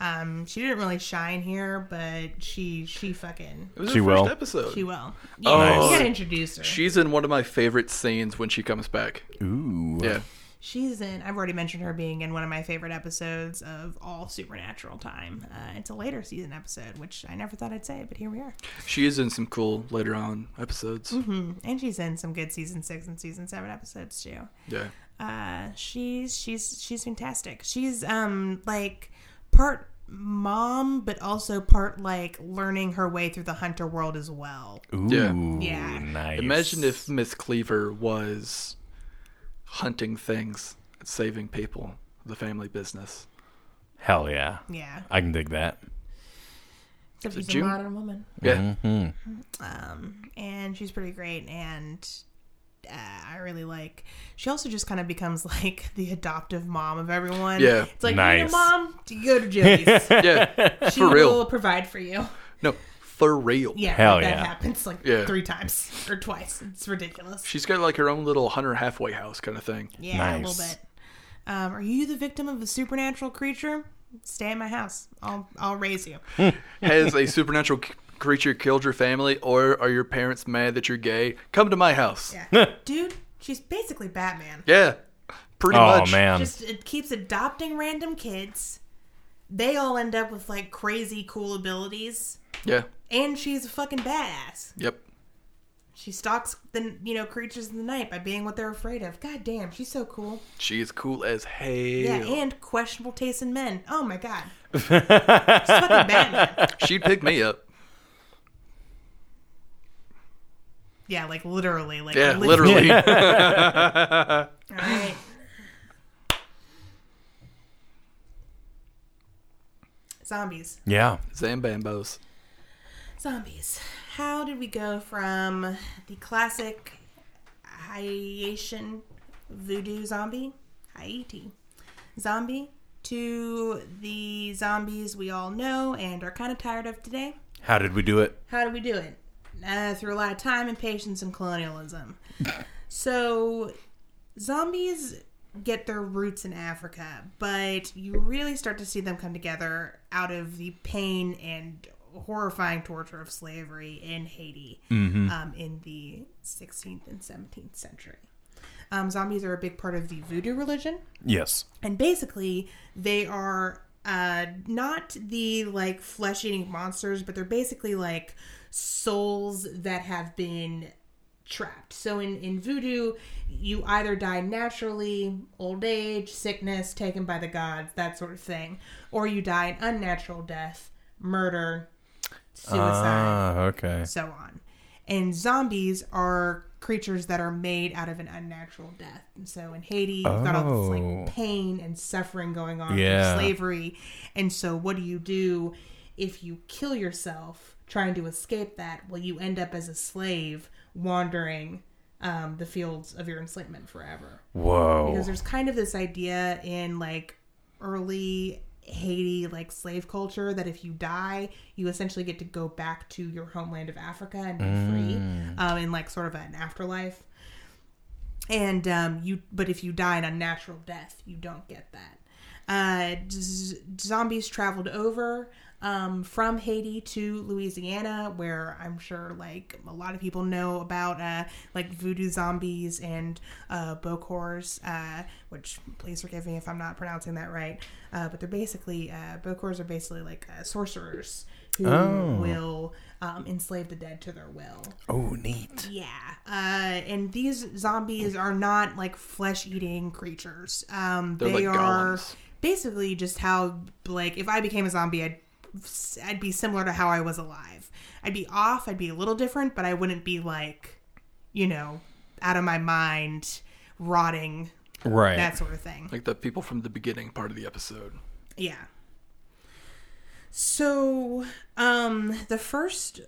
C: Um she didn't really shine here, but she she fucking
A: It was
E: She
A: her first
E: will.
A: episode.
C: she will. Yeah,
A: Oh.
C: you gotta introduce her.
A: She's in one of my favorite scenes when she comes back.
E: Ooh.
A: Yeah.
C: She's in. I've already mentioned her being in one of my favorite episodes of all Supernatural time. Uh, it's a later season episode, which I never thought I'd say, but here we are.
A: She is in some cool later on episodes.
C: and she's in some good season six and season seven episodes too.
A: Yeah.
C: Uh, she's she's she's fantastic. She's um like part mom, but also part like learning her way through the hunter world as well.
E: Ooh.
A: Yeah.
C: Yeah.
E: Nice.
A: Imagine if Miss Cleaver was hunting things, saving people, the family business.
E: Hell yeah.
C: Yeah,
E: I can dig that.
C: except
A: it
C: she's a
A: June?
C: modern woman,
A: Yeah.
C: and she's pretty great. And uh, I really like. She also just kind of becomes like the adoptive mom of everyone.
A: Yeah.
C: it's like you need
E: Nice.
C: a mom, you go to Jody's.
E: Mm-hmm.
A: Yeah.
C: she
A: For real.
C: will provide for you.
A: No, for real.
C: Yeah,
E: Hell
C: that
E: yeah.
C: happens like
A: Yeah.
C: three times or twice. It's ridiculous.
A: She's got like her own little hunter halfway house kind of thing.
C: Yeah, a little
E: Nice.
C: bit. Um, are you the victim of a supernatural creature? Stay at my house. I'll I'll raise you.
A: Has a supernatural c- creature killed your family, or are your parents mad that you're gay? Come to my house. Yeah.
C: Yeah. Dude, she's basically Batman.
A: Pretty
E: Oh
A: much.
E: man.
C: Just it keeps adopting random kids. They all end up with like crazy cool abilities.
A: Yeah.
C: And she's a fucking badass.
A: Yep.
C: She stalks the you know creatures in the night by being what they're afraid of. God damn, she's so cool.
A: She is cool as hell.
C: Yeah, and questionable taste in men. Oh my god, she's fucking Batman.
A: She'd pick me up.
C: Yeah, like literally, like
A: Yeah,
C: lit-
A: literally.
C: All right. Zombies,
E: yeah.
A: Zambambos.
C: zombies. How did we go from the classic Haitian voodoo zombie, Haiti zombie, to the zombies we all know and are kind of tired of today?
E: How did we do it?
C: How do we do it? Uh, through a lot of time and patience and colonialism. so, zombies get their roots in Africa, but you really start to see them come together out of the pain and horrifying torture of slavery in Haiti um, in the 16th and 17th century. Um, zombies are a big part of the voodoo religion
E: Yes.
C: and basically they are uh not the like flesh eating monsters but they're basically like souls that have been trapped so in in voodoo you either die naturally old age sickness taken by the gods that sort of thing or you die an unnatural death murder suicide
E: Ah, okay.
C: so on. And zombies are creatures that are made out of an unnatural death. And so in Haiti, you've got all this
E: Oh.
C: like pain and suffering going on
E: Yeah.
C: from slavery. And so what do you do if you kill yourself trying to escape that? Well, you end up as a slave wandering um, the fields of your enslavement forever.
E: Whoa.
C: Because there's kind of this idea in like early Haiti, like slave culture, that if you die, you essentially get to go back to your homeland of Africa and be free um, in like sort of an afterlife. And um, you, but if you die an unnatural death, you don't get that. Uh, z- zombies traveled over um, from Haiti to Louisiana, where I'm sure like a lot of people know about uh, like voodoo zombies and uh, bokors, uh, which please forgive me if I'm not pronouncing that right. Uh, but they're basically uh, bokors are basically like uh, sorcerers who will um, enslave the dead to their will.
E: Oh, neat.
C: Yeah. Uh, and these zombies are not like flesh eating creatures. Um,
A: They're
C: they
A: like
C: are
A: golems.
C: basically just how, like, if I became a zombie, I'd, I'd be similar to how I was alive. I'd be off, I'd be a little different, but I wouldn't be, like, you know, out of my mind, rotting,
E: Right.
C: that sort of thing.
A: Like the people from the beginning part of the episode.
C: Yeah. So, um, the first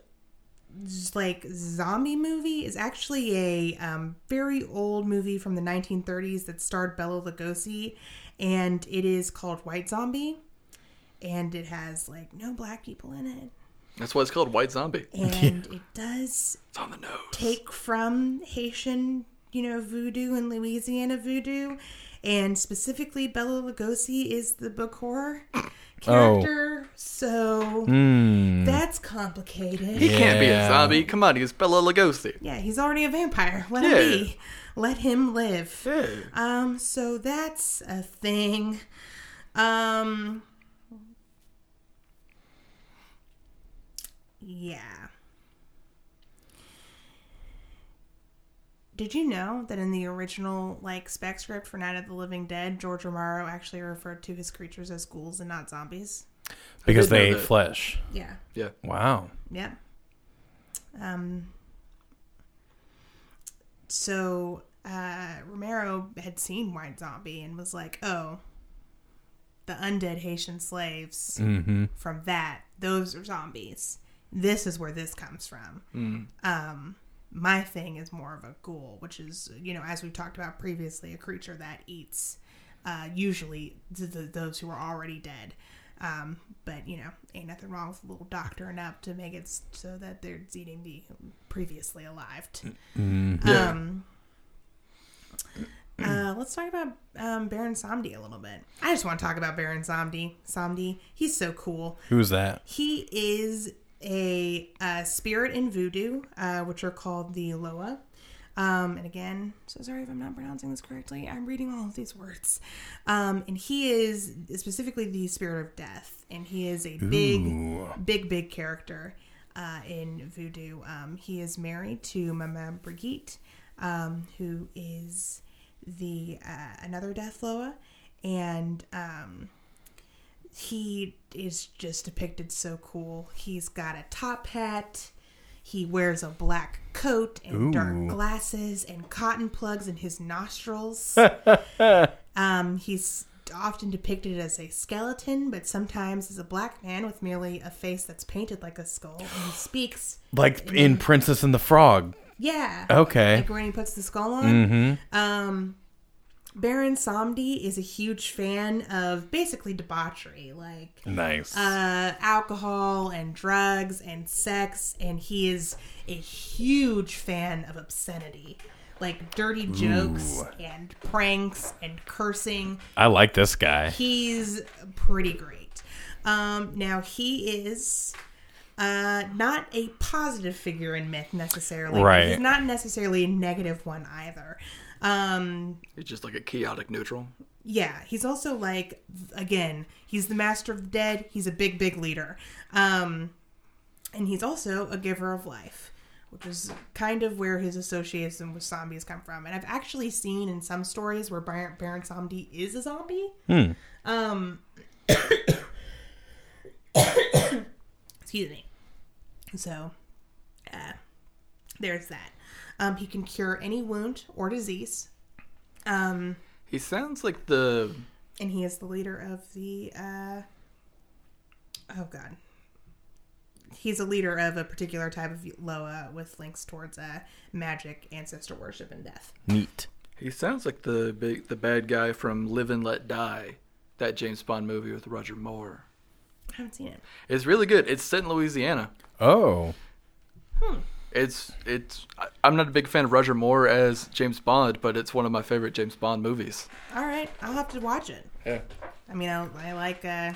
C: z- like zombie movie is actually a um, very old movie from the 1930s that starred Bela Lugosi, and it is called White Zombie, and it has like no black people in it,
A: That's why it's called White Zombie.
C: and it does
A: It's on the nose.
C: take from Haitian, you know, voodoo and Louisiana voodoo, and specifically Bella Lugosi is the Bacor
A: Oh.
C: character, so
E: Hmm.
C: that's complicated.
A: Hmm. he can't be a
E: Yeah.
A: zombie. Come on, he's Bella Lugosi.
C: Yeah, he's already a vampire. Let
A: Yeah.
C: him be. Let him live.
A: Yeah.
C: Um, so that's a thing. Um, yeah. Did you know that in the original like spec script for Night of the Living Dead, George Romero actually referred to his creatures as ghouls and not zombies?
E: Because
A: did know
E: they ate
A: that.
E: flesh.
C: Yeah.
A: Yeah.
E: Wow.
C: Yep. Um, so uh, Romero had seen White Zombie and was like, oh, the undead Haitian slaves from that, those are zombies. This is where this comes from. Um, my thing is more of a ghoul, which is, you know, as we've talked about previously, a creature that eats uh, usually th- th- those who are already dead. Um, but, you know, ain't nothing wrong with a little doctoring up to make it s- so that they're eating the previously alive.
A: Yeah.
C: Um, uh, let's talk about um, Baron Somdi a little bit. I just want to talk about Baron Somdi. Somdi, he's so cool.
E: Who's that?
C: He is a, uh spirit in voodoo, uh, which are called the Loa. Um, and again, so sorry if I'm not pronouncing this correctly. I'm reading all of these words. Um, and he is specifically the spirit of death. And he is a big, big, big character uh, in voodoo. Um, he is married to Mama Brigitte, um, who is the uh, another death Loa. And um, he is just depicted so cool. He's got a top hat. He wears a black coat and dark glasses and cotton plugs in his nostrils. um, he's often depicted as a skeleton, but sometimes as a black man with merely a face that's painted like a skull. And he speaks,
E: Like in Princess and the Frog.
C: yeah.
E: Okay.
C: Like when he puts the skull on. Um, Baron Somdi is a huge fan of basically debauchery. Like,
E: Nice.
C: uh, alcohol and drugs and sex, and he is a huge fan of obscenity, like dirty jokes and pranks and cursing.
E: I like this guy.
C: He's pretty great. Um, now he is uh, not a positive figure in myth necessarily. but
E: Right.
C: He's not necessarily a negative one either. Um,
A: It's just like a chaotic neutral.
C: yeah, he's also like again, he's the master of the dead. He's a big, big leader, um, and he's also a giver of life, which is kind of where his association with zombies come from. And I've actually seen in some stories where Baron, Baron Zombie is a zombie. Um, excuse me. So uh, there's that. Um, he can cure any wound or disease. Um,
A: He sounds like the
C: and he is the leader of the uh oh god he's a leader of a particular type of Loa with links towards uh, magic, ancestor worship, and death.
B: Neat.
A: He sounds like the big, the bad guy from Live and Let Die, that James Bond movie with Roger Moore.
C: I haven't seen it.
A: It's really good. It's set in Louisiana.
B: Oh.
A: It's it's. I- I'm not a big fan of Roger Moore as James Bond, but it's one of my favorite James Bond movies.
C: All right, I'll have to watch it.
A: Yeah.
C: I mean, I, I like uh,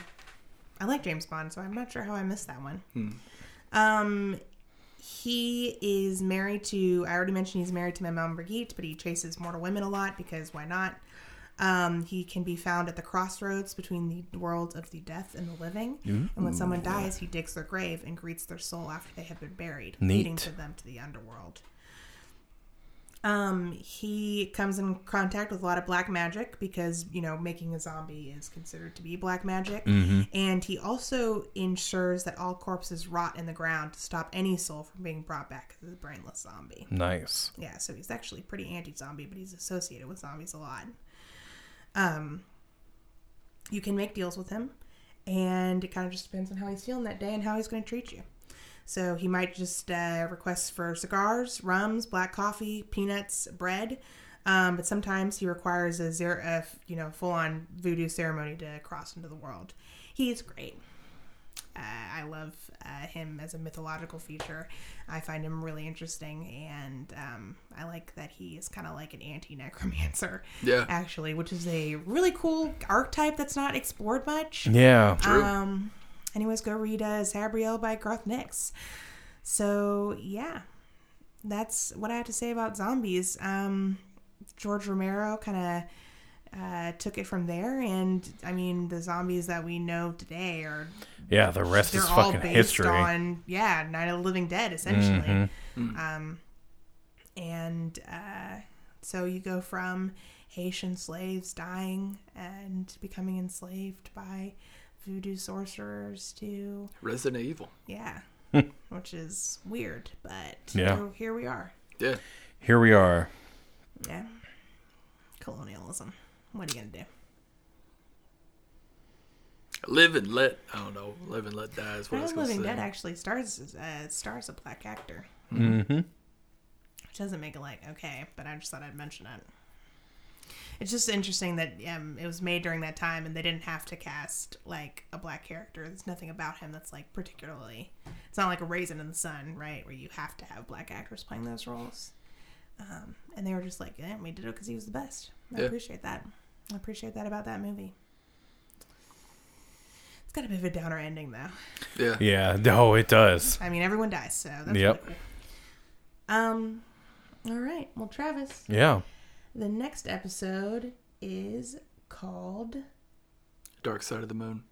C: I like James Bond, so I'm not sure how I missed that one. Um, he is married to. I already mentioned he's married to Maman Brigitte, but he chases mortal women a lot because why not? Um, he can be found at the crossroads between the worlds of the death and the living. And when someone dies, he digs their grave and greets their soul after they have been buried, leading
B: Neat.
C: to them to the underworld. Um, he comes in contact with a lot of black magic because you know making a zombie is considered to be black magic, and he also ensures that all corpses rot in the ground to stop any soul from being brought back as a brainless zombie.
B: Nice.
C: Yeah, so he's actually pretty anti-zombie, but he's associated with zombies a lot. Um, you can make deals with him, and it kind of just depends on how he's feeling that day and how he's going to treat you. So he might just uh, request for cigars, rums, black coffee, peanuts, bread. Um, but sometimes he requires a zero, a, f- you know, full-on voodoo ceremony to cross into the world. He's great. Uh, I love uh, him as a mythological feature. I find him really interesting, and um, I like that he is kind of like an anti necromancer,
A: Yeah.
C: actually, which is a really cool archetype that's not explored much.
B: Yeah.
A: True.
C: Um, anyways, go read uh, Zabriel by Garth Nix. So yeah, that's what I have to say about zombies. Um, George Romero kind of uh, took it from there, and I mean the zombies that we know today are
B: Yeah, the rest
C: they're
B: is
C: all
B: fucking
C: based
B: history. Mm-hmm.
C: on yeah night of the living dead essentially
A: Hmm.
C: um and uh so you go from haitian slaves dying and becoming enslaved by voodoo sorcerers to
A: Resident Evil.
C: yeah which is weird but
B: Hmm. Yeah.
C: here, here we are
A: Yeah.
B: Here we are.
C: yeah colonialism what are you gonna do
A: Live and let. I don't know. Live and let die is what I
C: Night
A: was
C: of
A: going
C: the
A: to
C: Living
A: say.
C: Dead actually stars uh, stars a black actor,
B: Mm-hmm.
C: which doesn't make it like okay, but I just thought I'd mention it. It's just interesting that um, it was made during that time, and they didn't have to cast like a black character. There's nothing about him that's like particularly. It's not like a raisin in the sun, right? Where you have to have black actors playing those roles. Um, and they were just like, eh, we did it because he was the best. I
A: Yeah.
C: appreciate that. I appreciate that about that movie. It's got a bit of a downer ending, though.
A: Yeah.
B: Yeah. No, it does.
C: I mean, everyone dies, so that's
B: Yep.
C: really cool. Um. All right. Well, Travis,
B: Yeah.
C: the next episode is called
A: Dark Side of the Moon.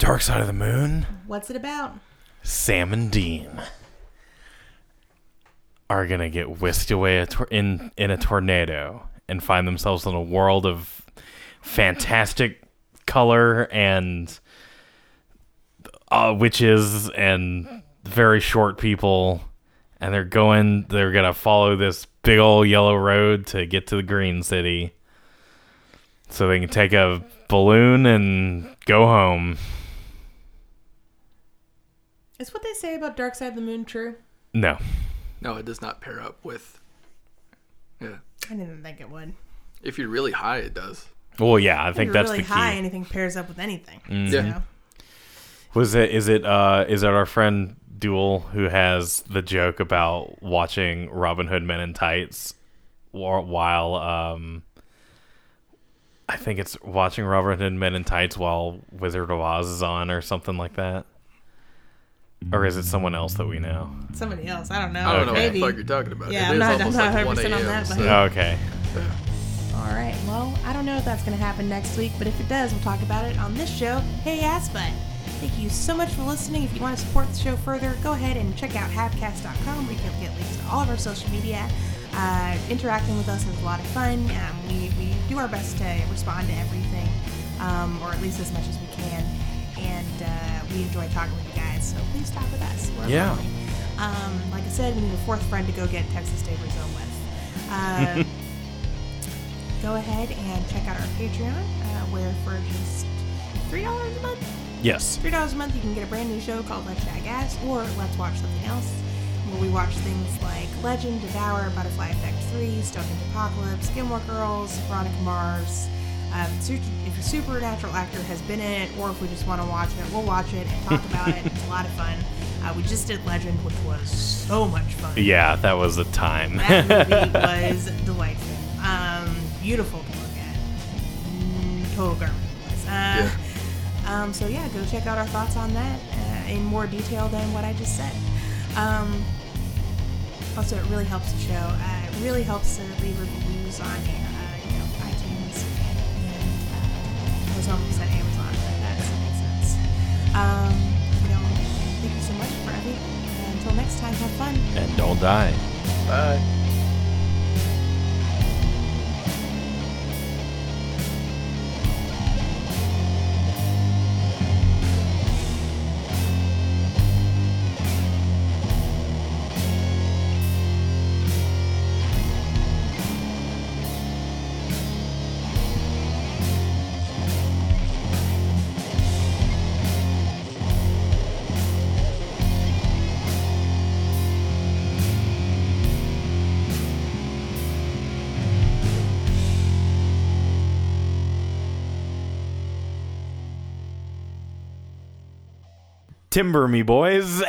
B: Dark Side of the Moon.
C: "What's It About."
B: Sam and Dean are gonna get whisked away a tor- in in a tornado and find themselves in a world of fantastic color and uh, witches and very short people, and they're going. They're gonna follow this big old yellow road to get to the green city, so they can take a balloon and go home.
C: Is what they say about Dark Side of the Moon true?
B: No.
A: No, it does not pair up with. Yeah.
C: I didn't think it would.
A: If you're really high, it does.
B: Well, yeah, I think
C: If you're
B: that's
C: really
B: the key.
C: high. Anything pairs up with anything.
A: Yeah.
B: Was it? Is it? Uh, is it our friend Duel who has the joke about watching Robin Hood Men in Tights, wa- while um, I think it's watching Robin Hood Men in Tights while Wizard of Oz is on or something like that. Or is it someone else that we know?
C: Somebody else. I don't know.
A: I don't know
C: Maybe.
A: what the fuck you're talking about.
C: Yeah,
A: it
C: I'm
A: is
C: not- I'm
A: almost
C: not
A: like 1
C: 100% on
A: a.m.,
C: that,
A: so-
C: but-
B: Okay.
C: All right. Well, I don't know if that's going to happen next week, but if it does, we'll talk about it on this show, Hey Ass Butt. Thank you so much for listening. If you want to support the show further, go ahead and check out halfcast.com where you can get links to all of our social media. Uh, interacting with us is a lot of fun. Um, we, we do our best to respond to everything, um, or at least as much as we can. And uh, we enjoy talking with you guys, so please talk with us. We're
B: Yeah.
C: family. Um, like I said, we need a fourth friend to go get Texas Day Brazil with. Uh, go ahead and check out our Patreon, uh, where for just three dollars a month,
E: Yes.
C: Three dollars a month, you can get a brand new show called Let's Shag Ass or Let's Watch Something Else, where we watch things like Legend, Devour, Butterfly Effect 3, Stonehenge Apocalypse, Gilmore Girls, Veronica Mars. Um, su- if a supernatural actor has been in it, or if we just want to watch it, we'll watch it and talk about it. It's a lot of fun. Uh, we just did Legend, which was so much fun.
E: Yeah, that was the time.
C: That movie was delightful. Um, beautiful to look at. Mm, Total garbage it was. Uh, um, so yeah, go check out our thoughts on that uh, in more detail than what I just said. Um, also, it really helps the show. Uh, it really helps to leave reviews on uh, you know iTunes and uh, I was almost at Amazon, but that doesn't make sense. Um, you know, thank you so much for everything. Until next time, have fun.
E: and don't die.
A: Bye.
E: Timber me, boys.